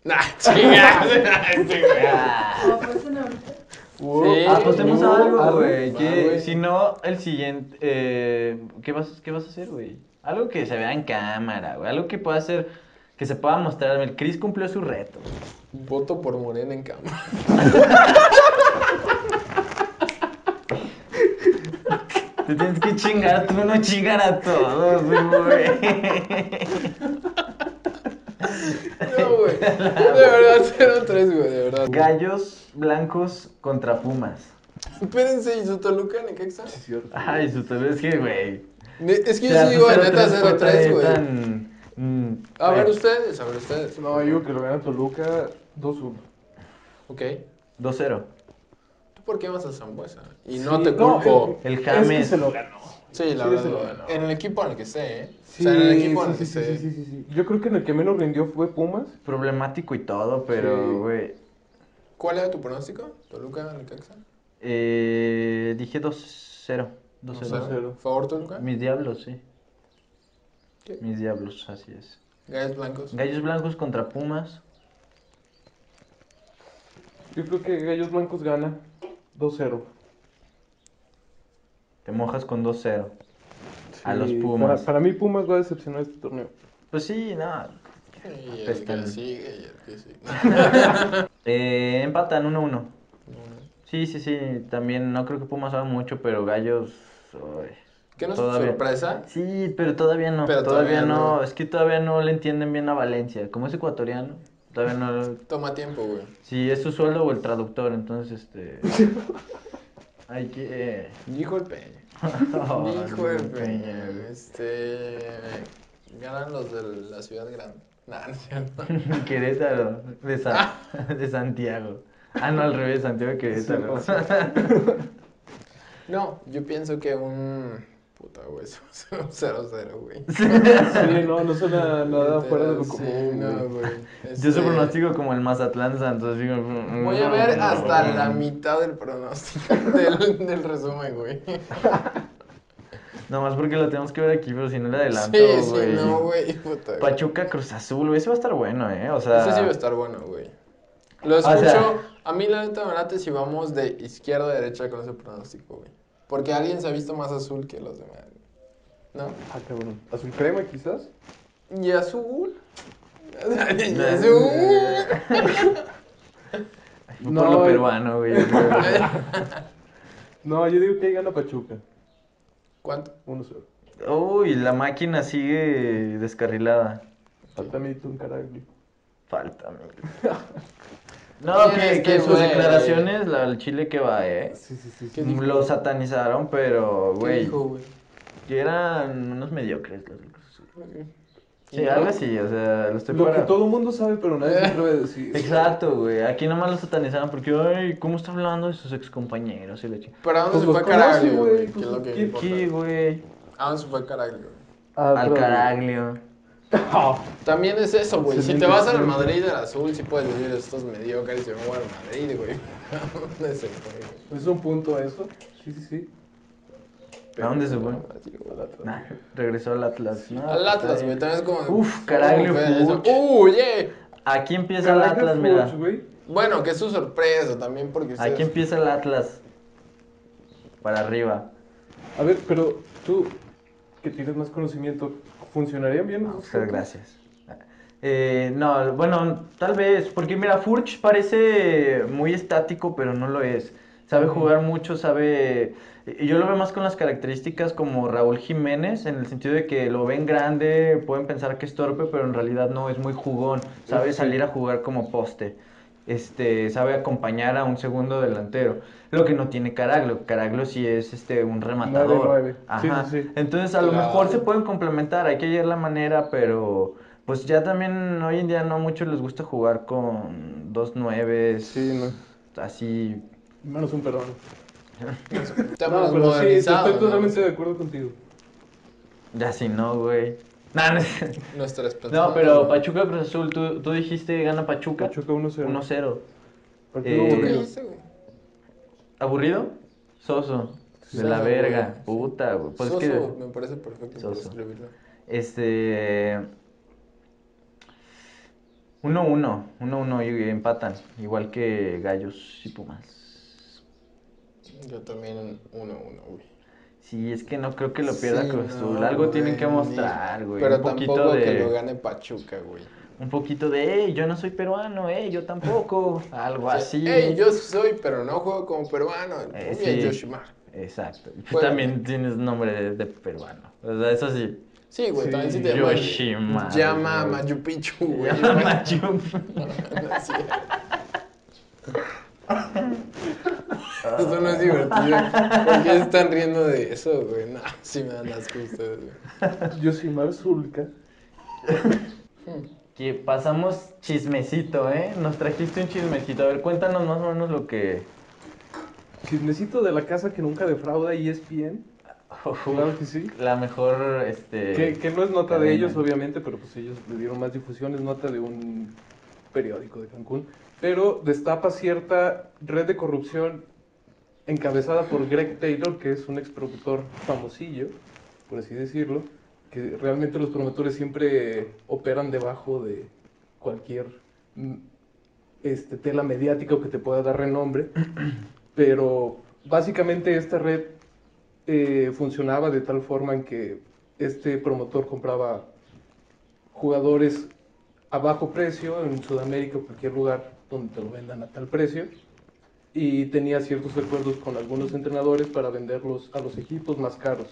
Speaker 1: Nah, chingas. este, güey.
Speaker 3: Ah,
Speaker 4: Apuesten ahorita.
Speaker 1: Sí.
Speaker 3: Apostemos
Speaker 2: no,
Speaker 3: a algo,
Speaker 2: ah,
Speaker 3: güey.
Speaker 1: va,
Speaker 3: que
Speaker 1: güey.
Speaker 3: Si no, el siguiente. eh, ¿qué, vas, ¿Qué vas a hacer, güey? Algo que se vea en cámara, güey. Algo que pueda hacer. Que se pueda mostrar. El Chris cumplió su reto.
Speaker 1: Voto por Morena en cama.
Speaker 3: Te tienes que chingar tú, no chingar a todos, güey.
Speaker 1: No, güey. De verdad, 0-3, güey, de verdad.
Speaker 3: Gallos blancos contra Pumas.
Speaker 1: Espérense, ¿y su Toluca, Necaxa?
Speaker 2: Sí, cierto.
Speaker 3: Ay, su tal es que, güey.
Speaker 1: Ne- Es que
Speaker 3: O sea,
Speaker 1: yo sí digo,
Speaker 3: cero
Speaker 1: neta,
Speaker 3: tres fue
Speaker 1: 0-3, güey.
Speaker 3: tan- mm,
Speaker 1: A ver
Speaker 3: güey,
Speaker 1: ustedes, a ver ustedes.
Speaker 2: No, yo digo que lo gana Toluca 2-1.
Speaker 1: Ok.
Speaker 3: 2-0.
Speaker 1: ¿Tú por qué vas a Zambuesa? Y no
Speaker 2: Sí,
Speaker 1: te
Speaker 2: no,
Speaker 1: culpo.
Speaker 3: El
Speaker 2: Es que
Speaker 3: James.
Speaker 2: se lo ganó.
Speaker 1: sí, la
Speaker 2: sí,
Speaker 1: verdad.
Speaker 2: se lo
Speaker 1: güey.
Speaker 2: ganó.
Speaker 1: En el equipo en el que esté, ¿eh? o sea, en el equipo en el que
Speaker 2: sí,
Speaker 1: esté.
Speaker 2: sí, sí, sí, sí. Yo creo que en el que menos rindió fue Pumas.
Speaker 3: Problemático y todo,
Speaker 2: Sí.
Speaker 3: pero, güey.
Speaker 1: ¿Cuál era tu pronóstico? ¿Toluca, Necaxa?
Speaker 3: eh, dije 2-0.
Speaker 1: No
Speaker 3: 2-0.
Speaker 1: sé. ¿Favor Toluca?
Speaker 3: Mis diablos, sí.
Speaker 1: ¿Qué?
Speaker 3: Mis diablos, así es.
Speaker 1: Gallos Blancos.
Speaker 3: Gallos blancos contra Pumas.
Speaker 2: Yo creo que Gallos Blancos gana 2-0.
Speaker 3: Te mojas con 2-0. A los
Speaker 2: Sí,
Speaker 3: Pumas.
Speaker 2: Para, para mí Pumas va a decepcionar este torneo.
Speaker 3: Pues sí, no.
Speaker 1: Y el que
Speaker 3: Apestan.
Speaker 1: sigue, y el que sigue.
Speaker 3: Eh, empatan 1-1.
Speaker 1: No, no.
Speaker 3: Sí, sí, sí. También no creo que Pumas haga mucho, pero Gallos. ay,
Speaker 1: ¿Qué no es
Speaker 3: todavía-
Speaker 1: sorpresa?
Speaker 3: Sí, pero todavía no.
Speaker 1: Pero
Speaker 3: todavía,
Speaker 1: todavía
Speaker 3: no.
Speaker 1: no.
Speaker 3: Es que todavía no le entienden bien a Valencia. Como es ecuatoriano, todavía no.
Speaker 1: Toma tiempo, güey.
Speaker 3: Si es su sueldo o el traductor, entonces este. Hay que.
Speaker 1: Dijo el Peña.
Speaker 3: Oh,
Speaker 1: Dijo el
Speaker 3: Luis
Speaker 1: Peña.
Speaker 3: güey.
Speaker 1: Este. Ganan los de la ciudad grande. Nah, no es cierto.
Speaker 3: Querétaro, de, Sa- de Santiago. Ah, no, al revés, Santiago de Querétaro.
Speaker 2: Sí, no,
Speaker 1: No, yo pienso que un. Puta, güey, es un 0-0, güey.
Speaker 2: Sí, no, no suena nada
Speaker 1: Literal,
Speaker 2: fuera de lo
Speaker 1: sí,
Speaker 2: común.
Speaker 1: no,
Speaker 2: güey.
Speaker 1: güey.
Speaker 3: Yo
Speaker 1: Este,
Speaker 3: su pronóstico como el Mazatlán Santos. digo, mm,
Speaker 1: Voy a ver
Speaker 3: mm,
Speaker 1: hasta
Speaker 3: mm.
Speaker 1: la mitad del pronóstico del, del resumen, güey.
Speaker 3: Nomás porque lo tenemos que ver aquí, pero si no le adelanto,
Speaker 1: Sí, sí,
Speaker 3: güey.
Speaker 1: no, güey. Puta, güey.
Speaker 3: Pachuca Cruz Azul, güey, ese va a estar bueno, ¿eh? O sea,
Speaker 1: Ese sí va a estar bueno, güey. Lo
Speaker 3: O sea-
Speaker 1: escucho. a mí la neta me late si vamos de izquierda a derecha con ese pronóstico, güey. Porque alguien se ha visto más azul que los demás, güey. ¿No?
Speaker 2: Ah, cabrón. ¿Azul crema quizás?
Speaker 1: ¿Y azul? ¿Y azul?
Speaker 3: fue
Speaker 2: No,
Speaker 3: por lo
Speaker 2: eh.
Speaker 3: peruano, güey.
Speaker 2: No, yo digo que ahí gana Pachuca.
Speaker 1: ¿Cuánto?
Speaker 2: 1-0.
Speaker 3: Uy, la máquina sigue descarrilada.
Speaker 2: Falta Milton un caraglio.
Speaker 3: Falta, amigo. No,
Speaker 1: Mira
Speaker 3: que,
Speaker 1: este
Speaker 3: que sus
Speaker 1: güey.
Speaker 3: declaraciones, la del Chile que va, ¿eh?
Speaker 2: Sí, sí, sí.
Speaker 1: ¿Qué dijo?
Speaker 3: Lo satanizaron, pero,
Speaker 1: ¿Qué
Speaker 3: güey.
Speaker 1: dijo, güey?
Speaker 3: que eran unos mediocres los del Cruz Azul.
Speaker 1: Y
Speaker 3: Sí,
Speaker 1: no-
Speaker 3: algo así, o sea, lo estoy
Speaker 2: Lo que
Speaker 3: para-
Speaker 2: todo el mundo sabe, pero nadie se atreve a decir.
Speaker 3: Exacto, güey. Aquí nomás lo satanizaban porque, ay, ¿cómo está hablando de sus excompañeros? Y la chingada.
Speaker 1: Pero ¿a dónde
Speaker 2: Pues
Speaker 1: se
Speaker 2: los
Speaker 1: fue
Speaker 2: conoce,
Speaker 1: Caraglio,
Speaker 2: güey,
Speaker 1: güey?
Speaker 2: pues
Speaker 1: ¿Qué es lo que
Speaker 2: ¿qué-
Speaker 1: importa?
Speaker 3: Aquí, güey.
Speaker 1: ¿A dónde se fue Caraglio?
Speaker 2: Ah,
Speaker 3: Al
Speaker 2: pero-
Speaker 3: caraglio.
Speaker 2: Ah,
Speaker 1: También es eso, güey.
Speaker 2: Se
Speaker 1: Si
Speaker 2: me
Speaker 1: te vas
Speaker 2: entendió.
Speaker 1: al Madrid del Azul, sí puedes decir estos mediocres y yo voy al Madrid, güey. ¿A dónde se fue? güey?
Speaker 2: es un punto eso. Sí, sí, sí.
Speaker 3: ¿A dónde se fue?
Speaker 1: Así, güey.
Speaker 3: Nah, regresó al Atlas. No, pues,
Speaker 1: Al Atlas,
Speaker 3: está
Speaker 1: güey.
Speaker 3: bien.
Speaker 1: También es como.
Speaker 3: Uf, Caraglio
Speaker 1: Uf, eso.
Speaker 3: Puch.
Speaker 1: Uy, eh.
Speaker 3: Aquí empieza el
Speaker 2: Caraglio
Speaker 3: Atlas,
Speaker 2: Fuchs,
Speaker 3: mira.
Speaker 2: güey.
Speaker 1: Bueno, que es su sorpresa también porque ustedes...
Speaker 3: Aquí empieza el Atlas. Para arriba.
Speaker 2: A ver, pero tú, que tienes más conocimiento, ¿funcionarían bien? los dos
Speaker 3: Ah, Muchas
Speaker 2: juntos?
Speaker 3: gracias. Eh, no, bueno, tal vez, porque mira, Furch parece muy estático, pero no lo es. Sabe jugar mucho, sabe... y Yo lo veo más con las características como Raúl Jiménez, en el sentido de que lo ven grande, pueden pensar que es torpe, pero en realidad no, es muy jugón. Sabe salir a jugar como poste. Este, sabe acompañar a un segundo delantero. Lo que no tiene Caraglio. Caraglio sí es este, un rematador.
Speaker 2: nueve. Sí,
Speaker 3: Ajá.
Speaker 2: sí, sí.
Speaker 3: Entonces, a lo
Speaker 1: Claro.
Speaker 3: mejor se pueden complementar, hay que hallar la manera, pero pues ya también hoy en día no mucho les gusta jugar con dos nueves,
Speaker 2: Sí, no.
Speaker 3: así.
Speaker 2: Menos un perón.
Speaker 1: Estamos
Speaker 2: No, pero sí,
Speaker 1: modernizados,
Speaker 2: estoy
Speaker 1: ¿no?
Speaker 2: totalmente de acuerdo contigo.
Speaker 3: Ya si no, güey. Nah, no, es-
Speaker 1: Nuestras
Speaker 3: no,
Speaker 1: plataformas,
Speaker 3: pero
Speaker 1: Pues güey.
Speaker 3: Pachuca Cruz Azul, tú, tú dijiste gana Pachuca
Speaker 2: Pachuca 1-0.
Speaker 3: 1-0.
Speaker 2: Partido
Speaker 3: Eh,
Speaker 1: ¿Tú qué
Speaker 2: aburrido.
Speaker 1: dijiste, güey?
Speaker 3: ¿Aburrido? Soso. De la
Speaker 1: Soso,
Speaker 3: verga,
Speaker 1: güey.
Speaker 3: puta, güey. Pues es
Speaker 1: Soso,
Speaker 3: que-
Speaker 1: me parece perfecto para
Speaker 3: Soso.
Speaker 1: escribirlo.
Speaker 3: Este. 1-1, 1-1 y empatan, igual que Gallos y Pumas.
Speaker 1: Yo también 1-1, güey.
Speaker 3: Sí, es que no creo que lo pierda
Speaker 1: Sí,
Speaker 3: Cruz Azul.
Speaker 1: no,
Speaker 3: Algo tienen que
Speaker 1: güey,
Speaker 3: mostrar,
Speaker 1: ni-
Speaker 3: güey.
Speaker 1: Pero
Speaker 3: un poquito
Speaker 1: tampoco
Speaker 3: de,
Speaker 1: que lo gane Pachuca, güey.
Speaker 3: un poquito de, "Ey, yo no soy peruano, eh, yo tampoco. Algo
Speaker 1: O sea,
Speaker 3: Pues, así.
Speaker 1: Ey, yo soy, pero no juego como peruano.
Speaker 3: Eh,
Speaker 1: Muy bien,
Speaker 3: sí.
Speaker 1: Yoshimar.
Speaker 3: Exacto. Y tú
Speaker 1: Bueno.
Speaker 3: También tienes nombre de, de peruano. O sea, eso sí.
Speaker 1: Sí, güey,
Speaker 2: Sí,
Speaker 1: también sí te llamas.
Speaker 3: Yoshima.
Speaker 1: Llama a
Speaker 3: güey.
Speaker 1: Machu Picchu, güey.
Speaker 3: Llama Machu.
Speaker 1: Así es. Eso no es divertido. ¿Por qué están riendo de eso, güey? No, sí me dan asco ustedes, güey.
Speaker 3: eh,
Speaker 2: Yosimar Zulka.
Speaker 3: Que pasamos chismecito, ¿eh? Nos trajiste un chismecito. A ver, cuéntanos más o menos lo que...
Speaker 2: Chismecito de la casa que nunca defrauda ESPN. Claro que sí.
Speaker 3: La mejor, este...
Speaker 2: Que, que no es nota de
Speaker 3: cadena.
Speaker 2: ellos, obviamente, pero pues ellos le dieron más difusión, es nota de un periódico de Cancún. Pero destapa cierta red de corrupción encabezada por Greg Taylor, que es un expromotor famosillo, por así decirlo, que realmente los promotores siempre operan debajo de cualquier mm, este, tela mediática o que te pueda dar renombre. Pero básicamente esta red eh, funcionaba de tal forma en que este promotor compraba jugadores a bajo precio en Sudamérica o cualquier lugar donde te lo vendan a tal precio y tenía ciertos acuerdos con algunos entrenadores para venderlos a los equipos más caros,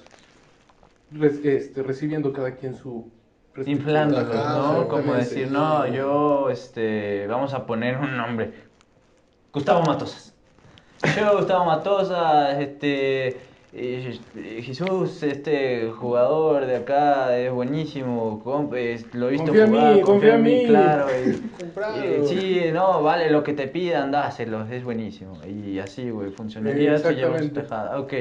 Speaker 2: Re- este, recibiendo cada quien su... respectivo-
Speaker 3: inflándolos,
Speaker 1: Ajá,
Speaker 3: ¿no?
Speaker 1: exactamente,
Speaker 3: Como decir,
Speaker 1: sí.
Speaker 3: no, yo, este, vamos a poner un nombre. Gustavo Matosas. Yo, Gustavo Matosas, este, eh, eh, Jesús, este jugador de acá es buenísimo, comp- es- lo he visto
Speaker 2: Confía en mí,
Speaker 3: jugar,
Speaker 2: confía en mí.
Speaker 3: claro. y-
Speaker 1: Comprado.
Speaker 3: Eh, sí, no, vale, lo que te pidan, dáselos, es buenísimo. Y así, güey, funcionaría.
Speaker 2: Eh,
Speaker 3: esto lleva su
Speaker 2: exactamente.
Speaker 3: tajada. Ok,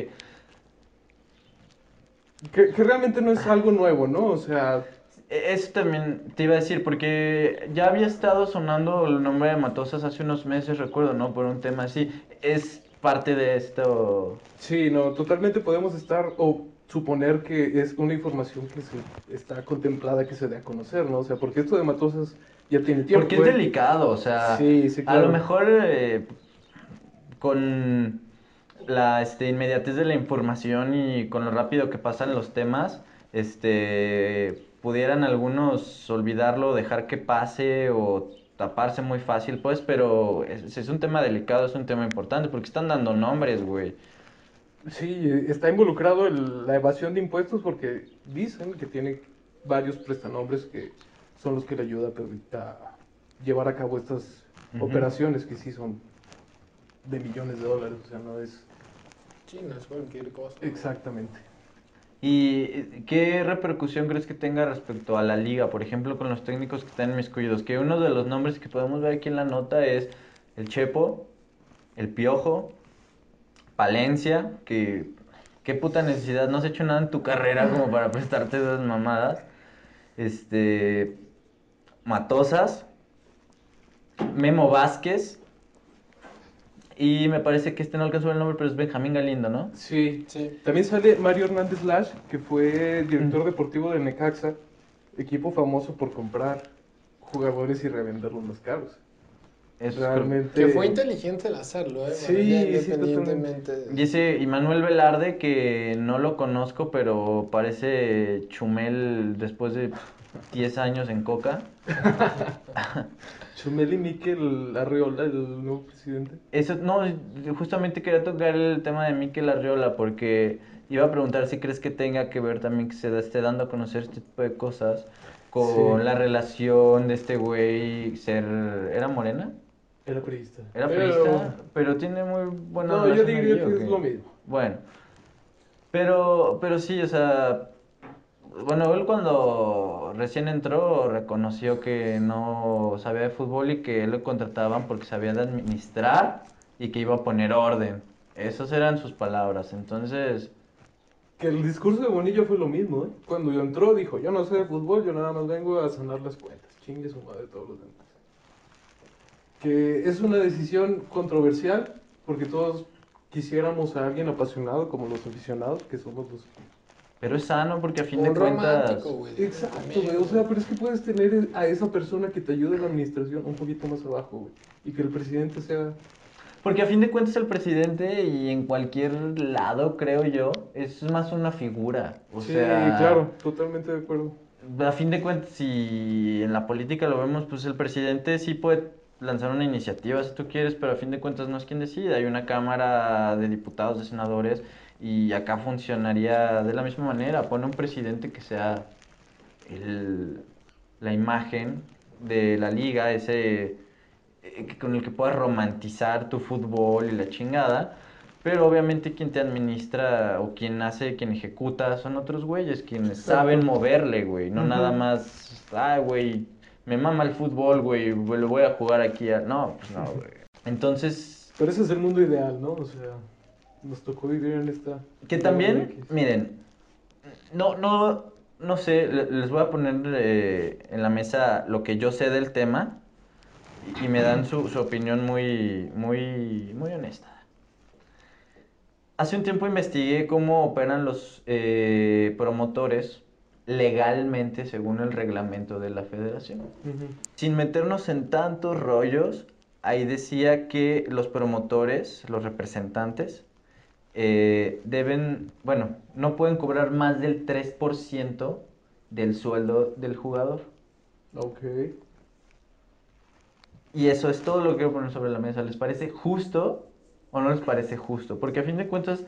Speaker 2: Que, que realmente no es algo nuevo, ¿no? O sea,
Speaker 3: E, Eso también te iba a decir, porque ya había estado sonando el nombre de Matosas hace unos meses, recuerdo, ¿no? Por un tema así. Es parte de esto.
Speaker 2: Sí, no, totalmente podemos estar o suponer que es una información que se está contemplada que se dé a conocer, ¿no? O sea, porque esto de Matosas ya tiene tiempo.
Speaker 3: Porque es
Speaker 2: ¿eh?
Speaker 3: delicado, o sea,
Speaker 2: Sí, sí,
Speaker 3: a
Speaker 2: claro.
Speaker 3: lo mejor eh, con la este, inmediatez de la información y con lo rápido que pasan los temas, este, pudieran algunos olvidarlo, dejar que pase o taparse muy fácil, pues, pero es, es un tema delicado, es un tema importante, porque están dando nombres, güey.
Speaker 2: Sí, eh, está involucrado el- la evasión de impuestos porque dicen que tiene varios prestanombres que son los que le ayuda a per- a llevar a cabo estas
Speaker 3: Ujú.
Speaker 2: operaciones que sí son de millones de dólares, o sea, no es
Speaker 1: Sí, no es cualquier cosa.
Speaker 2: exactamente.
Speaker 3: ¿Y eh, qué repercusión crees que tenga respecto a la liga? Por ejemplo, con los técnicos que están inmiscuidos. Que uno de los nombres que podemos ver aquí en la nota es el Chepo, el Piojo, Palencia, que qué puta necesidad, no has hecho nada en tu carrera como para prestarte esas mamadas. Este Matosas, Memo Vázquez y me parece que este no alcanzó el nombre, pero es Benjamín Galindo, ¿no?
Speaker 2: Sí.
Speaker 1: Sí.
Speaker 2: También sale Mario Hernández Lash, que fue director deportivo de Necaxa, equipo famoso por comprar jugadores y revenderlos más caros.
Speaker 3: Eso es correcto.
Speaker 2: Realmente.
Speaker 1: Que fue inteligente el hacerlo, ¿eh?
Speaker 2: Este, Sí,
Speaker 1: Bueno, ya
Speaker 2: sí,
Speaker 1: independientemente. de-
Speaker 3: Dice y Manuel Velarde que no lo conozco, pero parece Chumel después de 10 años en Coca.
Speaker 2: Chumel y Miquel Arriola, el nuevo presidente.
Speaker 3: Eso, no, justamente quería tocar el tema de Mikel Arriola porque iba a preguntar si crees que tenga que ver también que se da- esté dando a conocer este tipo de cosas con
Speaker 2: Sí.
Speaker 3: la relación de este güey ser... ¿Era morena?
Speaker 2: Era periodista.
Speaker 3: ¿Era
Speaker 2: Pero-
Speaker 3: priista? Pero tiene muy buena
Speaker 2: No, yo
Speaker 3: relación
Speaker 2: diría
Speaker 3: ahí, ¿o
Speaker 2: que
Speaker 3: qué?
Speaker 2: es lo mismo.
Speaker 3: Bueno, pero, pero sí, o sea, bueno, él cuando recién entró reconoció que no sabía de fútbol y que él lo contrataban porque sabía de administrar y que iba a poner orden. Esas eran sus palabras, entonces,
Speaker 2: Que el discurso de Bonillo fue lo mismo, ¿eh? Cuando yo entró dijo, yo no sé de fútbol, yo nada más vengo a sanar las cuentas. Chingue su madre todos los demás. Que es una decisión controversial porque todos quisiéramos a alguien apasionado como los aficionados que somos los...
Speaker 3: pero es sano porque a fin de
Speaker 1: Un
Speaker 3: cuentas...
Speaker 1: romántico, güey.
Speaker 2: Exacto,
Speaker 1: también,
Speaker 2: güey. O sea, pero es que puedes tener a esa persona que te ayude en la administración un poquito más abajo, güey. Y que el presidente sea...
Speaker 3: Porque a fin de cuentas el presidente y en cualquier lado, creo yo, es más una figura. O
Speaker 2: sí,
Speaker 3: sea,
Speaker 2: claro, totalmente de acuerdo.
Speaker 3: a fin de cuentas, si en la política lo vemos, pues el presidente sí puede lanzar una iniciativa si tú quieres, pero a fin de cuentas no es quien decide. Hay una Cámara de Diputados, de Senadores, y acá funcionaría de la misma manera. Pone un presidente que sea el- la imagen de la liga, ese eh, que- con el que puedas romantizar tu fútbol y la chingada. Pero obviamente quien te administra o quien hace, quien ejecuta son otros güeyes, quienes
Speaker 2: Exacto.
Speaker 3: saben moverle, güey. No
Speaker 2: Ujú.
Speaker 3: nada más, ay, güey, me mama el fútbol, güey, lo voy a jugar aquí. a-". No, pues no, güey. Entonces,
Speaker 2: Pero ese es el mundo ideal, ¿no? O sea, nos tocó vivir en esta...
Speaker 3: Que también,
Speaker 2: X.
Speaker 3: miren, no, no, no sé, le- les voy a poner eh, en la mesa lo que yo sé del tema y, y me dan su, su opinión muy, muy, muy honesta. Hace un tiempo investigué cómo operan los eh, promotores legalmente según el reglamento de la federación.
Speaker 2: Ujú.
Speaker 3: Sin meternos en tantos rollos, ahí decía que los promotores, los representantes, eh, deben, bueno, no pueden cobrar más del 3% del sueldo del jugador.
Speaker 2: Ok.
Speaker 3: Y eso es todo lo que quiero poner sobre la mesa. ¿Les parece justo o no les parece justo? Porque a fin de cuentas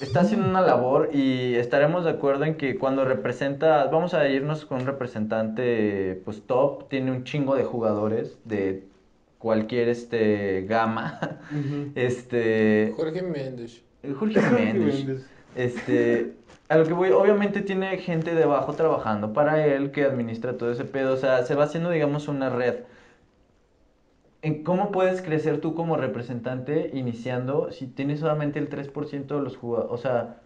Speaker 3: está haciendo una labor y estaremos de acuerdo en que cuando representa, vamos a irnos con un representante pues top, tiene un chingo de jugadores de cualquier este gama.
Speaker 2: Uhum.
Speaker 3: Este
Speaker 1: Jorge Méndez.
Speaker 3: Jorge Méndez. Este, a lo que voy, obviamente tiene gente debajo trabajando para él que administra todo ese pedo, o sea, se va haciendo, digamos, una red. ¿En ¿Cómo puedes crecer tú como representante iniciando si tienes solamente el 3% de los jugadores? O sea,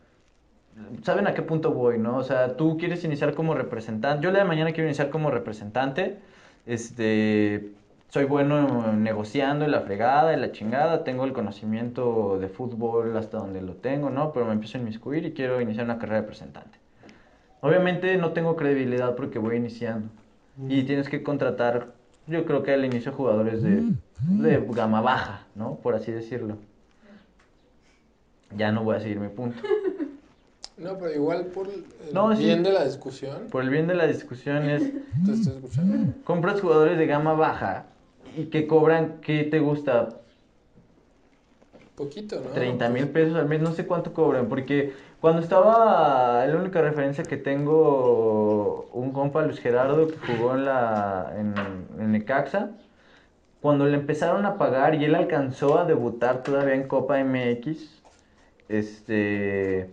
Speaker 3: ¿saben a qué punto voy, no? O sea, tú quieres iniciar como representante, yo el día de mañana quiero iniciar como representante, este, soy bueno negociando y la fregada y la chingada, tengo el conocimiento de fútbol hasta donde lo tengo, ¿no? Pero me empiezo a inmiscuir y quiero iniciar una carrera de representante. Obviamente no tengo credibilidad porque voy iniciando.
Speaker 2: Uhum.
Speaker 3: Y tienes que contratar, yo creo que al inicio jugadores de, de gama baja, ¿no? Por así decirlo. Ya no voy a seguir mi punto.
Speaker 1: No, pero igual por el
Speaker 3: No, sí.
Speaker 1: bien de la discusión,
Speaker 3: Por el bien de la discusión es...
Speaker 1: te estoy escuchando.
Speaker 3: compras jugadores de gama baja y que cobran, ¿qué te gusta?
Speaker 1: Poquito, ¿no?
Speaker 3: 30 mil pesos al mes, no sé cuánto cobran, porque cuando estaba, la única referencia que tengo, un compa Luis Gerardo que jugó en la en, en Necaxa, cuando le empezaron a pagar y él alcanzó a debutar todavía en Copa MX, este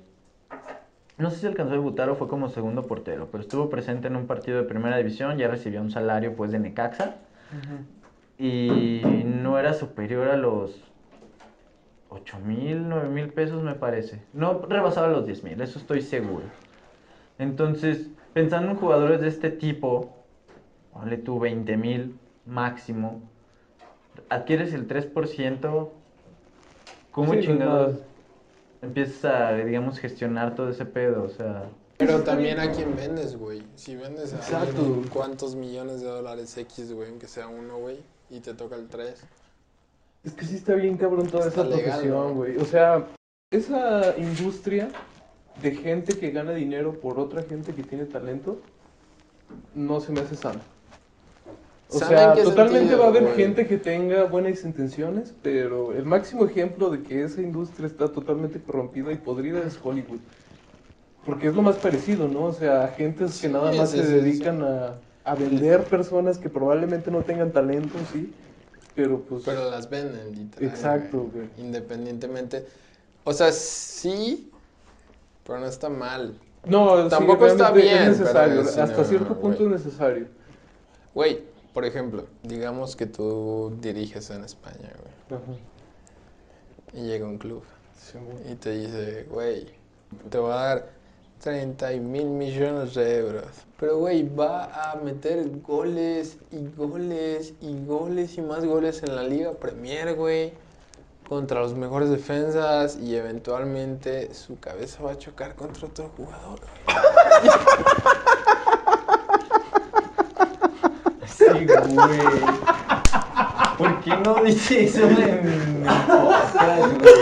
Speaker 3: No sé si alcanzó a debutar o fue como segundo portero, pero estuvo presente en un partido de primera división, ya recibió un salario pues de Necaxa y no era superior a los 8 mil, 9 mil pesos me parece. No rebasaba los 10 mil, eso estoy seguro. Entonces, pensando en jugadores de este tipo, vale tú 20 mil máximo, adquieres el 3%,
Speaker 2: Sí,
Speaker 3: ¿cómo
Speaker 2: pues no es
Speaker 3: chingados?
Speaker 2: nada.
Speaker 3: Empiezas a, digamos, gestionar todo ese pedo, o sea...
Speaker 1: Pero también a quién vendes, güey. Si vendes a
Speaker 2: Exacto.
Speaker 1: alguien, cuántos millones de dólares X, güey, aunque sea uno, güey, y te toca el 3.
Speaker 2: Es que sí está bien cabrón toda
Speaker 1: Está
Speaker 2: esa
Speaker 1: legal,
Speaker 2: profesión,
Speaker 1: ¿no?
Speaker 2: güey. O sea, esa industria de gente que gana dinero por otra gente que tiene talento, no se me hace sana. O
Speaker 1: ¿Sana en
Speaker 2: sea,
Speaker 1: qué
Speaker 2: totalmente
Speaker 1: sentido,
Speaker 2: va a haber
Speaker 1: güey?
Speaker 2: gente que tenga buenas intenciones, pero el máximo ejemplo de que esa industria está totalmente corrompida y podrida es Hollywood. Porque es lo más parecido, ¿no? O sea, agentes que
Speaker 1: Sí,
Speaker 2: nada más
Speaker 1: sí,
Speaker 2: se
Speaker 1: sí, sí.
Speaker 2: dedican a, a vender personas que probablemente no tengan talento, sí, pero pues...
Speaker 1: Pero las venden, literal.
Speaker 2: Exacto, güey.
Speaker 1: Independientemente. O sea, sí, pero no está mal.
Speaker 2: No, sí,
Speaker 1: Tampoco está
Speaker 2: realmente
Speaker 1: bien,
Speaker 2: Es necesario,
Speaker 1: pero es-
Speaker 2: hasta
Speaker 1: no,
Speaker 2: cierto
Speaker 1: güey.
Speaker 2: punto es necesario.
Speaker 1: Güey, por ejemplo, digamos que tú diriges en España, güey,
Speaker 2: Ajá.
Speaker 1: y llega un club
Speaker 2: Sí, güey.
Speaker 1: y te dice, güey, te voy a dar 30 mil millones de euros. Pero, güey, va a meter goles y goles y goles y más goles en la Liga Premier, güey, contra los mejores defensas y eventualmente su cabeza va a chocar contra otro jugador.
Speaker 3: Sí, güey. ¿Por qué no dice eso en mi podcast, güey?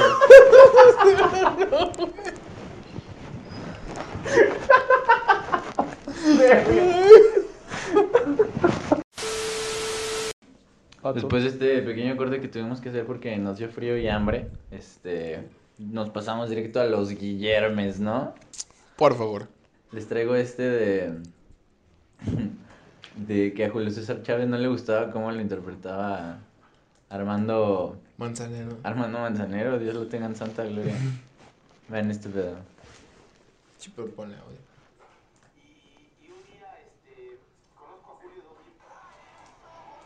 Speaker 3: Después de este pequeño corte que tuvimos que hacer porque nos dio frío y hambre, este, nos pasamos directo a los Guillermes, ¿no?
Speaker 1: Por favor.
Speaker 3: Les traigo este de. de que a Julio César Chávez no le gustaba cómo lo interpretaba Armando.
Speaker 1: Manzanero.
Speaker 3: Armando Manzanero, Dios lo tenga en santa gloria. Vean este pedo.
Speaker 1: Sí, pero ponle audio.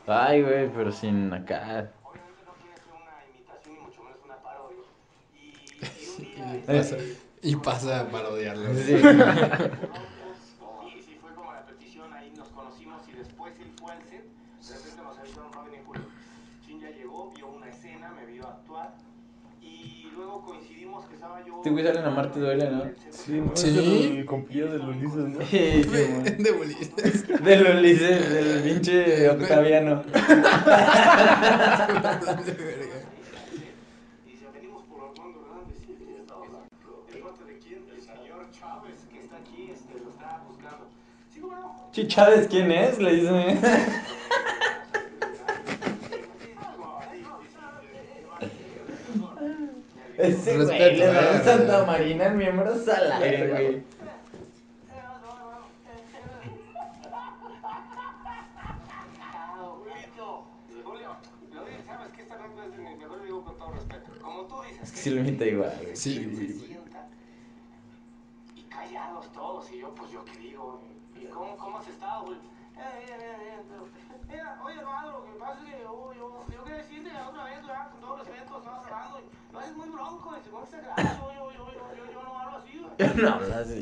Speaker 3: Ay, güey, pero sin acá.
Speaker 4: Obviamente no quiere hacer una imitación y mucho menos una parodia. Y, y un día
Speaker 1: Y pasa, y pasa a parodiarlo.
Speaker 3: Sí.
Speaker 4: este, y, y si fue como la petición, ahí nos conocimos y después él fue al set, de repente nos avisaron Robin y Julio. Chin ya llegó, vio una escena, me vio actuar y luego coincidimos que estaba yo...
Speaker 3: Te voy a dar Este en la Marte Duele, ¿no?
Speaker 2: Sí, ¿no?
Speaker 1: Sí.
Speaker 2: Es el compilla de Ulises, ¿no?
Speaker 3: Sí, Simón.
Speaker 1: De Ulises.
Speaker 3: Del Ulises, del pinche Octaviano.
Speaker 1: De verga.
Speaker 4: Y se venimos por Armando Hernández. ¿De parte de quién? El señor Chávez, que está aquí, este, lo está buscando. Sí, bueno.
Speaker 3: Che, Chávez, ¿quién es? Le dicen. Ese güey,
Speaker 1: Respeto,
Speaker 3: le
Speaker 1: eh,
Speaker 3: damos
Speaker 1: eh.
Speaker 3: Santa Marina el miembro salar, güey.
Speaker 4: Julio, lo dices, sabes que esta regla es de mi mejor amigo con todo respeto. Como tú dices,
Speaker 3: Es que sí lo imita igual, güey.
Speaker 1: Sí, güey.
Speaker 4: sienta. Y callados todos, y yo, pues yo qué digo, ¿y cómo, cómo has estado, güey? Eh, bien, bien, bien, pero- Mira, oye, hermano, lo que pasa es que yo, yo, yo quería decirte la otra vez, ¿verdad? con todo respeto, estabas hablando, y no es muy bronco, y se me exagerado, yo, yo, yo, yo, yo, yo no hablo así, güey.
Speaker 3: No habla así.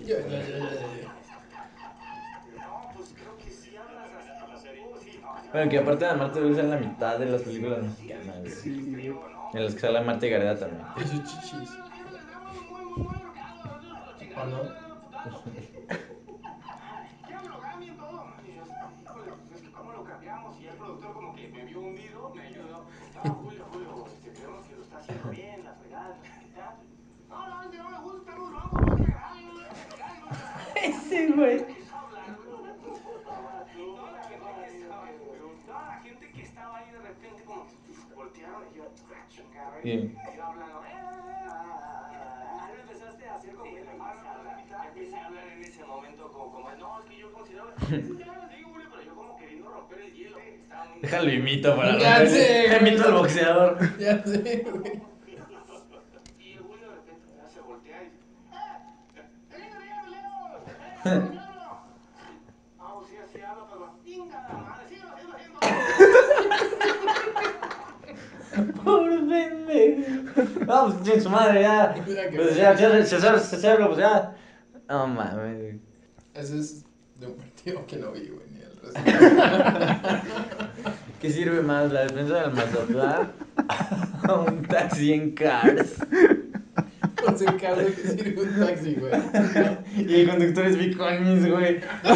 Speaker 4: No, pues creo que sí hablas así, ¿no? Sí, no, sí,
Speaker 3: Bueno, que aparte de Marte Dulce es la mitad de las películas mexicanas, güey. En las que sale Marta y Gareda también.
Speaker 1: Y sus chichis.
Speaker 4: muy, muy, muy brocado, ¿no? Los chingados,
Speaker 1: ¿O no?
Speaker 4: los putados. Ya brogamia y todo. Y yo, híjole, pues es que cómo lo cambiamos. Y el productor como que me vio hundido, me ayudó. No, Julio, Julio, este, creemos que lo está haciendo bien, la fregada, no sé qué tal. No, no, este no me gusta, está muy loco, porque, ay, no, no, no, no.
Speaker 3: Ese güey.
Speaker 4: Toda la gente que estaba ahí, toda la gente que estaba ahí de repente como que voltearon y yo, ah, chingada,
Speaker 3: Bien.
Speaker 4: y yo hablando, "Eh, ah". Ahora empezaste a hacer como que la masa, ya empecé a hablar en ese momento como, como, no, es que yo considero, "Eso ya lo digo, güey", pero yo como queriendo romper el hielo, estaba muy-
Speaker 3: Déjalo imito para
Speaker 1: Ya
Speaker 3: romper.
Speaker 1: sé, güey.
Speaker 3: Imito al boxeador.
Speaker 1: Ya sé, güey.
Speaker 4: Y el güey de repente se voltea y dice, ¡Eh! ¡Eh! ¡Eh! Ah, pues sí, así habla, pero chinga la madre, síguelo haciendo, haciendo.
Speaker 3: Pobre pendejo. Vamos, pues chingue su madre, ya.
Speaker 1: Mira que-
Speaker 3: Pues ya, cierre, se cierra, se cierra, pues ya. No mames.
Speaker 1: Ese es de un partido que no vi, güey, ni el resto.
Speaker 3: ¿Qué sirve más, la defensa del Mazatlán o un taxi en Cars?
Speaker 1: Pues en caso que sirve un taxi, güey.
Speaker 3: Y el conductor es Biconis, güey. No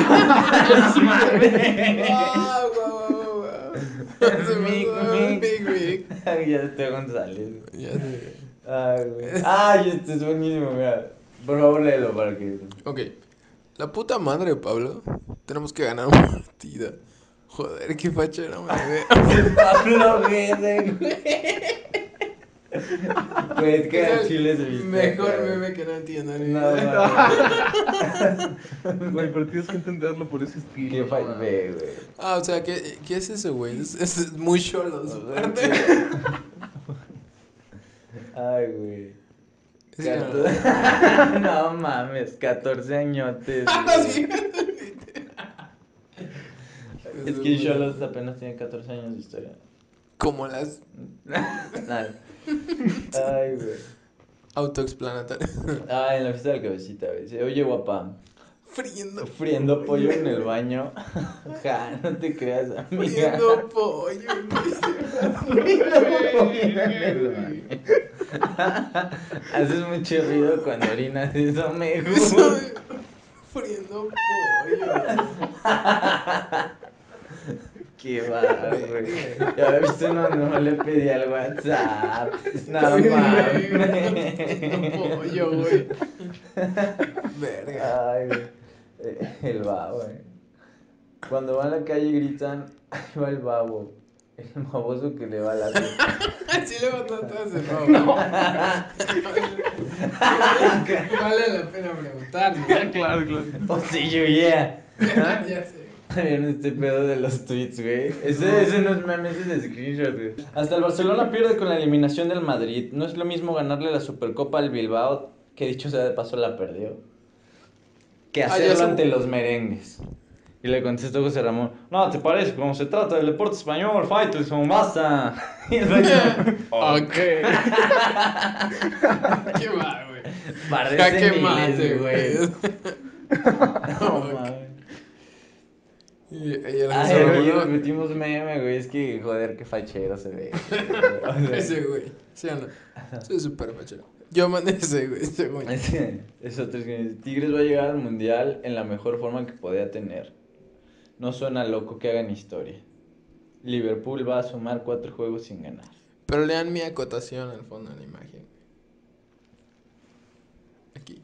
Speaker 3: mames.
Speaker 1: ¡Wow, wow, wow, wow! Se
Speaker 3: Mic,
Speaker 1: pasó un
Speaker 3: mic.
Speaker 1: Big Big.
Speaker 3: Ay, ya estoy González.
Speaker 1: Ya sé.
Speaker 3: Ay, güey. Ay, este es buenísimo, mira. Por favor, léelo para que.
Speaker 1: Ok. La puta madre, Pablo. Tenemos que ganar una partida. Joder, qué facha era, güey.
Speaker 3: Pablo Guede, güey. Güey, es que al chile se viste.
Speaker 1: Mejor
Speaker 3: güey.
Speaker 1: meme que no entiendo. ni
Speaker 3: No,
Speaker 1: idea.
Speaker 3: mames.
Speaker 2: Güey, pero tienes que entenderlo por ese estilo.
Speaker 3: Qué
Speaker 2: no
Speaker 3: fan,
Speaker 2: mames.
Speaker 3: güey, güey.
Speaker 1: Ah, o sea, ¿qué, qué es eso, güey? Es, es muy solo de su parte.
Speaker 3: Ay, güey.
Speaker 1: Es
Speaker 3: Cator-
Speaker 1: que-
Speaker 3: no mames, 14 añotes.
Speaker 1: Ah,
Speaker 3: güey.
Speaker 1: no, sí.
Speaker 3: Es que Cholos apenas tiene 14 años de historia.
Speaker 1: Como las
Speaker 3: Nada. Ay, güey.
Speaker 1: autoexplanatorias.
Speaker 3: Ah, en la fiesta del cabecita, güey. Dice, Oye, guapa,
Speaker 1: Friendo,
Speaker 3: friendo pollo en el baño. Ja, no te creas, amiga.
Speaker 1: friendo pollo. güey.
Speaker 3: Haces mucho ruido cuando orinas, eso me
Speaker 1: Eso
Speaker 3: gusta.
Speaker 1: de- Friendo pollo.
Speaker 3: Qué va, güey. Ya viste, no, no le pedí al WhatsApp. No
Speaker 1: Friendo
Speaker 3: mames.
Speaker 1: pollo, güey. Verga.
Speaker 3: Ay, güey. Eh, El babo, eh. Cuando van a la calle gritan, ahí va el babo. El baboso que le va a la fiesta.
Speaker 1: Sí le mató a todas de nuevo. No. Vale la pena preguntar, ¿no?
Speaker 2: Claro, claro.
Speaker 3: O si Oh, yo ya. ¿Ah?
Speaker 1: Ya sé.
Speaker 3: ¿Vieron este pedo de los tweets, güey? Ese, ese no es meme, ese es screenshot, güey. Hasta el Barcelona pierde con la eliminación del Madrid. No es lo mismo ganarle la Supercopa al Bilbao, que dicho sea de paso la perdió, que
Speaker 1: Ah, ya
Speaker 3: hacerlo
Speaker 1: sé.
Speaker 3: ante los merengues. Y le contestó José Ramón, no, ¿te parece? Como se trata del deporte español, fighters, son basta. Y el dueño,
Speaker 1: Ok. Qué va, güey.
Speaker 3: parece
Speaker 1: Jaque mate,
Speaker 3: miles, güey.
Speaker 1: güey.
Speaker 3: No, mames.
Speaker 1: Y, y el
Speaker 3: Ay,
Speaker 1: José
Speaker 3: güey,
Speaker 1: Ramón,
Speaker 3: repetimos meme, güey, es que, joder, qué fachero se ve. O sea,
Speaker 1: Ese güey, ¿sí o no? Soy súper machero. Yo mandé ese güey, ese güey.
Speaker 3: Es, es otro que dice, Tigres va a llegar al mundial en la mejor forma que podía tener. No suena loco que hagan historia. Liverpool va a sumar cuatro juegos sin ganar.
Speaker 1: Pero lean mi acotación al fondo de la imagen. Aquí.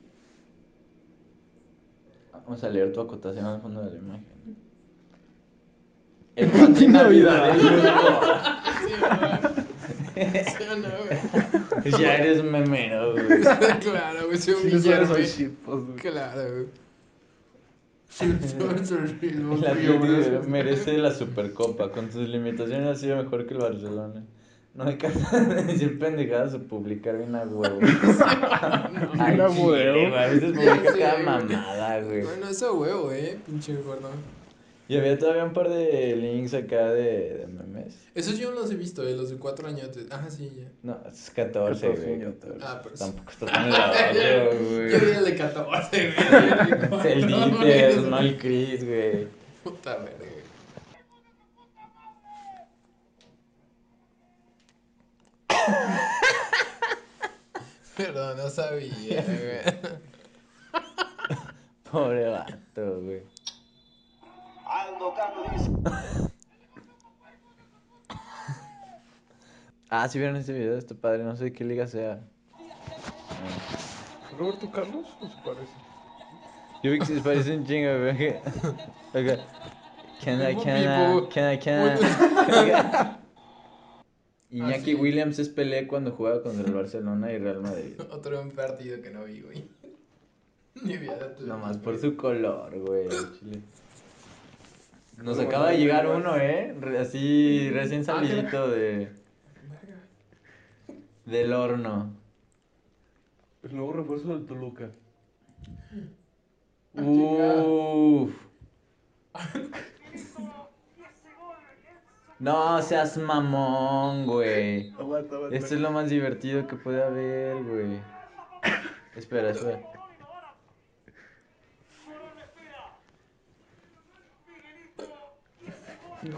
Speaker 3: Vamos a leer tu acotación al fondo de la imagen. El patín navidad
Speaker 1: Sí, güey. Sí o no, güey.
Speaker 3: Ya eres memero, güey.
Speaker 1: Claro, güey, soy un
Speaker 2: Si no sabes,
Speaker 1: Guillermo.
Speaker 2: soy shitpost, pues, güey.
Speaker 1: Claro, güey. Sí, soy- soy- soy un
Speaker 3: El
Speaker 1: Guillermo.
Speaker 3: Atlético merece la Supercopa. Con sus limitaciones ha sido mejor que el Barcelona. No hay caso de decir pendejadas o publicar bien a huevo. Ay,
Speaker 2: Bien a
Speaker 3: chile,
Speaker 2: huevo.
Speaker 3: güey, A veces publica
Speaker 1: Sí,
Speaker 3: cada
Speaker 1: güey.
Speaker 3: mamada, güey.
Speaker 1: Bueno, eso huevo, eh, pinche gordo.
Speaker 3: Y había todavía un par de links acá de, de memes.
Speaker 1: Esos yo no los he visto, eh, los de cuatro añotes. Ah, sí, ya.
Speaker 3: No, es 14, güey.
Speaker 2: 14.
Speaker 3: 14.
Speaker 1: Ah, pero sí.
Speaker 3: Tampoco está tan elevado, Ah, güey.
Speaker 1: Yo vi el de 14, güey.
Speaker 3: El Dieter, no el Chris, güey.
Speaker 1: Puta verga. güey. Perdón, no sabía, güey.
Speaker 3: Pobre vato, güey.
Speaker 4: Aldo Cano dice.
Speaker 3: Ah, si vieron este video, está padre. No sé de qué liga sea.
Speaker 2: ¿Roberto Carlos? ¿O se parece?
Speaker 3: Yo vi que se parece un chingo, güey. que- Acá. Can I,
Speaker 1: Pipo,
Speaker 3: can I,
Speaker 1: pipo.
Speaker 3: can I, can I? Iñaki
Speaker 1: Ah, sí.
Speaker 3: Williams es Pelé cuando jugaba contra el Barcelona y Real Madrid.
Speaker 1: Otro un partido que no vi, güey. Ni vi a
Speaker 3: Nomás por su color, güey. al chile. Nos acaba de llegar uno, ¿eh? Re- Así recién salidito de... Del horno.
Speaker 2: El nuevo refuerzo del Toluca.
Speaker 3: Uf. No seas mamón, güey.
Speaker 2: Aguanta, aguanta.
Speaker 3: Esto es lo más divertido que puede haber, güey. Espera, espera.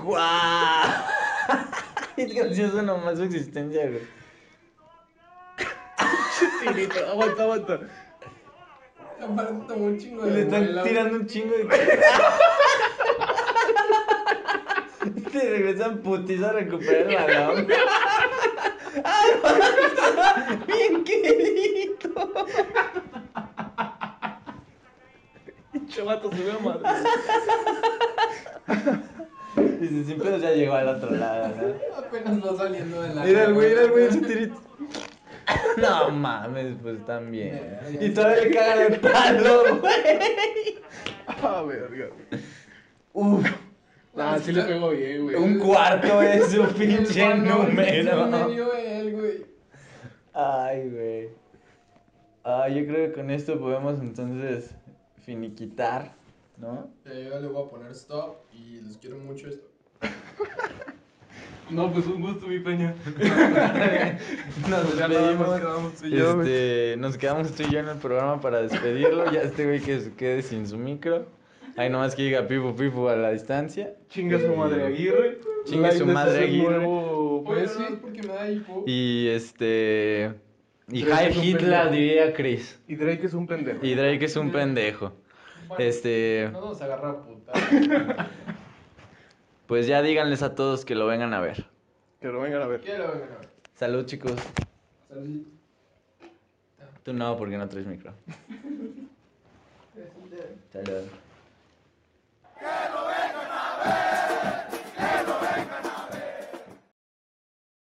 Speaker 3: ¡Guau! Es gracioso nomás su existencia, güey.
Speaker 2: Tirito, Aguanta, aguanta.
Speaker 1: Aparte tomó un chingo de
Speaker 3: Le están
Speaker 1: vuelo.
Speaker 3: tirando un chingo de. Te regresan putis a recuperar el balón. ¡Ay, aguanta! ¡Bien querido!
Speaker 2: Chavato, se ve a madre.
Speaker 3: Dice, sin pedos ya llegó al otro lado, ¿no?
Speaker 1: Apenas va saliendo de la.
Speaker 2: Mira el güey, mira el güey, ese tirito.
Speaker 3: No mames, pues también. Y todavía le cagan el palo, güey.
Speaker 2: Ah, verga.
Speaker 3: Uf,
Speaker 2: Ah, sí le pegó bien, güey.
Speaker 3: un cuarto es su pinche
Speaker 1: El balón
Speaker 3: número.
Speaker 1: que me dio él, güey.
Speaker 3: Ay, güey. Ah, yo creo que con esto podemos entonces finiquitar, ¿no?
Speaker 1: Eh, Yo le voy a poner stop y les quiero mucho esto.
Speaker 2: No, pues un gusto, mi peña.
Speaker 3: Nos
Speaker 2: Ya nada
Speaker 3: despedimos.
Speaker 2: más quedamos tú y yo, güey.
Speaker 3: Este, nos quedamos tú y yo en el programa para despedirlo. Ya este güey que se quede sin su micro. Ahí nomás que diga pifu pifu a la distancia. Eh,
Speaker 2: Chinga su madre Aguirre.
Speaker 3: Chinga su
Speaker 2: Like,
Speaker 3: madre,
Speaker 2: este es el
Speaker 3: Aguirre.
Speaker 2: nuevo
Speaker 1: Oye, no,
Speaker 2: Messi.
Speaker 1: no, es porque me da hipo.
Speaker 3: Y este. Y
Speaker 2: Drake
Speaker 3: Heil
Speaker 2: es un
Speaker 3: Hitler
Speaker 2: pendejo.
Speaker 3: diría Chris.
Speaker 2: Y Drake es un pendejo.
Speaker 3: Y Drake es un pendejo.
Speaker 1: Bueno,
Speaker 3: Este.
Speaker 1: No nos agarra a puta.
Speaker 3: Pues ya díganles a todos que lo vengan a ver.
Speaker 2: Que lo vengan a ver.
Speaker 1: Quiero ganar.
Speaker 3: Salud, chicos.
Speaker 1: Salud.
Speaker 3: Tú no, porque no traes micro. Salud.